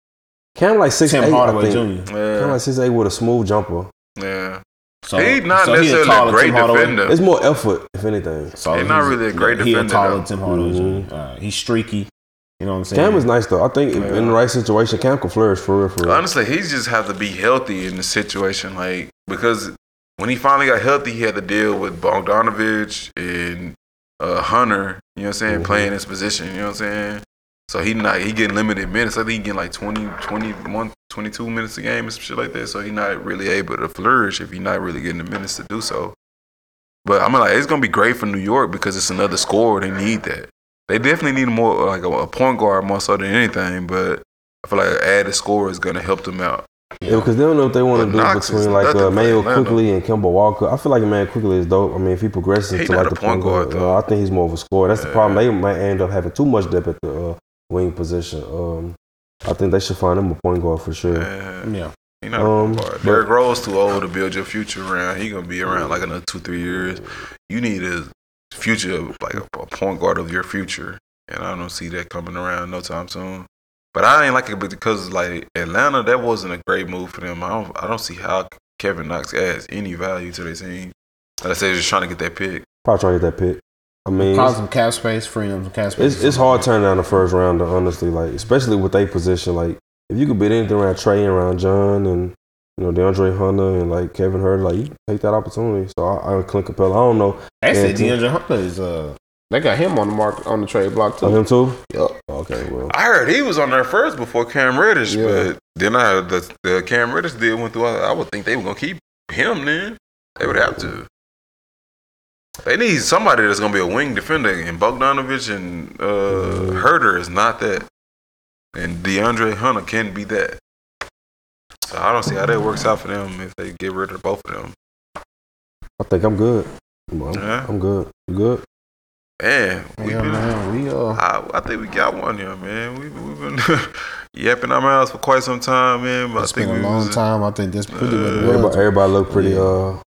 D: Cam like six
B: Tim
D: eight, I
B: Hardaway
D: think.
B: Jr.
D: Cam
C: yeah,
D: like six eight with a smooth jumper.
C: yeah.
B: So
C: he's not
B: so he a
C: necessarily
B: taller
C: a great
B: Tim Hardaway.
C: defender.
D: It's more effort, if anything.
B: So
C: He's not really a great
B: He a
C: defender,
B: taller
C: though.
B: Tim Hardaway
D: Mhm.
B: Jr. Uh, he's streaky. You know what I'm saying?
D: Cam is nice though. I think if
C: Yeah.
D: in the right situation, Cam can flourish for real. For real.
C: Honestly, he just have to be healthy in the situation, like because when he finally got healthy, he had to deal with Bogdanovich and uh, Hunter. You know what I'm saying?
D: Mhm.
C: Playing his position. You know what I'm saying? So he not he getting limited minutes. I think he getting like 20, 21, 22 minutes a game and some shit like that. So he not really able to flourish if he not really getting the minutes to do so. But I'm like, it's gonna be great for New York because it's another scorer. They need that. They definitely need more like a, a point guard more so than anything. But I feel like add a scorer is gonna help them out.
D: Yeah, because they don't know what they want
C: But
D: to do
C: Knox is
D: between like
C: nothing
D: uh,
C: for
D: Mayo
C: Atlanta.
D: Quickly and Kemba Walker. I feel like Mayo Quickly is dope. I mean, if he progresses
C: He
D: to
C: not
D: like
C: a
D: the
C: point
D: point guard,
C: guard,
D: uh, I think he's more of a scorer. That's the
C: Yeah.
D: problem. They might end up having too much depth at the uh, wing position. Um, I think they should find him a point guard for sure.
C: Yeah.
B: Yeah.
C: He not a
D: Um,
C: point guard.
D: but-
C: Derrick Rose too old to build your future around. He gonna be around like another two three years. You need a future like a, a point guard of your future, and I don't see that coming around no time soon. But I ain't like it because like Atlanta, that wasn't a great move for them. I don't, I don't see how Kevin Knox adds any value to their team. Like I said, just trying to get that pick.
D: Probably try to get that pick. I mean,
B: Cause
D: it's,
B: some cap space, freeing them some cap space.
D: it's, it's hard turning down the first round, honestly. Like, especially with their position. Like, if you could beat anything around Trey and around John and you know DeAndre Hunter and like Kevin Hurd, like you take that opportunity. So I, I Clint Capella. I don't know
B: Actually,
D: Yeah,
B: DeAndre Hunter is uh, they got him on the mark on the trade block
D: of
B: too.
D: him too.
B: Yup.
D: Okay, well,
C: I heard he was on there first before Cam Reddish,
B: Yeah.
C: but then I heard the, the Cam Reddish deal went through. I, I would think they were gonna keep him. Then they would have to. They need somebody that's gonna be a wing defender, and Bogdanovich and uh,
B: Mm-hmm.
C: Herder is not that, and DeAndre Hunter can be that. So I don't see how that works out for them if they get rid of both of them.
D: I think I'm good. Well, I'm,
C: Yeah.
D: I'm good. You good?
C: Man, we've
B: Yeah,
C: been.
B: man, we uh,
C: I, I think we got one here, man. We've we've been yapping our mouths for quite some time, man. But
B: it's
C: I think
B: been a
C: we
B: long
C: was, Uh,
B: time. I think that's pretty what it
D: Everybody,
B: was.
D: everybody look pretty
B: Yeah.
D: uh,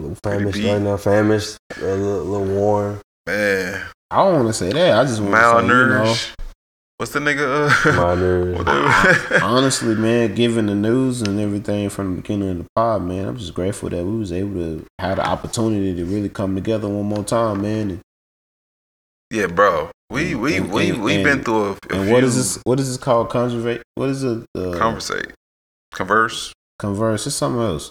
D: look famished
C: beat.
D: right now. Famished, a little, little warm.
C: man.
B: I don't want to say that. I just want to say, you know,
C: malnourished. What's the nigga? Uh,
D: Minor.
C: whatever.
B: honestly, man, given the news and everything from the beginning of the pod, man, I'm just grateful that we was able to have the opportunity to really come together one more time, man. And,
C: yeah, bro. We we
B: And-
C: we
B: and-
C: we
B: and-
C: been through a, a
B: and
C: few
B: what is this? What is this called? Conjugate? What is it? Uh,
C: Conversate, converse,
B: converse? It's something else.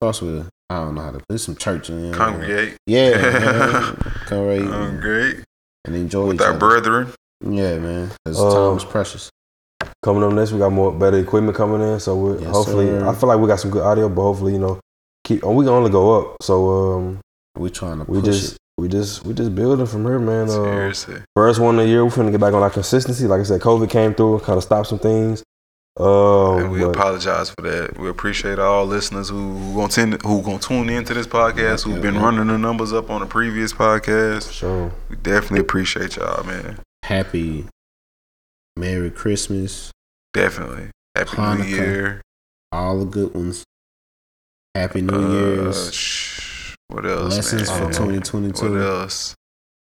B: Starts with I don't know how to. It's some church. in there.
C: congregate,
B: Yeah, man. Conrad and-
C: congregate
B: and enjoy
C: with
B: each
C: our
B: other.
C: brethren.
B: Yeah, man. 'cause
D: Uh,
B: time is precious.
D: Coming up next, we got more better equipment coming in. So we
B: Yes,
D: hopefully,
B: sir.
D: I feel like we got some good audio, but hopefully, you know, keep. We can only go up. So um,
B: We trying to
D: we
B: push
D: just
B: it.
D: we just we just building from here, man. Uh,
C: Seriously,
D: first one of the year, we're finna get back on our consistency. Like I said, COVID came through, kind of stopped some things.
B: Oh,
C: and
D: Um,
C: we
D: but
C: apologize for that. We appreciate all listeners who who gonna, tend, who gonna tune into this podcast, who've been running the numbers up on the previous podcast.
D: sure.
C: We definitely appreciate y'all, man.
B: Happy Merry Christmas.
C: Definitely. Happy
B: Hanukkah.
C: New Year.
B: All the good ones. Happy New
C: Uh,
B: Year's.
C: shh, What else? man?
B: Lessons for
D: man.
C: What
B: 2022.
C: else?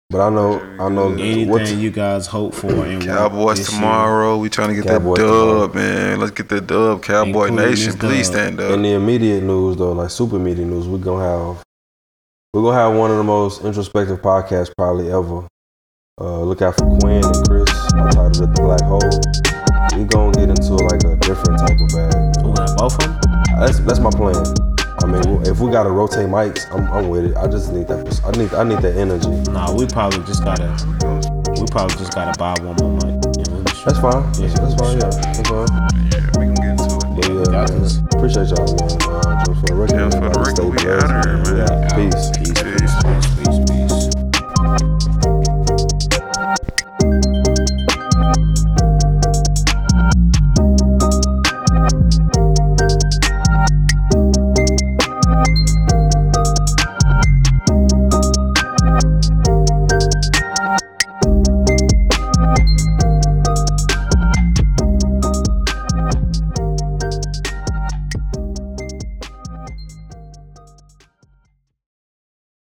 D: But I know, I know.
B: Anything
D: what's-
B: you guys hope for and want
C: Cowboys
B: this year,
C: tomorrow. We trying to get
D: Cowboys
C: that
D: tomorrow.
C: dub, man. Let's get that dub, Cowboy
B: Including
C: Nation.
B: this
C: Please
B: dub.
C: stand
D: In
C: up.
D: the immediate news, though, like super immediate news, we're gonna have we're gonna have one of the most introspective podcasts probably ever. Uh, look out for Quinn and Chris. I titled it the Black Hole. We're gonna get into like a different type of bag.
B: we got both of them.
D: That's that's my plan. I mean, if we gotta rotate mics, I'm, I'm with it. I just need that. I need I need that energy.
B: Nah, we probably just gotta. We probably just gotta buy one more mic. and we'll be
D: That's
B: straight.
D: fine. That's, that's fine. Yeah, that's fine.
C: Yeah, we can get into it.
D: But yeah,
B: Got
D: man,
B: this.
D: appreciate y'all, man. Uh, Joe for the record.
C: Jams for the
D: Stay
C: record. We
D: blessed.
C: out